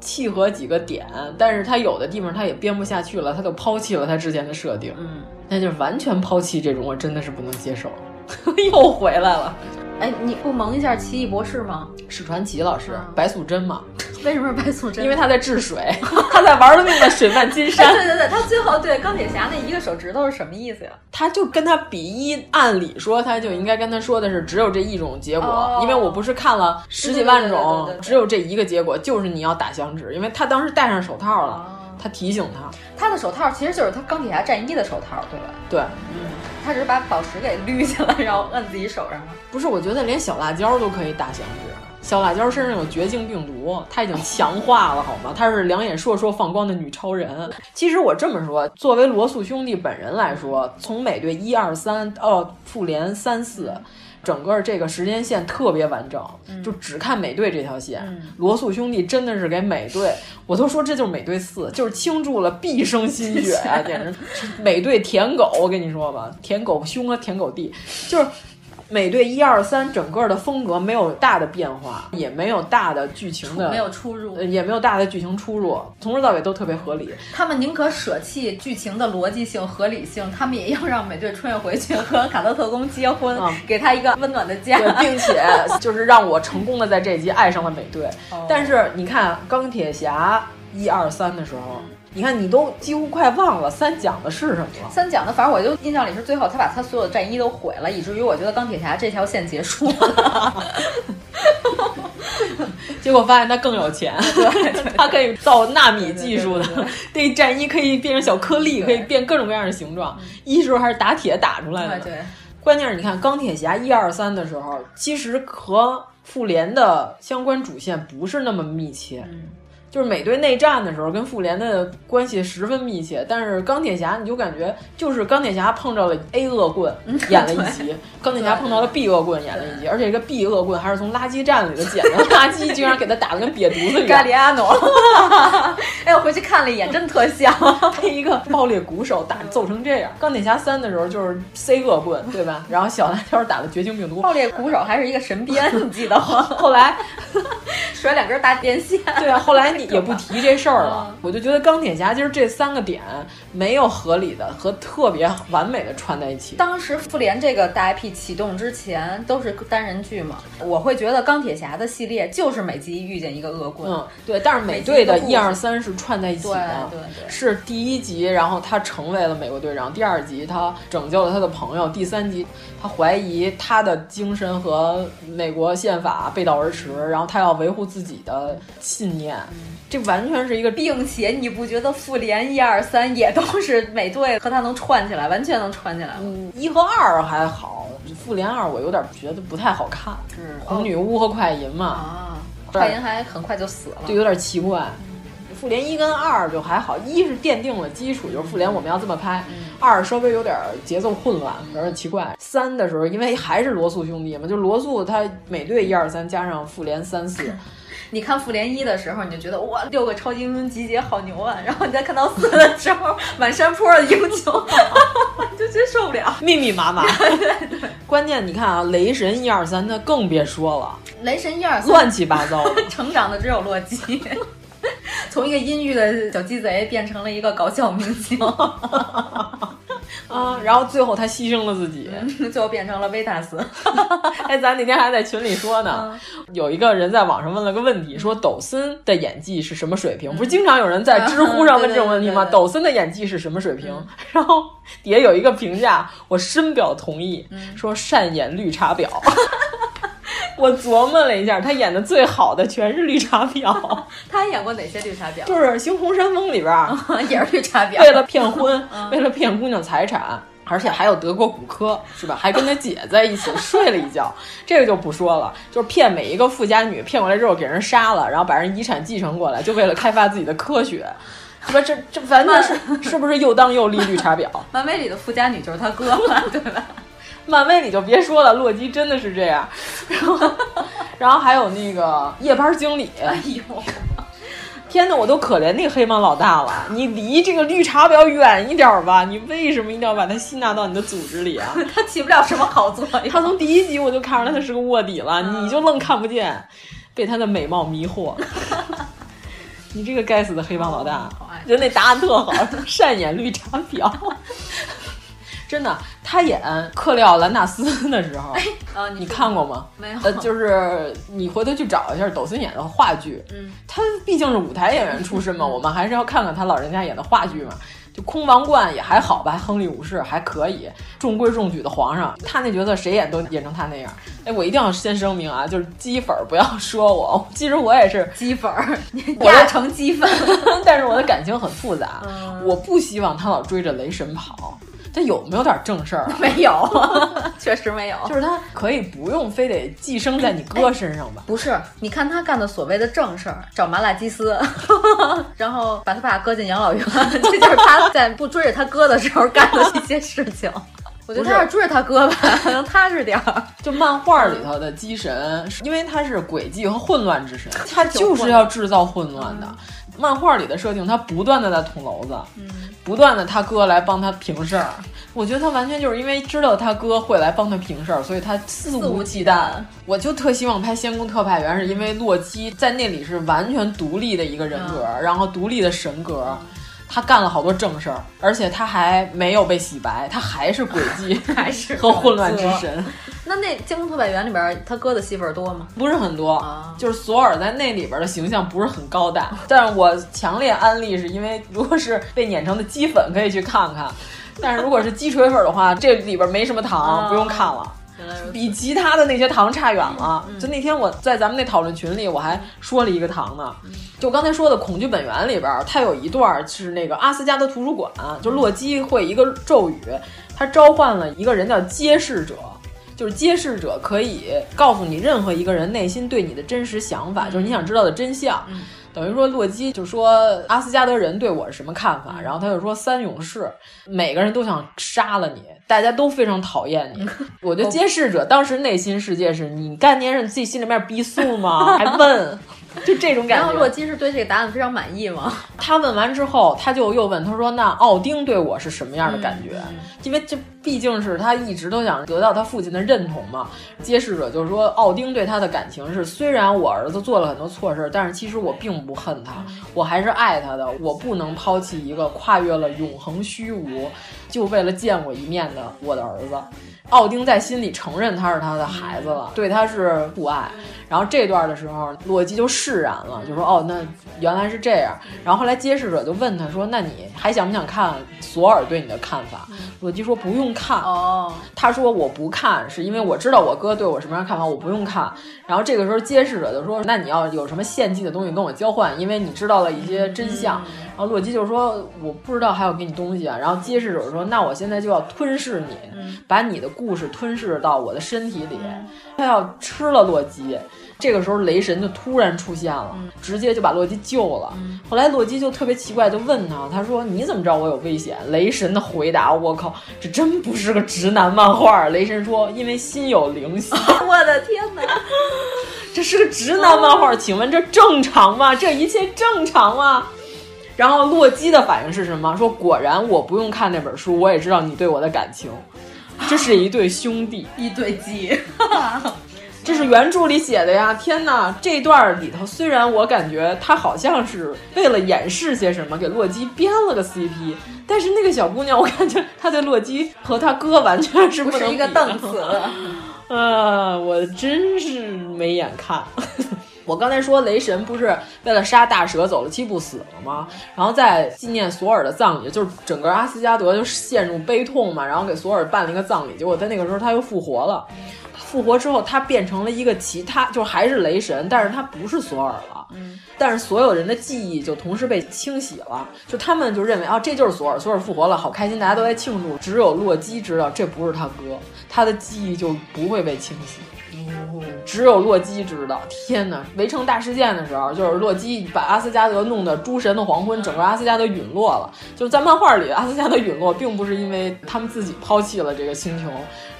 J: 契合几个点，但是他有的地方他也编不下去了，他就抛弃了他之前的设定。
G: 嗯。
J: 那就是完全抛弃这种，我真的是不能接受。 又回来了，
G: 哎，你不蒙一下奇异博士吗？
J: 史传奇老师，嗯、白素贞嘛？
G: 为什么是白素贞？
J: 因为她在治水， 她在玩了命的水漫金山。
G: 哎、对对对，她最后对钢铁侠那一个手指头是什么意思呀？
J: 他就跟他比一，按理说他就应该跟他说的是只有这一种结果，
G: 哦、
J: 因为我不是看了十几万种，只有这一个结果，就是你要打响指，因为他当时戴上手套了。
G: 哦
J: 他提醒他，
G: 他的手套其实就是他钢铁侠战衣的手套，对吧？
J: 对，
G: 嗯，他只是把宝石给捋起来，然后摁自己手上了。
J: 不是，我觉得连小辣椒都可以打响指。小辣椒身上有绝境病毒，她已经强化了，好吗？她是两眼烁烁放光的女超人。其实我这么说，作为罗素兄弟本人来说，从美队一二三到复联三四。整个这个时间线特别完整，
G: 嗯、
J: 就只看美队这条线。
G: 嗯、
J: 罗素兄弟真的是给美队，我都说这就是美队四，就是倾注了毕生心血 啊！简直，美队舔狗，我跟你说吧，舔狗兄啊，舔狗弟，就是美队一二三整个的风格没有大的变化，也没有大的剧情的呃
G: 没有出入，
J: 也没有大的剧情出入，从头到尾都特别合理。
G: 他们宁可舍弃剧情的逻辑性、合理性，他们也要让美队穿越回去和卡特特工结婚，
J: 嗯、
G: 给他一个温暖的家，
J: 并 且就是让我成功的在这一集爱上了美队。
G: 哦、
J: 但是你看钢铁侠一二三的时候。你看，你都几乎快忘了三讲的是什么了。
G: 三讲的，反正我就印象里是最后他把他所有的战衣都毁了，以至于我觉得钢铁侠这条线结束了。
J: 结果发现他更有钱， 他可以造纳米技术的，那战衣可以变成小颗粒，可以变各种各样的形状。一时候还是打铁打出来 的。
G: 对，
J: 关键是你看钢铁侠一二三的时候，其实和复联的相关主线不是那么密切。
G: 嗯
J: 就是美队内战的时候，跟复联的关系十分密切，但是钢铁侠你就感觉就是钢铁侠碰着了 A 恶棍，演了一集；钢铁侠碰到了 B 恶棍，演了一集，而且这个 B 恶棍还是从垃圾站里头捡的垃圾，居然给他打的跟瘪 犊子一样。
G: 盖里阿诺，哎，我回去看了一眼，真特像，
J: 被一个爆裂鼓手打揍成这样。钢铁侠三的时候就是 C 恶棍，对吧？然后小辣椒打了绝情病毒，
G: 爆裂鼓手还是一个神鞭，你记得吗？
J: 后来。
G: 甩两根大电线，
J: 对啊，后来你也不提这事儿
G: 嗯
J: 了。我就觉得钢铁侠就是这三个点没有合理的和特别完美的串在一起。
G: 当时复联这个大 IP 启动之前都是单人剧嘛，我会觉得钢铁侠的系列就是每集遇见一个恶棍。
J: 嗯，对。但是美队的一二三是串在一起
G: 的，对对对，
J: 是第一集，然后他成为了美国队长；第二集他拯救了他的朋友；第三集他怀疑他的精神和美国宪法背道而驰，然后他要维护自己的信念。
G: 嗯
J: 这完全是一个，
G: 并且你不觉得复联一二三也都是美队和他能串起来，完全能串起来吗？
J: 嗯，一和二还好，复联二我有点觉得不太好看，
G: 是哦
J: 红女巫和快银嘛，
G: 啊啊，快银还很快就死了，
J: 就有点奇怪。复联一跟二就还好，一是奠定了基础，就是复联我们要这么拍；二稍微有点节奏混乱，有点奇怪。三的时候，因为还是罗素兄弟嘛，就罗素他美队一二三加上复联三四。
G: 你看复联一的时候，你就觉得哇，六个超级英雄集结好牛啊！ 然后你再看到四的时候，满山坡的英雄， 你就真受不了，
J: 密密麻麻。关键你看啊，雷神一二三那更别说了，
G: 雷神一二三
J: 乱七八糟 的，
G: 成长的只有洛基。 从一个阴郁的小鸡贼变成了一个搞笑明星，
J: 啊，然后最后他牺牲了自己，
G: 最后变成了维塔斯。
J: 哎，咱那天还在群里说呢，
G: 嗯
J: 有一个人在网上问了个问题，说抖森的演技是什么水平？不是经常有人在知乎上问这种问题吗？
G: 嗯 对对对对嗯
J: 抖森的演技是什么水平？然后底下有一个评价，我深表同意，
G: 嗯
J: 说善演绿茶婊。 我琢磨了一下，他演的最好的全是绿茶婊，
G: 他还演过哪些绿茶婊？
J: 就是《猩红山峰》里边儿。
G: 也是绿茶婊，
J: 为了骗婚， 为了骗姑娘财产，而且还有德国骨科，是吧？还跟他姐在一起 睡了一觉，这个就不说了。就是骗每一个富家女，骗过来之后给人杀了，然后把人遗产继承过来，就为了开发自己的科学，是吧？这这完全是是不是又当又立绿茶婊？
G: 漫威里的富家女就是他哥嘛， 对吧？
J: 漫威里就别说了，洛基真的是这样。然后， 然后还有那个夜班经理，
G: 哎呦，
J: 天哪，我都可怜那个黑帮老大了。你离这个绿茶婊远一点儿吧，你为什么一定要把他吸纳到你的组织里啊？
G: 他起不了什么好作用。
J: 他从第一集我就看出来他是个卧底了，你就愣看不见，被他的美貌迷惑。你这个该死的黑帮老大
G: 好爱，
J: 觉得那答案特好， 善演绿茶婊。 真的，他演克利奥兰纳斯的时候，
G: 啊，
J: 你看过吗？
G: 没有
J: 呃，就是你回头去找一下抖森演的话剧，
G: 嗯，
J: 他毕竟是舞台演员出身 嘛，我们还是要看看他老人家演的话剧嘛。就空王冠也还好吧，亨利五世还可以，中规中矩的皇上，他那角色谁演都演成他那样。哎，我一定要先声明啊，就是鸡粉儿不要说我，其实我也是
G: 鸡粉儿，
J: 我
G: 压成鸡粉。
J: 但是我的感情很复杂，
G: 嗯
J: 我不希望他老追着雷神跑。他有没有点正事儿啊？
G: 没有，确实没有。
J: 就是他可以不用非得寄生在你哥身上吧？
G: 不是，你看他干的所谓的正事 儿，找麻辣鸡丝，然后把他爸搁进养老院， 这就是他在不追着他哥的时候干的一些事 情。我觉得他要是追着他 哥吧，能踏实点儿。
J: 就漫画里头的机神，因为他是诡计和混乱之神，他就是要制造混乱嗯的。漫画里的设定，他不断的在捅娄子，不断的他哥来帮他平事儿。我觉得他完全就是因为知道他哥会来帮他平事儿，所以他肆
G: 肆无
J: 无忌
G: 忌
J: 惮
G: 惮。
J: 我就特希望拍《仙宫特派员》，是因为洛基在那里是完全独立的一个人格，然后独立的神格。他干了好多正事儿，而且他还没有被洗白，他 还是诡计，
G: 还是
J: 和混乱之
G: 作
J: 神。
G: 那那《精工特派员》里边，他哥的戏份儿多吗？
J: 不是很多，
G: 啊
J: 就是索尔在那里边的形象不是很高大，但是我强烈安利，是因为如果是被碾成的鸡粉可以去看看，但是如果是鸡腿粉 的话，这里边没什么糖，
G: 啊
J: 不用看了。比其他的那些糖差远了。
G: 嗯
J: 就那天我在咱们那讨论群里，我还说了一个糖呢，
G: 嗯
J: 就刚才说的《恐惧本源》里边，它有一段是那个阿斯加德图书馆，就洛基会一个咒语，他召唤了一个人叫揭示者。就是揭示者可以告诉你任何一个人内心对你的真实想法，就是你想知道的真相。
G: 嗯
J: 等于说洛基就说阿斯加德人对我是什么看
G: 嗯
J: 法，然后他就说三勇士每个人都想杀了你，大家都非常讨厌 你。我
G: 哦
J: 觉得揭示者当时内心世界是你干那些事，你自己心里面逼素吗？ 还问，就这种感
G: 然
J: 觉。
G: 后洛基是对这个答案非常满意吗？
J: 他问完之后，他就又问他说：“那奥丁对我是什么样的感觉？”因为这毕竟是他一直都想得到他父亲的认同嘛。揭示者就是说，奥丁对他的感情是：虽然我儿子做了很多错事，但是其实我并不恨他，我还是爱他的。我不能抛弃一个跨越了永恒虚无，就为了见我一面的我的儿子。奥丁在心里承认他是他的孩子了，对他是不爱。然后这段的时候，洛基就释然了，就说：“哦，那原来是这样。”然后后来揭示者就问他说：“那你还想不想看索尔对你的看法？”洛基说：“不用看。”
G: 哦，
J: 他说我不看，是因为我知道我哥对我什么样的看法，我不用看。然后这个时候，揭示者就说：“那你要有什么献祭的东西跟我交换，因为你知道了一些真相。然后洛基就说：“我不知道还要给你东西啊。”然后接尸者说：“那我现在就要吞噬你，把你的故事吞噬到我的身体里。”他要吃了洛基。这个时候，雷神就突然出现了，直接就把洛基救了。后来洛基就特别奇怪，就问他：“他说你怎么知道我有危险？”雷神的回答：“我靠，这真不是个直男漫画。”雷神说：“因为心有灵犀。”
G: 我的天哪！
J: 这是个直男漫画，请问这正常吗？这一切正常吗？然后洛基的反应是什么？说果然我不用看那本书，我也知道你对我的感情。这是一对兄弟，
G: 一对鸡。
J: 这是原著里写的呀！天哪，这段里头虽然我感觉他好像是为了掩饰些什么，给洛基编了个 CP，但是那个小姑娘，我感觉她对洛基和他哥完全是
G: 不
J: 能
G: 是一个
J: 比的
G: 档次。
J: 啊，我真是没眼看。 我刚才说雷神不是为了杀大蛇走了七步死了吗？然后在纪念索尔的葬礼，就是整个阿斯加德就陷入悲痛嘛，然后给索尔办了一个葬礼。结果在那个时候他又复活了，复活之后他变成了一个其他，就是还是雷神，但是他不是索尔了。但是所有人的记忆就同时被清洗了，就他们就认为啊，这就是索尔，索尔复活了，好开心，大家都在庆祝。只有洛基知道这不是他哥，他的记忆就不会被清洗。只有洛基知道。天哪！围城大事件的时候，就是洛基把阿斯加德弄得诸神的黄昏，整个阿斯加德陨落了。就是在漫画里，阿斯加德陨落并不是因为他们自己抛弃了这个星球，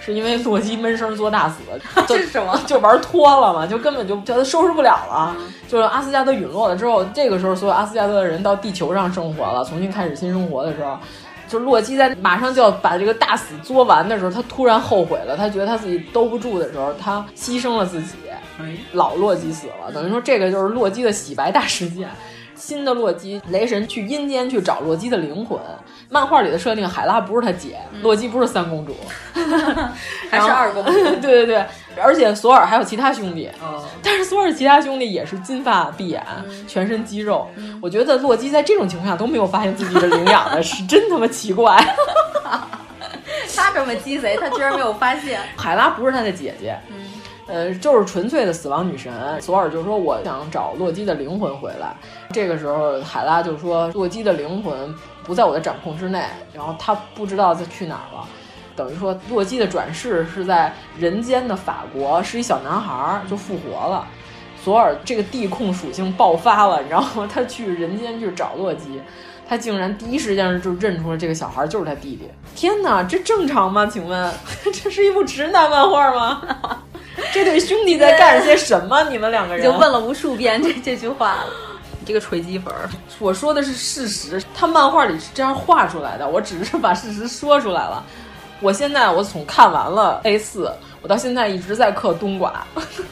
J: 是因为洛基闷声作大死。
G: 这是什么？
J: 就玩脱了嘛，就根本就觉得收拾不了了。就是阿斯加德陨落了之后，这个时候所有阿斯加德的人到地球上生活了，重新开始新生活的时候，就洛基在马上就要把这个大死作完的时候，他突然后悔了，他觉得他自己兜不住的时候，他牺牲了自己，老洛基死了，等于说这个就是洛基的洗白大事件。新的洛基，雷神去阴间去找洛基的灵魂。漫画里的设定，海拉不是他姐，洛基不是三公主，
G: 还是二公主
J: 对对对，而且索尔还有其他兄弟，但是索尔其他兄弟也是金发碧眼，全身肌肉。我觉得洛基在这种情况下都没有发现自己是领养的，是真他妈奇怪。
G: 他这么鸡贼，他居然没有发现。 嗯
J: 海拉不是他的姐姐，呃，就是纯粹的死亡女神。索尔就说我想找洛基的灵魂回来，这个时候海拉就说洛基的灵魂不在我的掌控之内，然后他不知道他去哪儿了。等于说，洛基的转世是在人间的法国，是一小男孩儿就复活了。索尔这个地控属性爆发了，你知道吗？他去人间去找洛基，他竟然第一时间就认出了这个小孩就是他弟弟。天哪，这正常吗？请问， 这是一部直男漫画吗？ 这对兄弟在干些什么？你们两个
G: 你
J: 人
G: 就问了无数遍这这句话了，你这个锤击粉儿。
J: 我说的是事实，他漫画里是这样画出来的，我只是把事实说出来了。我现在我从看完了 A 四，我到现在一直在刻冬瓜，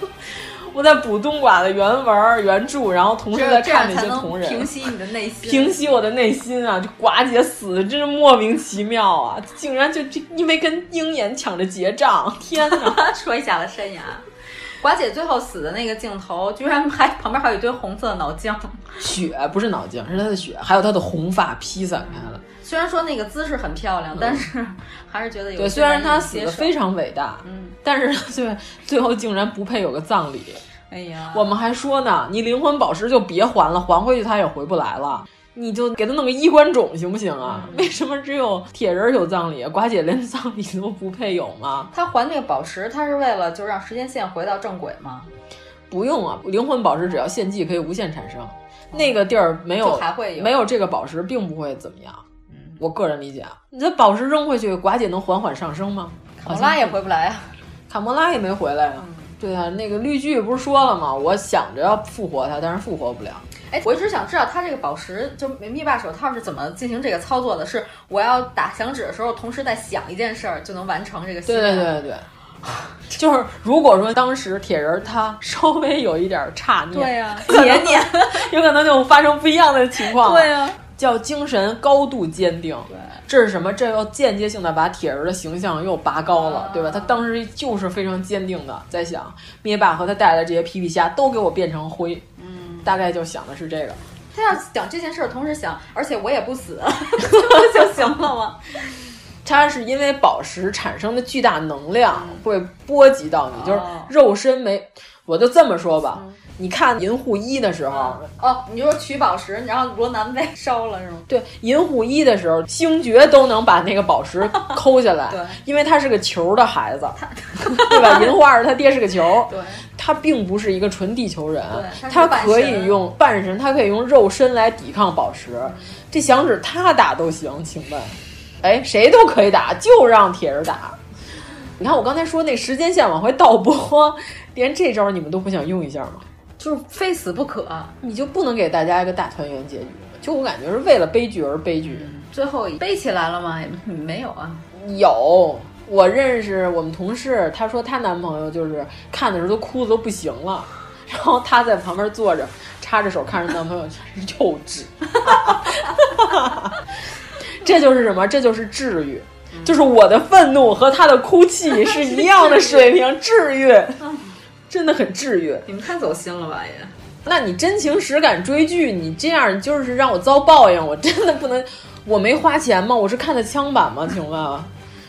J: 我在补冬瓜的原文儿原著，然后同时在
G: 这样
J: 看那
G: 才
J: 些
G: 能
J: 同人，
G: 平息你的内心。
J: 平息我的内心啊！这寡姐死的真是莫名其妙啊，竟然就这因为跟鹰眼抢着结账，天 哪！
G: 摔下了山崖。寡姐最后死的那个镜头，居然还旁边还有一堆红色的脑浆。
J: 血不是脑浆，是她的血，还有她的红发披散开了。
G: 虽然说那个姿势很漂亮，但是还是觉得有
J: 嗯
G: 些
J: 对，虽然她死
G: 难
J: 的
G: 以
J: 非
G: 接受
J: 常伟大，
G: 嗯，
J: 但 是最最后竟然不配有个葬礼。
G: 哎呀，
J: 我们还说呢，你灵魂宝石就别还了，还回去他也回不来了。你就给他弄个衣冠冢行不行
G: 嗯
J: 啊？ 为什么只有铁人有葬礼，寡姐连葬礼都不配有吗？
G: 他还那个宝石，他是为了就让时间线回到正轨吗？
J: 不用啊，灵魂宝石只要献祭可以无限产生，那个地儿没有
G: 哦就还会有嗯
J: 没有这个宝石，并不会怎么样。我个人理解啊，你这宝石扔回去，寡姐能缓缓上升吗？
G: 考拉也回不来啊。
J: 卡莫拉也没回来啊。
G: 嗯
J: 对啊，那个绿巨不是说了吗？我想着要复活他，但是复活不了。
G: 哎，我一直想知道他这个宝石就灭霸手套是怎么进行这个操作的？是我要打响指的时候，同时在想一件事儿就能完成这个心
J: 对
G: 愿？
J: 对对对对，就是如果说当时铁人他稍微有一点差念，
G: 对呀、
J: 邪念，有可能就发生不一样的情况。
G: 对呀、
J: 叫精神高度坚定。这是什么？这要间接性的把铁人的形象又拔高
G: 啊
J: 了，对吧？他当时就是非常坚定的在想，灭霸和他带来的这些皮皮虾都给我变成灰，嗯，大概就想的是这个。
G: 他要想这件事儿，同时想，而且我也不死，这不就行了吗？
J: 它是因为宝石产生的巨大能
G: 嗯
J: 量会波及到你，就是
G: 哦
J: 肉身没。我就这么说吧，
G: 嗯
J: 你看《银护一》的时候，
G: 哦，你就说取宝石，你让罗南被烧了是吗？
J: 对，《银护一》的时候，星爵都能把那个宝 石抠下来，
G: 对
J: 因为他是个球的孩子，对吧？银护二他爹是个球，
G: 对，
J: 他并不是一个纯地球人啊
G: 对，他
J: 他
G: 是半
J: 可以
G: 神嗯
J: 用半身，他可以用肉身来抵抗宝石，这响指他打都行，请问，哎，谁都可以打，就让铁人打。你看我刚才说那时间线往回倒播，连这招你们都不想用一下吗？
G: 就是非死不可。
J: 你就不能给大家一个大团圆结局吗？就我感觉是为了悲剧而悲剧。
G: 最后背起来了吗？也没有啊。
J: 有，我认识我们同事，她说她男朋友就是看的时候都哭的都不行了，然后她在旁边坐着，插着手看着男朋友，幼稚。 这就是什么？这就是治愈。就是我的愤怒和她的哭泣是一样的水平，治愈，真的很治愈。
G: 你们太走心了吧也。
J: 那你真情实感追剧，你这样就是让我遭报应，我真的不能。我没花钱吗？我是看的枪版吗？请问，啊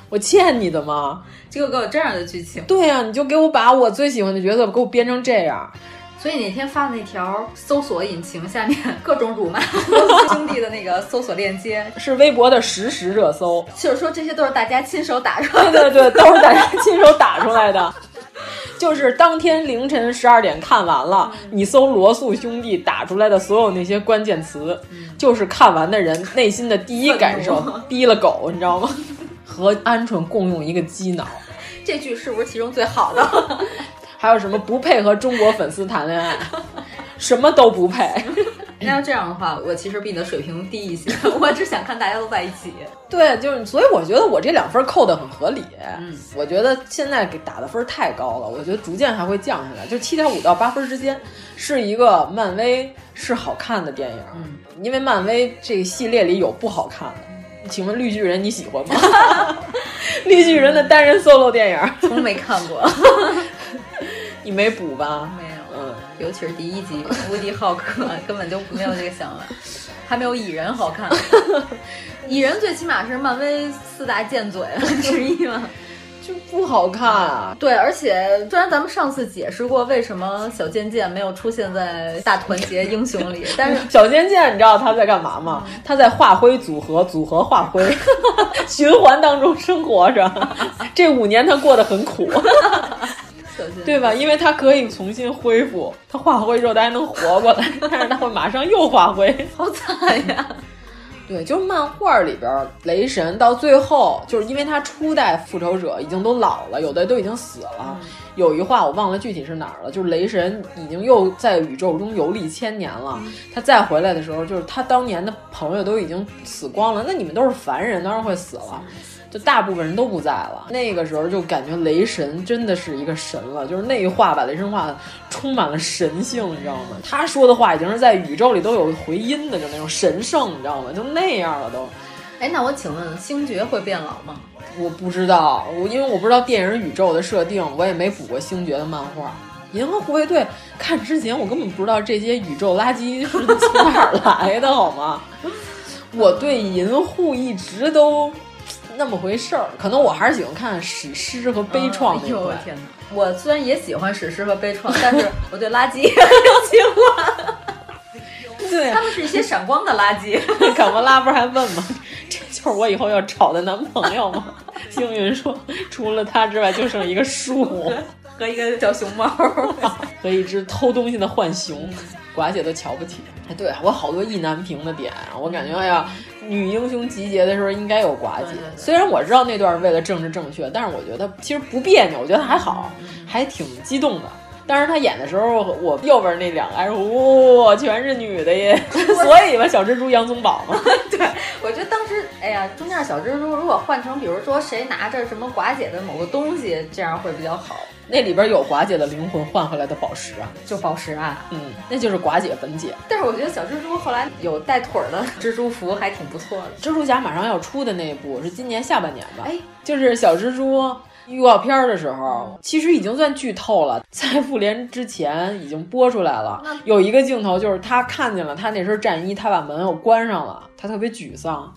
J: 我欠你的吗？
G: 结果给我这样的剧情。
J: 对啊呀、你就给我把我最喜欢的角色给我编成这样，
G: 所以那天发的那条搜索引擎下面各种辱骂 罗斯兄弟的那个搜索链接，
J: 是微博的实时热搜。
G: 就是说这些都是大家亲手打出来 的。
J: 对对对，都是大家亲手打出 来的。就是当天凌晨十二点看完了，
G: 嗯
J: 你搜罗素兄弟打出来的所有那些关键词，就是看完的人内心的第一感受
G: 嗯愤怒，
J: 逼了狗，你 知道吗？和鹌鹑共用一个鸡脑，
G: 这剧是不是其中最好的？
J: 还有什么不配和中国粉丝谈恋爱，什么都不配。
G: 那要这样的话，我其实比你的水平低一些， 我只想看大家都在一起。
J: 对，就是所以我觉得我这两分扣的很合理。
G: 嗯
J: 我觉得现在给打的分太高了，我觉得逐渐还会降下来，就七点五到八分之间，是一个漫威是好看的电影。
G: 嗯，
J: 因为漫威这个系列里有不好看的，请问绿巨人你喜欢吗？ 绿巨人的单人 solo 电影
G: 从没看过，
J: 你没补吧？
G: 没有，
J: 嗯，
G: 尤其是第一集《无敌浩克》， 根本就没有这个想法，还没有蚁人好看。蚁人最起码是漫威四大贱嘴 之一嘛。
J: 就不好看啊。
G: 对，而且虽然咱们上次解释过为什么小贱贱没有出现在大团结英雄里，但 是
J: 小尖尖，你知道他在干嘛吗？
G: 嗯
J: 他在化灰组合，组合化灰， 循环当中生活 着。这五年他过得很苦，
G: 小贱
J: 对吧？因为他可以重新恢复，他化灰之后他还能活过来，但是他会马上又化灰。
G: 好惨哎呀！
J: 对，就是漫画里边儿，雷神到最后，就是因为他初代复仇者已经都老了，有的都已经死了。有一话我忘了具体是哪儿了，就是雷神已经又在宇宙中游历千年了。他再回来的时候，就是他当年的朋友都已经死光了。那你们都是凡人，当然会死了。就大部分人都不在了，那个时候就感觉雷神真的是一个神了，就是那一话把雷神话充满了神性，你知道吗？他说的话已经是在宇宙里都有回音的，就那种神圣，你知道吗？就那样了都。
G: 哎，那我请问星爵会变老吗？
J: 我不知道，我因为我不知道电影宇宙的设定，我也没补过星爵的漫画。银河护卫队看之前，我根本不知道这些宇宙垃圾是从哪儿来的，好 吗？我对银护一直都那么回事儿，可能我还是喜欢看史诗和悲怆
G: 哎
J: 那
G: 呦我
J: 块。
G: 天哪！我虽然也喜欢史诗和悲怆，但是我对垃圾 也很有喜欢，
J: 对
G: 他，们是一些闪光的垃圾。
J: 卡莫拉不是还问吗？ 这就是我以后要找的男朋友 吗？幸运说，除了他之外就剩一个树
G: 和一个小熊猫，
J: 和一只偷东西的浣熊，寡姐都瞧不起。哎，对我好多意难平的点啊，我感觉哎呀，女英雄集结的时候应该有寡姐。
G: 对对对
J: 虽然我知道那段是为了政治正确，但是我觉得其实不别扭，我觉得还好，
G: 嗯
J: 还挺激动的。当时他演的时候，我右边那两个还说哇、全是女 的耶，所以嘛，小蜘蛛杨宗保嘛。
G: 我觉得当时，哎呀，中间小蜘蛛如果换成，比如说谁拿着什么寡姐的某个东西，这样会比较好。
J: 那里边有寡姐的灵魂换回来的宝石啊，
G: 就宝石啊，
J: 嗯，那就是寡姐本姐。
G: 但是我觉得小蜘蛛后来有带腿儿的 蜘蛛服还挺不错的。
J: 蜘蛛侠马上要出的那一部是今年下半年吧？
G: 哎，
J: 就是小蜘蛛预告片儿的时
G: 嗯
J: 候，其实已经算剧透了，在复联之前已经播出来了。有一个镜头就是他看见了他那身战衣，他把门又关上了，他特别沮丧。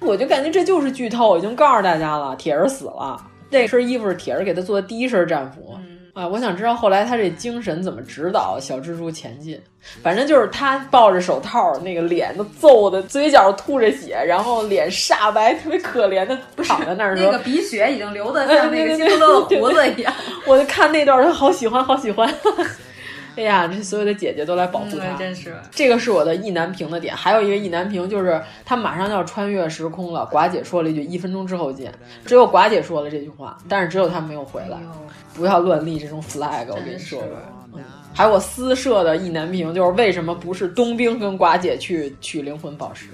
J: 我就感觉这就是剧透，已经告诉大家了，铁人死了，那身衣服是铁人给他做的第一身战服。
G: 嗯
J: 啊，我想知道后来他这精神怎么指导小蜘蛛前进。反正就是他抱着手套，那个脸都皱的，嘴角吐着血，然后脸煞白，特别可怜的躺在那儿的时
G: 那个
J: 候。
G: 鼻血已经流的像那个希特勒的胡子一样。
J: 我就看那段，他好喜欢，好 喜欢。哎呀，这所有的姐姐都来保护他，
G: 嗯真是
J: 这个是我的意难平的点。还有一个意难平就是他马上就要穿越时空了，寡姐说了一句“一分钟之后见”，只有寡姐说了这句话，但是只有他没有回来。
G: 嗯
J: 不要乱立这种 flag，我跟你说吧。嗯还有我私设的意难平就是为什么不是冬兵跟寡姐去取灵魂宝石？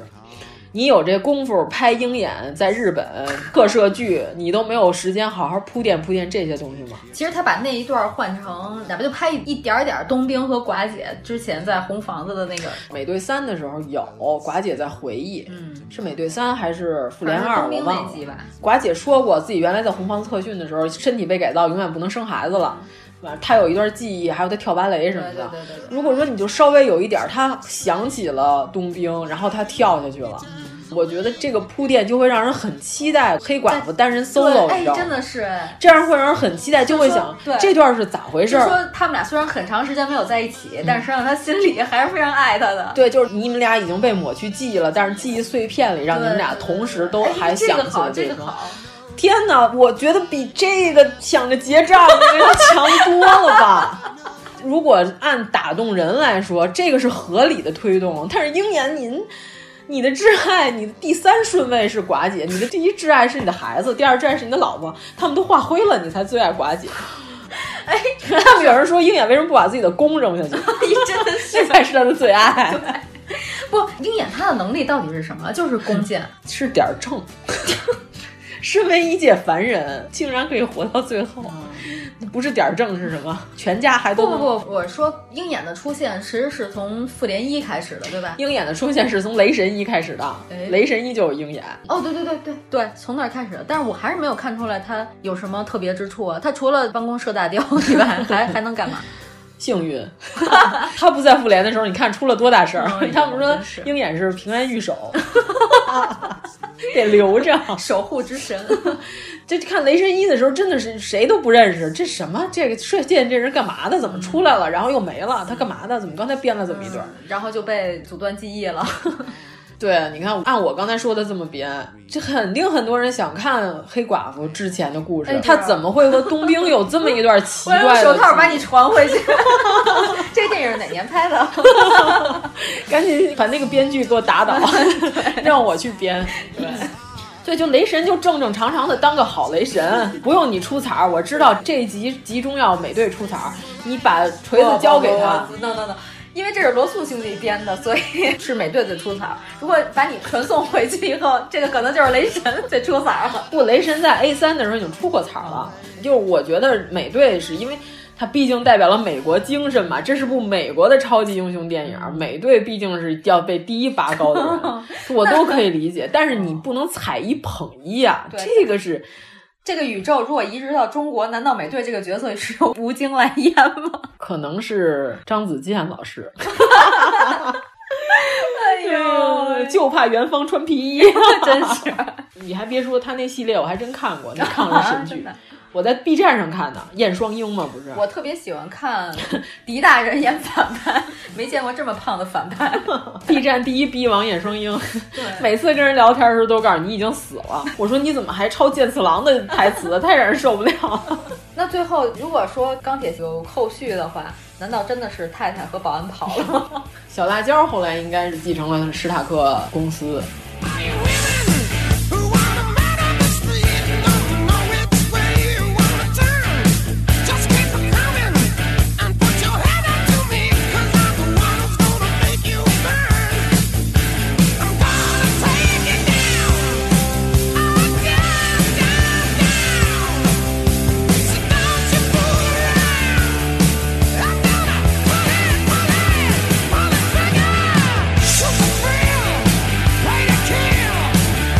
J: 你有这功夫拍鹰眼在日本特摄剧，你都没有时间好好铺垫铺垫这些东西吗？
G: 其实他把那一段换成，哪怕就拍一点儿点儿冬兵和寡姐之前在红房子的那个，
J: 美队三的时候有寡姐在回忆，嗯，是美队三还是复联
G: 反正
J: 二？
G: 是
J: 我
G: 冬兵
J: 忘
G: 那集
J: 了
G: 吧。
J: 寡姐说过自己原来在红房子特训的时候，身体被改造，永远不能生孩子了。
G: 嗯
J: 反正她有一段记忆，还有她跳芭蕾什么的。如果说你就稍微有一点儿，她想起了冬兵，然后她跳下去了。
G: 嗯
J: 我觉得这个铺垫就会让人很期待黑寡妇单人 solo，你
G: 哎
J: 知，道
G: 真
J: 吗？
G: 的是哎。
J: 这样会让人很期待，就会
G: 就说
J: 想
G: 对
J: 这段是咋回事
G: 就
J: 儿？嗯
G: 说他们俩虽然很长时间没有在一起，但是实际上他心里还是非常爱他的。
J: 对，就是你们俩已经被抹去记忆了，但是记忆碎片里让你们俩同时都还
G: 哎这
J: 想
G: 个
J: 起
G: 好，
J: 了
G: 这
J: 个
G: 个。好，
J: 天哪，我觉得比这个想着结账的那个强多了吧。如果按打动人来说，这个是合理的推动，但是鹰眼您。你的挚爱，你的第三顺位是寡姐，你的第一挚爱是你的孩子，第二挚爱是你的老婆，他们都化灰了，你才最爱寡姐。
G: 哎，
J: 他们有人说鹰眼为什么不把自己的弓扔 下去？
G: 真的 是
J: 这才是他的最爱。
G: 不，鹰眼他的能力到底是什么？就是弓箭。
J: 是点儿正。 身为一介凡人，竟然可以活到最后，不是点儿正是什么？全家还
G: 不
J: 都
G: 嗯不不，我说鹰眼的出现其实是从复联一开始的，对吧？
J: 鹰眼的出现是从雷神一开始的
G: 哎，
J: 雷神一就有鹰眼。
G: 哦，对对对对对，从那儿开始的。但是我还是没有看出来他有什么特别之处啊。他除了办公射 大雕以外，还还能干嘛？
J: 幸运，他不在复联的时候，你看出了多大事儿？
G: 哎呀
J: 他们说
G: 真是
J: 鹰眼是平安御 守，得留着
G: 守护之神。
J: 这看雷神一的时候，真的是谁都不认识，这什么这个射箭这人干嘛的？怎么出
G: 嗯
J: 来了？然后又没了，他干嘛的？怎么刚才编了这么一段？
G: 然后就被阻断记忆了。
J: 对，你看，按我刚才说的这么编，这肯定很多人想看黑寡妇之前的故事，
G: 哎
J: 她
G: 对啊
J: 怎么会和冬兵有这么 一段 奇
G: 我要
J: 怪的
G: 用
J: 记忆？
G: 手套把你传回 去。这电影哪年拍 的？
J: 赶紧把那个编剧给我打 倒， 让我去编。对。对，就雷神就正正常常的当个好雷神，不用你出彩儿。我知道这一集集中要美队出彩儿，你把锤子交给他，
G: 不。不不不 no no no，因为这是罗素兄弟编的，所以是美队最出彩儿。如果把你传送回去以后，这个可能就是雷神最出彩儿了。
J: 不，雷神在 A 三的时候已经出过彩儿了。就是我觉得美队是因为他毕竟代表了美国精神嘛，这是部美国的超级英雄电影，
G: 嗯
J: 美队毕竟是要被第一拔高的 人，我都可以理解。但是你不能踩一捧一啊，
G: 嗯对
J: 这个是
G: 这个宇宙如果移植到中国，难道美队这个角色是由吴京来演吗？
J: 可能是张子健老师，
G: 哎 呦，
J: 就怕元芳穿皮衣，
G: 真是。
J: 你还别说，他那系列我还真看过，那抗日神
G: 啊 真
J: 剧
G: 的。
J: 我在 B 站上看的《燕双鹰》嘛，不是？
G: 我特别喜欢看狄大人演反派，没见过这么胖的反 派。
J: B 站第一逼王燕双鹰，每次跟人聊天的时候都告诉你已经死了。我说你怎么还抄剑次郎的台词，太让人受不了了。
G: 那最后，如果说钢铁有后续的话，难道真的是太太和保安跑了吗？
J: 小辣椒后来应该是继承了史塔克公司。
K: Shoot the thrill, way to kill.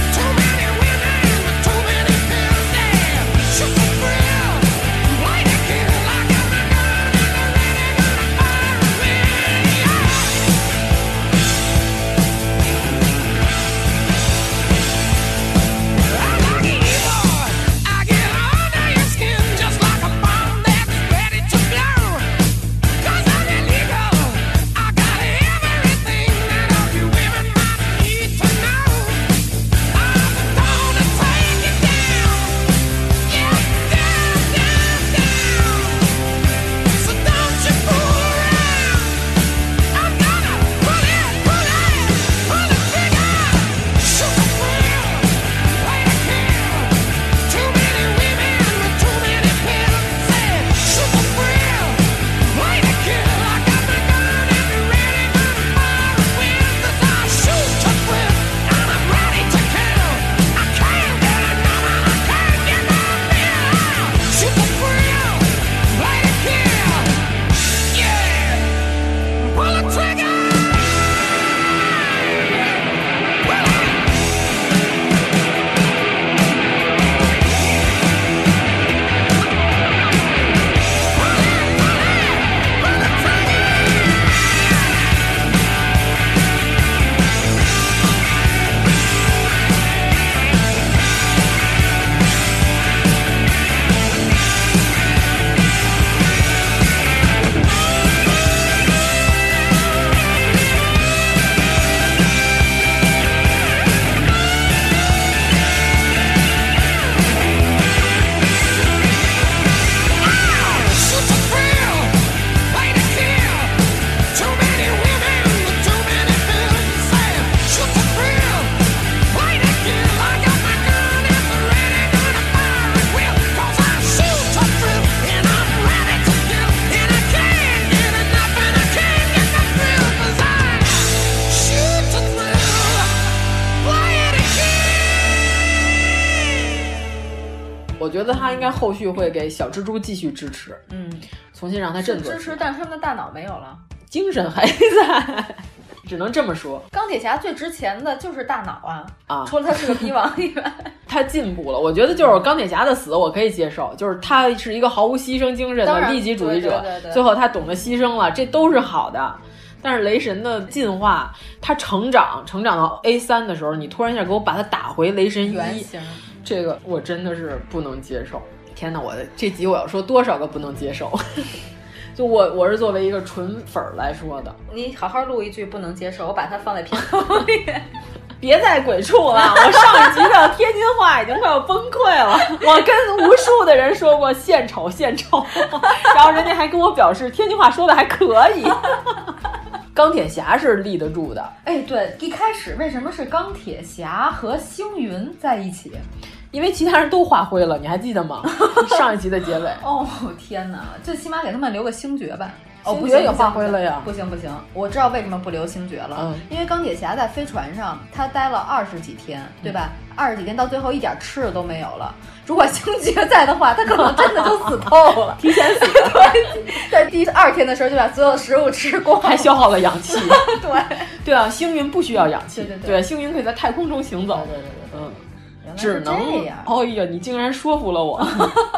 J: 得他应该后续会给小蜘蛛继续支持，
G: 嗯，
J: 重新让他振作
G: 支
J: 起来
G: 持，，但是他们的大脑没有了。
J: 精神还在，只能这么说。
G: 钢铁侠最值钱的就是大脑啊，
J: 啊
G: 除了他是个逼王以外，
J: 他进步了，我觉得就是钢铁侠的死我可以接受，就是他是一个毫无牺牲精神
G: 当
J: 的
G: 然
J: 利己主义者
G: 对对对，对
J: 最后他懂得牺牲了，这都是好的。但是雷神的进化，他成长成长到 A 三的时候，你突然一下给我把他打回雷神
G: 原
J: 一，
G: 型。
J: 这个我真的是不能接受。天哪，我的这集我要说多少个不能接受？ 就我我是作为一个纯粉儿来说的，
G: 你好好录一句不能接受，我把它放在片头 里。
J: 别再鬼畜了！我上一集的天津话已经快要崩溃了。我跟无数的人说过献丑献丑，然后人家还跟我表示天津话说的还可以。钢铁侠是立得住的，
G: 哎，对，一开始为什么是钢铁侠和星云在一起？
J: 因为其他人都化灰了，你还记得吗？上一集的结 尾，
G: 哦天哪，最起码给他们留个星爵吧。哦，
J: 星
G: 不
J: 爵
G: 行
J: 也
G: 不行
J: 发
G: 不
J: 挥
G: 行
J: 了呀
G: 不行不行，我知道为什么不留星爵了，
J: 嗯。
G: 因为钢铁侠在飞船上他待了二十几天，对吧？二十几天到最后一点吃的都没有了。如果星爵在的话，他可能真的就死透 了
J: 提前死，
G: 对，在第二天的时候就把所有食物吃光，
J: 还消耗了氧气。
G: 对，
J: 对啊，星云不需要氧气，
G: 对对对
J: 星云可以在太空中行走。对对对嗯。
G: 原来
J: 只
G: 是
J: 能
G: 这样。
J: 哎呀，你竟然说服 了我！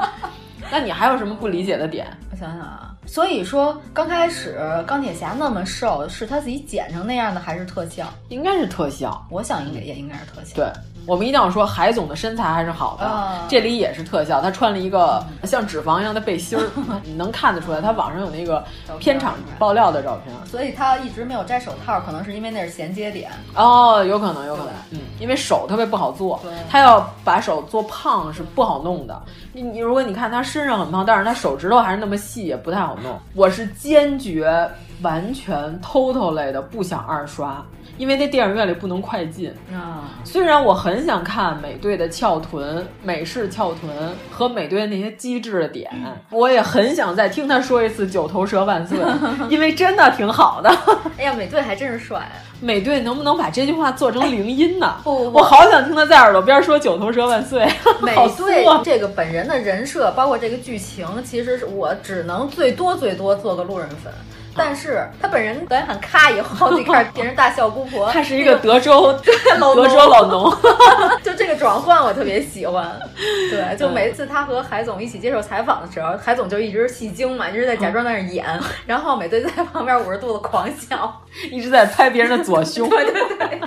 J: 那你还有什么不理解的点？
G: 我想想啊，所以说刚开始钢铁侠那么瘦，是他自己剪成那样的，还是特效？
J: 应该是特效。
G: 我想应该也应该是特效。
J: 对，我们一定要说海总的身材还是好的，
G: 啊
J: 这里也是特效。他穿了一个像脂肪一样的背 心儿，你能看得出来。他网上有那个
G: 照片
J: 片场爆料的照片。
G: 所以他一直没有摘手套，可能是因为那是衔接点。
J: 哦，有可能，有可能
G: 对，
J: 嗯，因为手特别不好做
G: 对，
J: 他要把手做胖是不好弄的。你你如果你看他身上很胖，但是他手指头还是那么细，也不太好弄。我是坚决完全 total 类的不想二刷，因为那电影院里不能快进。
G: 啊，
J: 虽然我很想看美队的翘臀、美式翘臀和美队那些机智的点，
G: 嗯
J: 我也很想再听他说一次“九头蛇 万岁”，因为真的挺好的。
G: 哎呀，美队还真是帅。啊
J: 美队能不能把这句话做成铃音呢？
G: 不不不
J: 我好想听他在耳朵边说“九头蛇万岁”，
G: 美
J: 好酥
G: 队
J: 啊！
G: 这个本人的人设，包括这个剧情，其实是我只能最多最多做个路人粉。但是他本人等一喊咔以后， 你开始变成大笑姑婆，
J: 他是一个德州
G: 老农
J: 德州老农，
G: 就这个转换我特别喜 欢，对，就每次他和海总一起接受采访的时候，海总就一直戏精嘛，一直在假装在那儿演，然后美队在旁边捂着肚子狂笑，
J: 一直在拍别人的左 胸。
G: 对对对，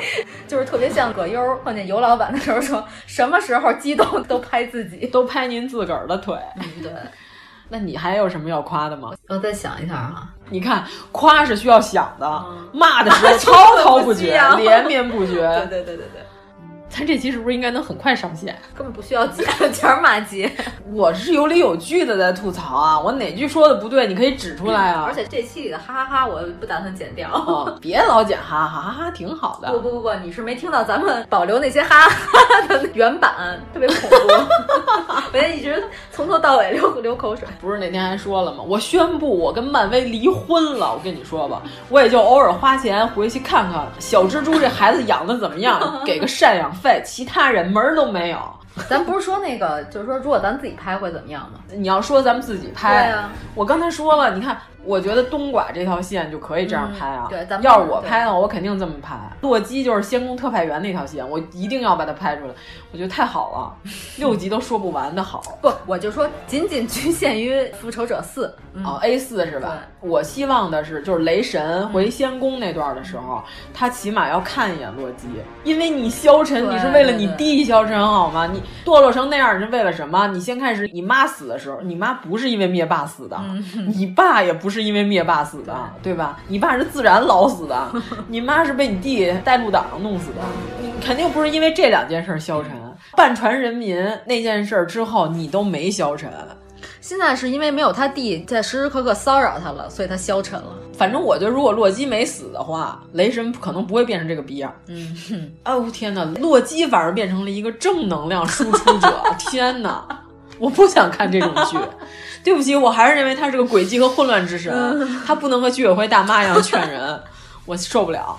G: 就是特别像葛优碰见尤老板的时候说，什么时候激动都拍自己。
J: 都拍您自个儿的腿，
G: 嗯对，
J: 那你还有什么要夸的吗？
G: 我再想一下啊，
J: 你看，夸是需要想的
G: 嗯，
J: 骂的时候滔滔不啊
G: 不需
J: 绝，
G: 要
J: 连绵 不绝。
G: 对对对对对，
J: 咱这期是不是应该能很快上线？
G: 根本不需要剪， 全是骂街，
J: 我是有理有据的在吐槽啊，我哪句说的不对，你可以指出来啊。
G: 而且这期里的哈哈哈我不打算剪掉。
J: 哦，别老剪哈哈哈哈，挺好的。
G: 不不不不，你是没听到咱们保留那些哈哈哈的原版，特别恐怖。 我现在一直从头到尾流流口水。
J: 不是那天还说了吗？我宣布我跟漫威离婚了。我跟你说吧，我也就偶尔花钱回去看看小蜘蛛这孩子养的怎么 样，给个赡养费，其他人门儿都没有。
G: 咱不是说那个，就是说如果咱自己拍会怎么样吗？
J: 你要说咱们自己拍，
G: 对啊
J: 我刚才说了，你看，我觉得东莞这条线就可以这样拍啊。
G: 嗯对咱们
J: 要是我拍的话，我肯定这么拍。洛基就是仙宫特派员那条线，我一定要把它拍出来。我觉得太好了，六集都说不完的好。
G: 不，我就说仅仅局限于《复仇者四》嗯
J: 哦，A 四是吧？我希望的是，就是雷神回仙宫那段的时候，他起码要看一眼洛基，因为你消沉，
G: 对
J: 你是为了你
G: 对对
J: 弟消沉好吗？你堕落成那样，你是为了什么？你先开始，你妈死的时候，你妈不是因为灭霸死的，
G: 嗯
J: 你爸也不是因为灭霸死的，对吧？你爸是自然老 死的，你妈是被你弟带路党弄死的，你肯定不是因为这两件事儿消沉。半船人民那件事儿之后，你都没消沉。
G: 现在是因为没有他弟在时时刻刻骚扰他了，所以他消沉了。
J: 反正我觉得，如果洛基没死的话，雷神可能不会变成这个逼样。
G: 嗯，
J: 哦天哪，洛基反而变成了一个正能量输出 者。天哪，我不想看这种剧。对不起，我还是认为他是个诡计
G: 嗯
J: 和混乱之神，他不能和居委会大妈一样劝人，我受不了。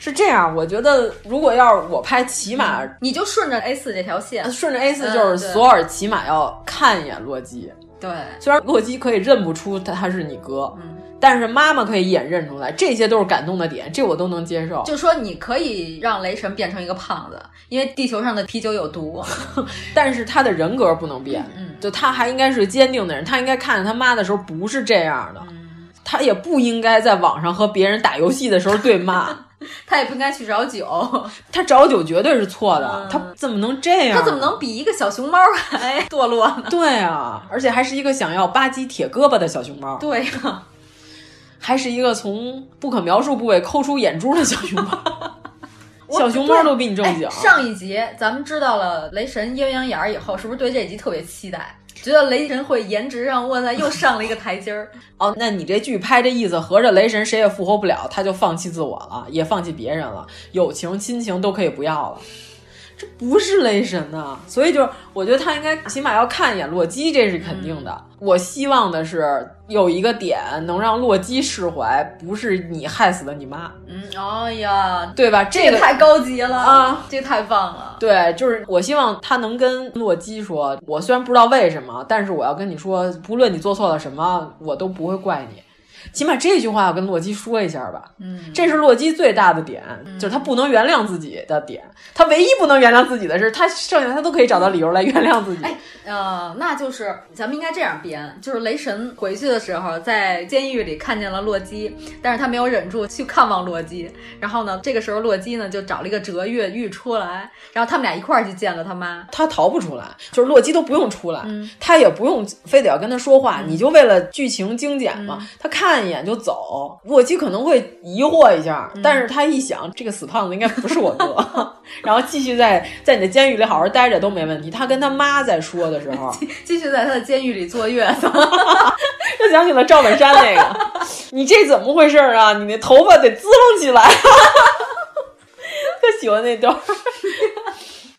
J: 是这样，我觉得如果要是我拍，起码
G: 你就顺着 A 四这条线，
J: 顺着 A 四就
G: 嗯
J: 是索尔起码要看一眼洛基。
G: 对，
J: 虽然洛基可以认不出他他是你哥，但是妈妈可以一眼认出来，这些都是感动的点，这我都能接受。
G: 就说你可以让雷神变成一个胖子，因为地球上的啤酒有毒。
J: 但是他的人格不能变，
G: 嗯
J: 就他还应该是坚定的人，他应该看见他妈的时候不是这样的，
G: 嗯
J: 他也不应该在网上和别人打游戏的时候对 骂，
G: 他也不应该去找酒，
J: 他找酒绝对是错的，他怎么能这
G: 嗯
J: 样呢？
G: 他怎么能比一个小熊猫还堕落呢？
J: 对啊，而且还是一个想要吧唧铁胳膊的小熊猫，
G: 对呀、
J: 还是一个从不可描述部位抠出眼珠的小熊猫。
G: 我
J: 小熊猫都比你正经。
G: 哎上一集咱们知道了雷神阴阳眼儿以后，是不是对这一集特别期待？觉得雷神会颜值上，哇塞，又上了一个台阶 儿。
J: 哦，那你这剧拍这意思，合着雷神谁也复活不了，他就放弃自我了，也放弃别人了，友情、亲情都可以不要了。这不是雷神呐、所以就是我觉得他应该起码要看一眼洛基，这是肯定的。
G: 嗯
J: 我希望的是有一个点能让洛基释怀，不是你害死的你妈，
G: 嗯，哎呀，
J: 对吧？
G: 这
J: 个
G: 个太高级了
J: 啊，
G: 这个太棒了。
J: 对，就是我希望他能跟洛基说，我虽然不知道为什么，但是我要跟你说，不论你做错了什么，我都不会怪你。起码这句话要跟洛基说一下吧，
G: 嗯，
J: 这是洛基最大的点，就是他不能原谅自己的点。他唯一不能原谅自己的是，他剩下他都可以找到理由来原谅自己。
G: 呃，那就是咱们应该这样编，就是雷神回去的时候，在监狱里看见了洛基，但是他没有忍住去看望洛基。然后呢，这个时候洛基呢就找了一个折越狱出来，然后他们俩一块儿去见了他妈。
J: 他逃不出来，就是洛基都不用出来，他也不用非得要跟他说话，你就为了剧情精简嘛，他看一眼就走。洛基可能会疑惑一下，但是他一想，这个死胖子应该不是我哥，然后继续在在你的监狱里好好待着都没问题。他跟他妈在说的时候，
G: 继续在他的监狱里坐月 子，
J: 就想起了赵本山那个，你这怎么回事儿啊？你那头发得滋楞起来， 特喜欢那段儿。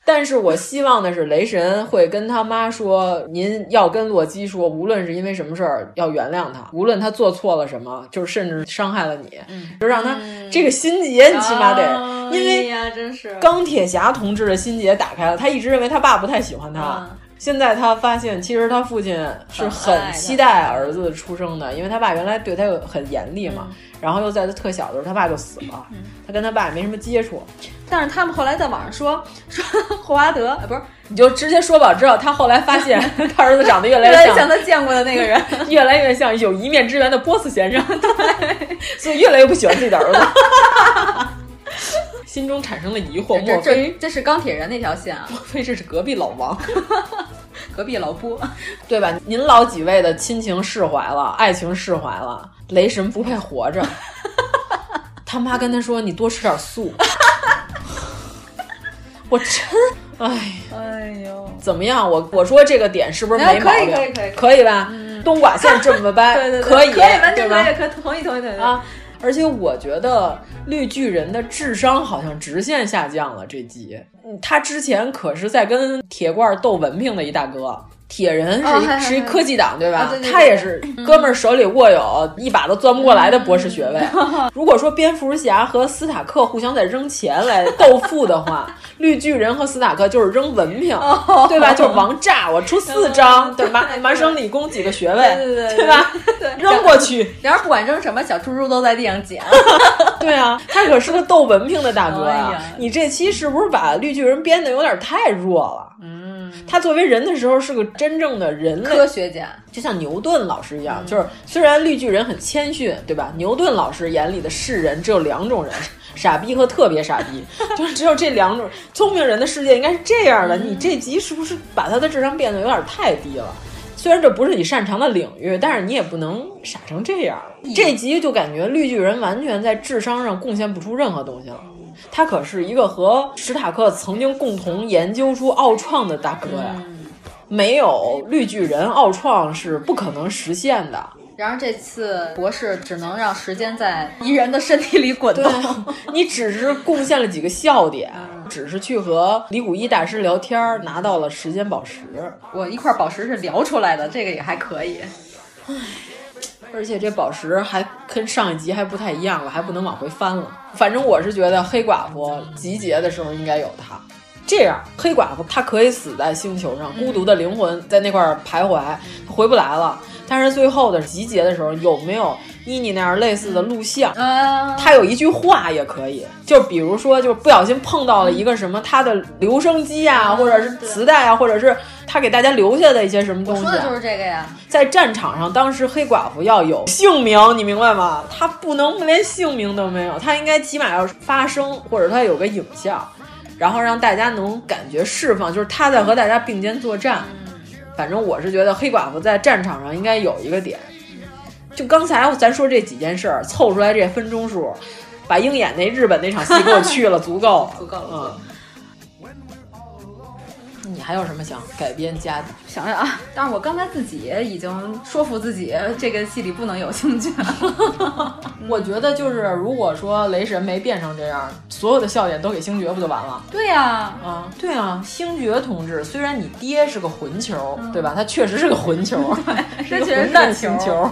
J: 但是我希望的是，雷神会跟他妈说，您要跟洛基说，无论是因为什么事儿，要原谅他，无论他做错了什么，就是甚至伤害了你，就让他、这个心结，你起码得，因
G: 嗯哎
J: 为
G: 呀，真是
J: 钢铁侠同志的心结打开了，他一直认为他爸不太喜欢他。
G: 嗯
J: 现在他发现，其实他父亲是很期待儿子出生的，因为他爸原来对他有很严厉
G: 嗯
J: 嘛，然后又在他特小的时候，他爸就死了，他跟他爸也没什么接触。
G: 但是他们后来在网上说说霍华德，呃不是
J: 你就直接说吧，知道他后来发 现他儿子长得越来
G: 原来
J: 越
G: 像
J: 像，
G: 他见过的那个 人，
J: 越来越像有一面之缘的波 斯先生，所以越来越不喜欢自己的儿子， 心中产生了疑惑，
G: 这
J: 莫非
G: 这这是钢铁人那条线啊，
J: 莫非这是隔壁老王？
G: 隔壁老波，
J: 对吧？您老几位的亲情释怀了，爱情释怀了，雷神不配活着。 他妈跟他说：“你多吃点素。”我真，哎，
G: 哎呦，
J: 怎么样？我我说这个点是不是
G: 哎
J: 没毛病？
G: 可以可以可以
J: 吧？东莞现在这么掰，
G: 对对对，
J: 可以
G: 以完全
J: 对
G: 可
J: 吧
G: 以，可以同意同意同意，
J: 啊！而且我觉得绿巨人的智商好像直线下降了。这集，嗯他之前可是在跟铁罐斗文凭的一大哥。铁人是
G: 哦
J: 一、
G: 嗨嗨
J: 是一
G: 嗨
J: 科技党对吧？
G: 啊对对
J: 他也是哥们儿手里握有一把都钻不过来的博士学 位。
G: 哦
J: 如果说蝙蝠侠和斯塔克互相在扔钱来斗富的话， 绿巨人和斯塔克就是扔文凭，
G: 哦
J: 对吧？就是王炸，我出四 张，对麻麻省理工几个学位，
G: 对对对对
J: 吧？
G: 对
J: 扔过去，
G: 然后不管扔什么，小猪猪都在地上 捡，
J: 对啊，他可是个斗文凭的大哥
G: 哎
J: 呀
G: 呀！
J: 你这期是不是把绿巨人编的有点太弱了？嗯，他作为人的时候是个真正的人类
G: 科学家，
J: 就像牛顿老师一样，就是虽然绿巨人很谦逊，对吧？牛顿老师眼里的世人只有两种人。傻逼和特别傻逼，就是只有这两种。聪明人的世界应该是这样的。你这集是不是把他的智商变得有点太低了？虽然这不是你擅长的领域，但是你也不能傻成这样。这集就感觉绿巨人完全在智商上贡献不出任何东西了。他可是一个和史塔克曾经共同研究出奥创的大哥呀。没有绿巨人奥创是不可能实现的。
G: 然后这次博士只能让时间在一人的身体里滚动，
J: 你只是贡献了几个笑点，只是去和李谷一大师聊天儿，拿到了时间宝石。
G: 我一块宝石是聊出来的，这个也还可以，
J: 而且这宝石还跟上一集还不太一样了，还不能往回翻了。反正我是觉得黑寡妇集结的时候应该有它。这样，黑寡妇她可以死在星球上，孤独的灵魂在那块儿徘徊，回不来了。但是最后的集结的时候，有没有妮妮那样类似的录像？
G: 呃
J: 她有一句话也可以，就比如说，就是不小心碰到了一个什么她的留声机
G: 嗯
J: 啊，或者是磁带啊，或者是她给大家留下的一些什么东西。
G: 说
J: 啊
G: 的就是这个呀。
J: 在战场上，当时黑寡妇要有姓名，你明白吗？她不能连姓名都没有，她应该起码要发声，或者她有个影像，然后让大家能感觉释放，就是她在和大家并肩作战。反正我是觉得黑寡妇在战场上应该有一个点。就刚才咱说这几件事儿，凑出来这分钟数，把鹰眼那日本那场戏给我去了，足够了，
G: 足够
J: 了。嗯，你还有什么想改编加？
G: 想想啊，但是我刚才自己已经说服自己，这个戏里不能有星爵了。
J: 我觉得就是，如果说雷神没变成这样，所有的笑点都给星爵不就完了？
G: 对呀、啊，
J: 啊，对啊，星爵同志，虽然你爹是个混球，对吧？他确实是个混球，
G: 这 嗯
J: 个
G: 确实是
J: 混蛋星球，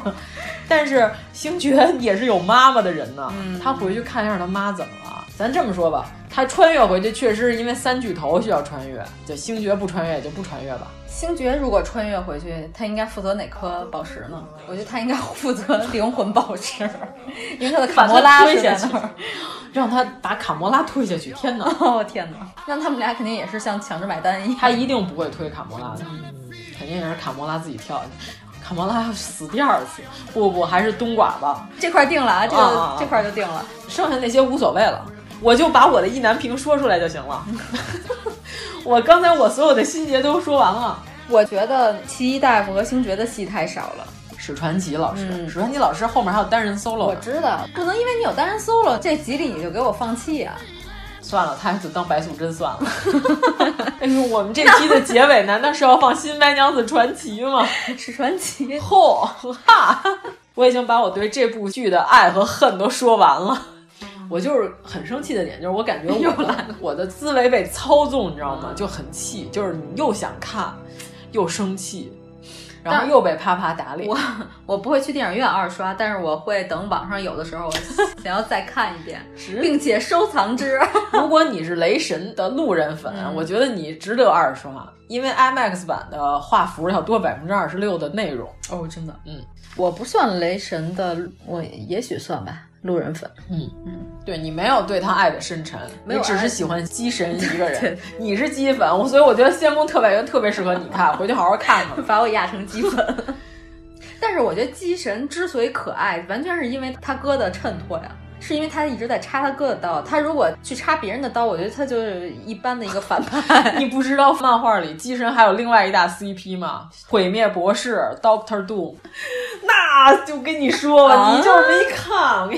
J: 但是星爵也是有妈妈的人呢。
G: 嗯
J: 他回去看一下他妈怎么了。咱这么说吧，他穿越回去确实是因为三巨头需要穿越，就星爵不穿越也就不穿越吧。
G: 星爵如果穿越回去，他应该负责哪颗宝石呢？我觉得他应该负责灵魂宝石，因为他的卡魔拉是在那
J: 把
G: 儿。
J: 让他把卡魔拉推下去，天哪！
G: 哦天哪，那他们俩肯定也是像强制买单一样。
J: 他一定不会推卡魔拉的，肯定也是卡魔拉自己跳下去。卡魔拉要死第二次，不不，还是冬寡吧，
G: 这块定了啊，这个、
J: 啊啊啊
G: 这块就定了。
J: 剩下那些无所谓了，我就把我的意难平说出来就行了。 我刚才我所有的心结都说完了。
G: 我觉得奇异大夫和星爵的戏太少了。
J: 史传奇老师，
G: 嗯
J: 史传奇老师后面还有单人 solo，
G: 我
J: 呢
G: 知道，不能因为你有单人 solo 这集里你就给我放弃啊！
J: 算了，他就当白素贞算了。哎呦，我们这期的结尾难道是要放《新白娘子传奇》吗？
G: 史传奇，
J: 嚯哈！ 我已经把我对这部剧的爱和恨都说完了。我就是很生气的 点，就是我感觉我来了，我的思维被操纵，你知道吗？就很气，就是你又想看，又生气，然后
G: 但
J: 又被啪啪打脸
G: 我。我不会去电影院二刷，但是我会等网上有的时候，我 想要再看一遍，并且收藏之。
J: 如果你是雷神的路人粉，
G: 嗯
J: 我觉得你值得二刷，因为 IMAX 版的画幅要多百分之二十六的内容。
G: 哦，真的，
J: 嗯，
G: 我不算雷神的，我也许算吧，路人粉。
J: 嗯嗯，对你没有对他爱的深沉，
G: 没
J: 你
G: 有
J: 只
G: 爱
J: 是喜欢鸡神一个
G: 对
J: 人，你是鸡粉，我所以我觉得《仙宫特派员》特别适合你看，回去好好看看 吧。
G: 把我压成鸡粉。 但是我觉得鸡神之所以可爱，完全是因为他哥的衬托呀，是因为他一直在插他哥的刀。他如果去插别人的刀，我觉得他就是一般的一个反派。
J: 你不知道漫画里鸡神还有另外一大 CP 吗？毁灭博士 Doctor Doom，那就跟你说吧，
G: 啊嗯
J: 你就是没看，我跟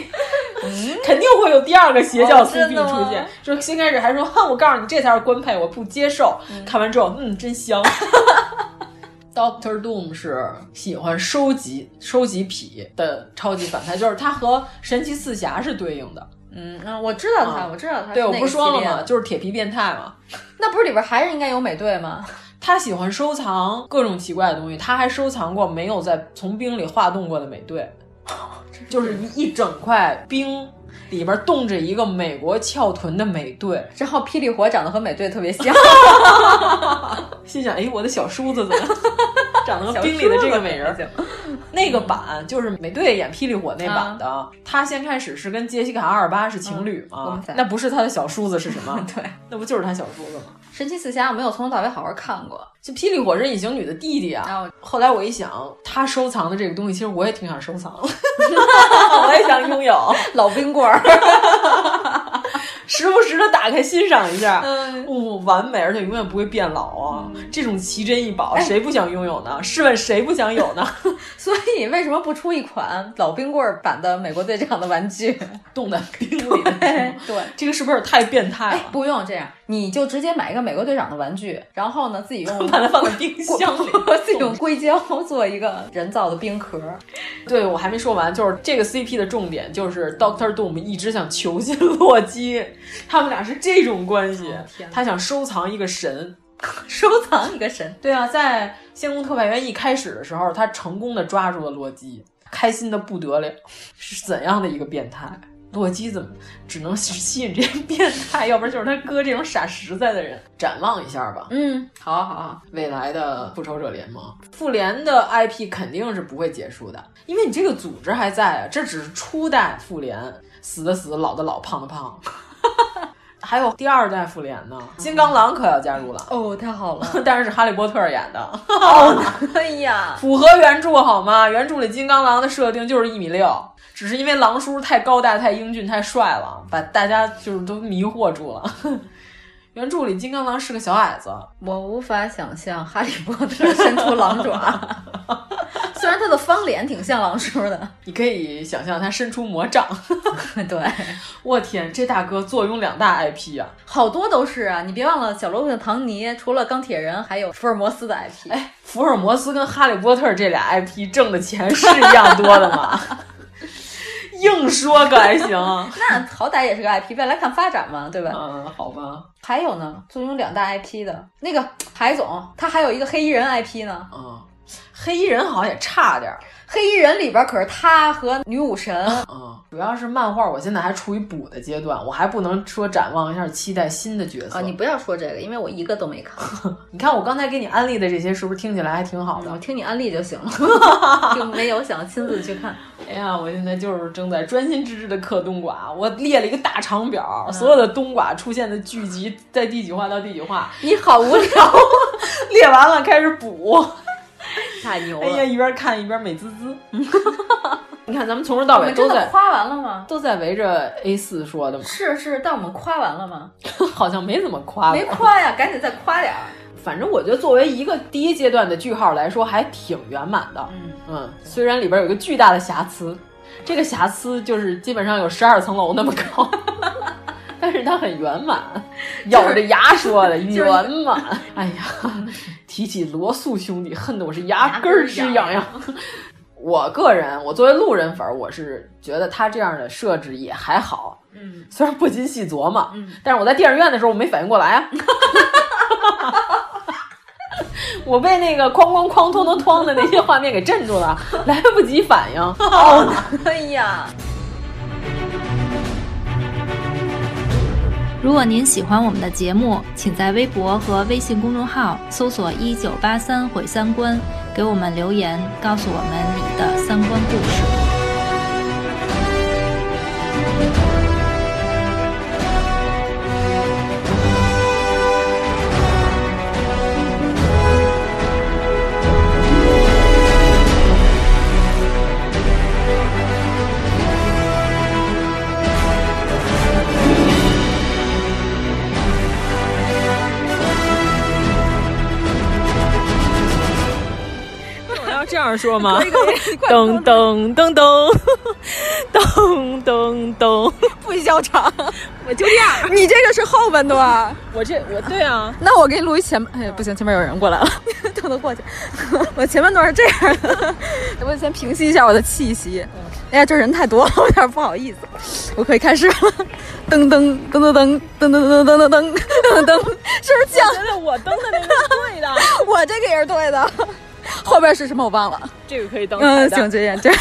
J: 你 肯定会有第二个邪教
G: 哦真
J: CP
G: 的吗
J: 出现。就先开始还说，哼，我告诉你这才是官配，我不接受。看完之后，嗯，真香。Doctor Doom 是喜欢收集收集癖的超级反派，就是他和神奇四侠是对应的。
G: 嗯，嗯我知道他，
J: 啊
G: 我知道他。
J: 对，我不说了吗？
G: 吗？
J: 就是铁皮变态嘛。
G: 那不是里边还是应该有美队吗？
J: 他喜欢收藏各种奇怪的东西，他还收藏过没有在从冰里化冻过的美 队，就是一一整块冰里边冻着一个美国翘臀的美队，
G: 然后霹雳火长得和美队特别像，
J: 心想：哎，我的小叔子怎么 长得和冰里的这个美人儿？那个版就是美队演霹雳火那版的，他先开始是跟杰西卡阿尔巴是情侣
G: 嗯我
J: 嘛
G: 们，在？
J: 那不是他的小叔子是什 么
G: 对，
J: 那不就是他小叔子吗？
G: 神奇四侠我没有从头到尾好好看过。
J: 就霹雳火是隐形女的弟弟
G: 然
J: 啊。
G: 后
J: 后来我一想，他收藏的这个东西，其实我也挺想收藏的， 我也想拥有，
G: 老冰棍儿，
J: 时不时的打开欣赏一下。
G: 嗯
J: 哦，完美，而且永远不会变老啊！这种奇珍异宝，
G: 哎
J: 谁不想拥有呢？试问谁不想有呢？
G: 所以为什么不出一款老冰棍儿版的美国队长的玩具？
J: 冻在冰里的那种。
G: 对。
J: 这个是不是太变态
G: 哎，
J: 了？
G: 不用这样，你就直接买一个美国队长的玩具，然后呢，自己 用
J: 把它放在冰
G: 硅
J: 箱里
G: 自己用硅胶 做一个人造的冰壳。
J: 对，我还没说完，就是这个 CP 的重点就是 Doctor Doom 一直想囚禁洛基，他们俩是这种关系
G: 哦天，哪
J: 他想收藏一 个神。
G: 收藏一个神，
J: 对啊，在《仙宫特派员》一开始的时候，他成功的抓住了洛基，开心的不得了，是怎样的一个变态？洛基怎么只能吸引这些变态，要不然就是他哥这种傻实在的人。展望一下吧，
G: 嗯，
J: 好好好，未来的复仇者联盟，复联的 IP 肯定是不会结束的，因为你这个组织还在啊，这只是初代复联，死的死，老的老，胖的胖。 还有第二代复联呢，金刚狼可要加入了
G: 哦，太好 了！
J: 但是哈利波特演的，
G: 哎呀，
J: 符合原著好吗？原著里金刚狼的设定就是一米六，只是因为狼叔太高大、太英俊、太帅了，把大家就是都迷惑住了。 原著里金刚狼是个小矮子，
G: 我无法想象哈利波 特伸出狼爪， 虽然他的方脸挺像狼叔的。
J: 你可以想象他伸出魔杖。
G: 对，
J: 我天，这大哥坐拥两大 IP 啊！
G: 好多都是啊，你别忘了小罗伯特·唐尼，除了钢铁人，还有福尔摩斯的 IP。
J: 哎，福尔摩斯跟哈利波特这俩 IP 挣的钱是一样多的吗？ 硬说可还行，
G: 那好歹也是个 IP，未来看发展嘛，对吧？
J: 嗯，好吧。
G: 还有呢，坐拥两大 IP 的那个海总，他还有一个黑衣人 IP 呢。
J: 嗯，黑衣人好像也差点儿。
G: 黑衣人里边可是他和女武神。
J: 嗯，主要是漫画，我现在还处于补的阶段，我还不能说展望一下期待新的角色。
G: 啊，你不要说这个，因为我一个都 没看。
J: 你看我刚才给你安利的这些，是不是听起来还挺好的？
G: 我听你安利就行 了，就没有想亲自去看。
J: 哎呀，我现在就是正在专心致志的嗑冬瓜，我列了一个大长表，嗯、所有的冬瓜出现的剧集，在第几话到第几话。
G: 你好无聊，
J: 列完了开始补，
G: 太牛了！
J: 哎呀，一边看一边美滋 滋。你看，咱们从头到尾都在
G: 夸完了吗？
J: 都在围着 A 四说的嘛。
G: 是是，但我们夸完了吗？
J: 好像没怎么夸，
G: 没夸呀，赶紧再夸点儿。
J: 反正我觉得，作为一个第一阶段的句号来说，还挺圆满的。
G: 嗯
J: 嗯，虽然里边有一个巨大的瑕疵，这个瑕疵就是基本上有十二层楼那么高， 但是它很圆满，咬着牙说的、
G: 就是、
J: 圆满。哎呀，提起罗素兄弟，恨得我是牙根儿直痒痒。我个人，我作为路人粉，我是觉得他这样的设置也还好，
G: 嗯，
J: 虽然不禁细琢磨，
G: 嗯，
J: 但是我在电影院的时候我没反应过来啊， 我被那个哐哐哐、哐哐哐的那些画面给镇住了，来不及反应。
G: 哦，哎呀！
L: 如果您喜欢我们的节目，请在微博和微信公众号搜索“一九八三毁三观”，给我们留言，告诉我们你的三观故事。
J: 这样说吗？ 噔噔噔噔噔 噔噔，
M: 不许笑场！
J: 我就这样。
M: 你这个是后半段，
J: 我这我对啊。
M: 那我给你录一前，哎不行，前面有人过来了，等他过去。我前半段是这样的，我先平息一下我的气息。哎呀，这人太多了，我有点不好意思。我可以开始了，噔噔噔噔噔噔噔噔噔噔噔噔，是不是像？
J: 觉得我噔的那个是对的，
M: 我这个也是对的。后边是什么我忘了，
J: 这个可以当
M: 嗯，请这样这样。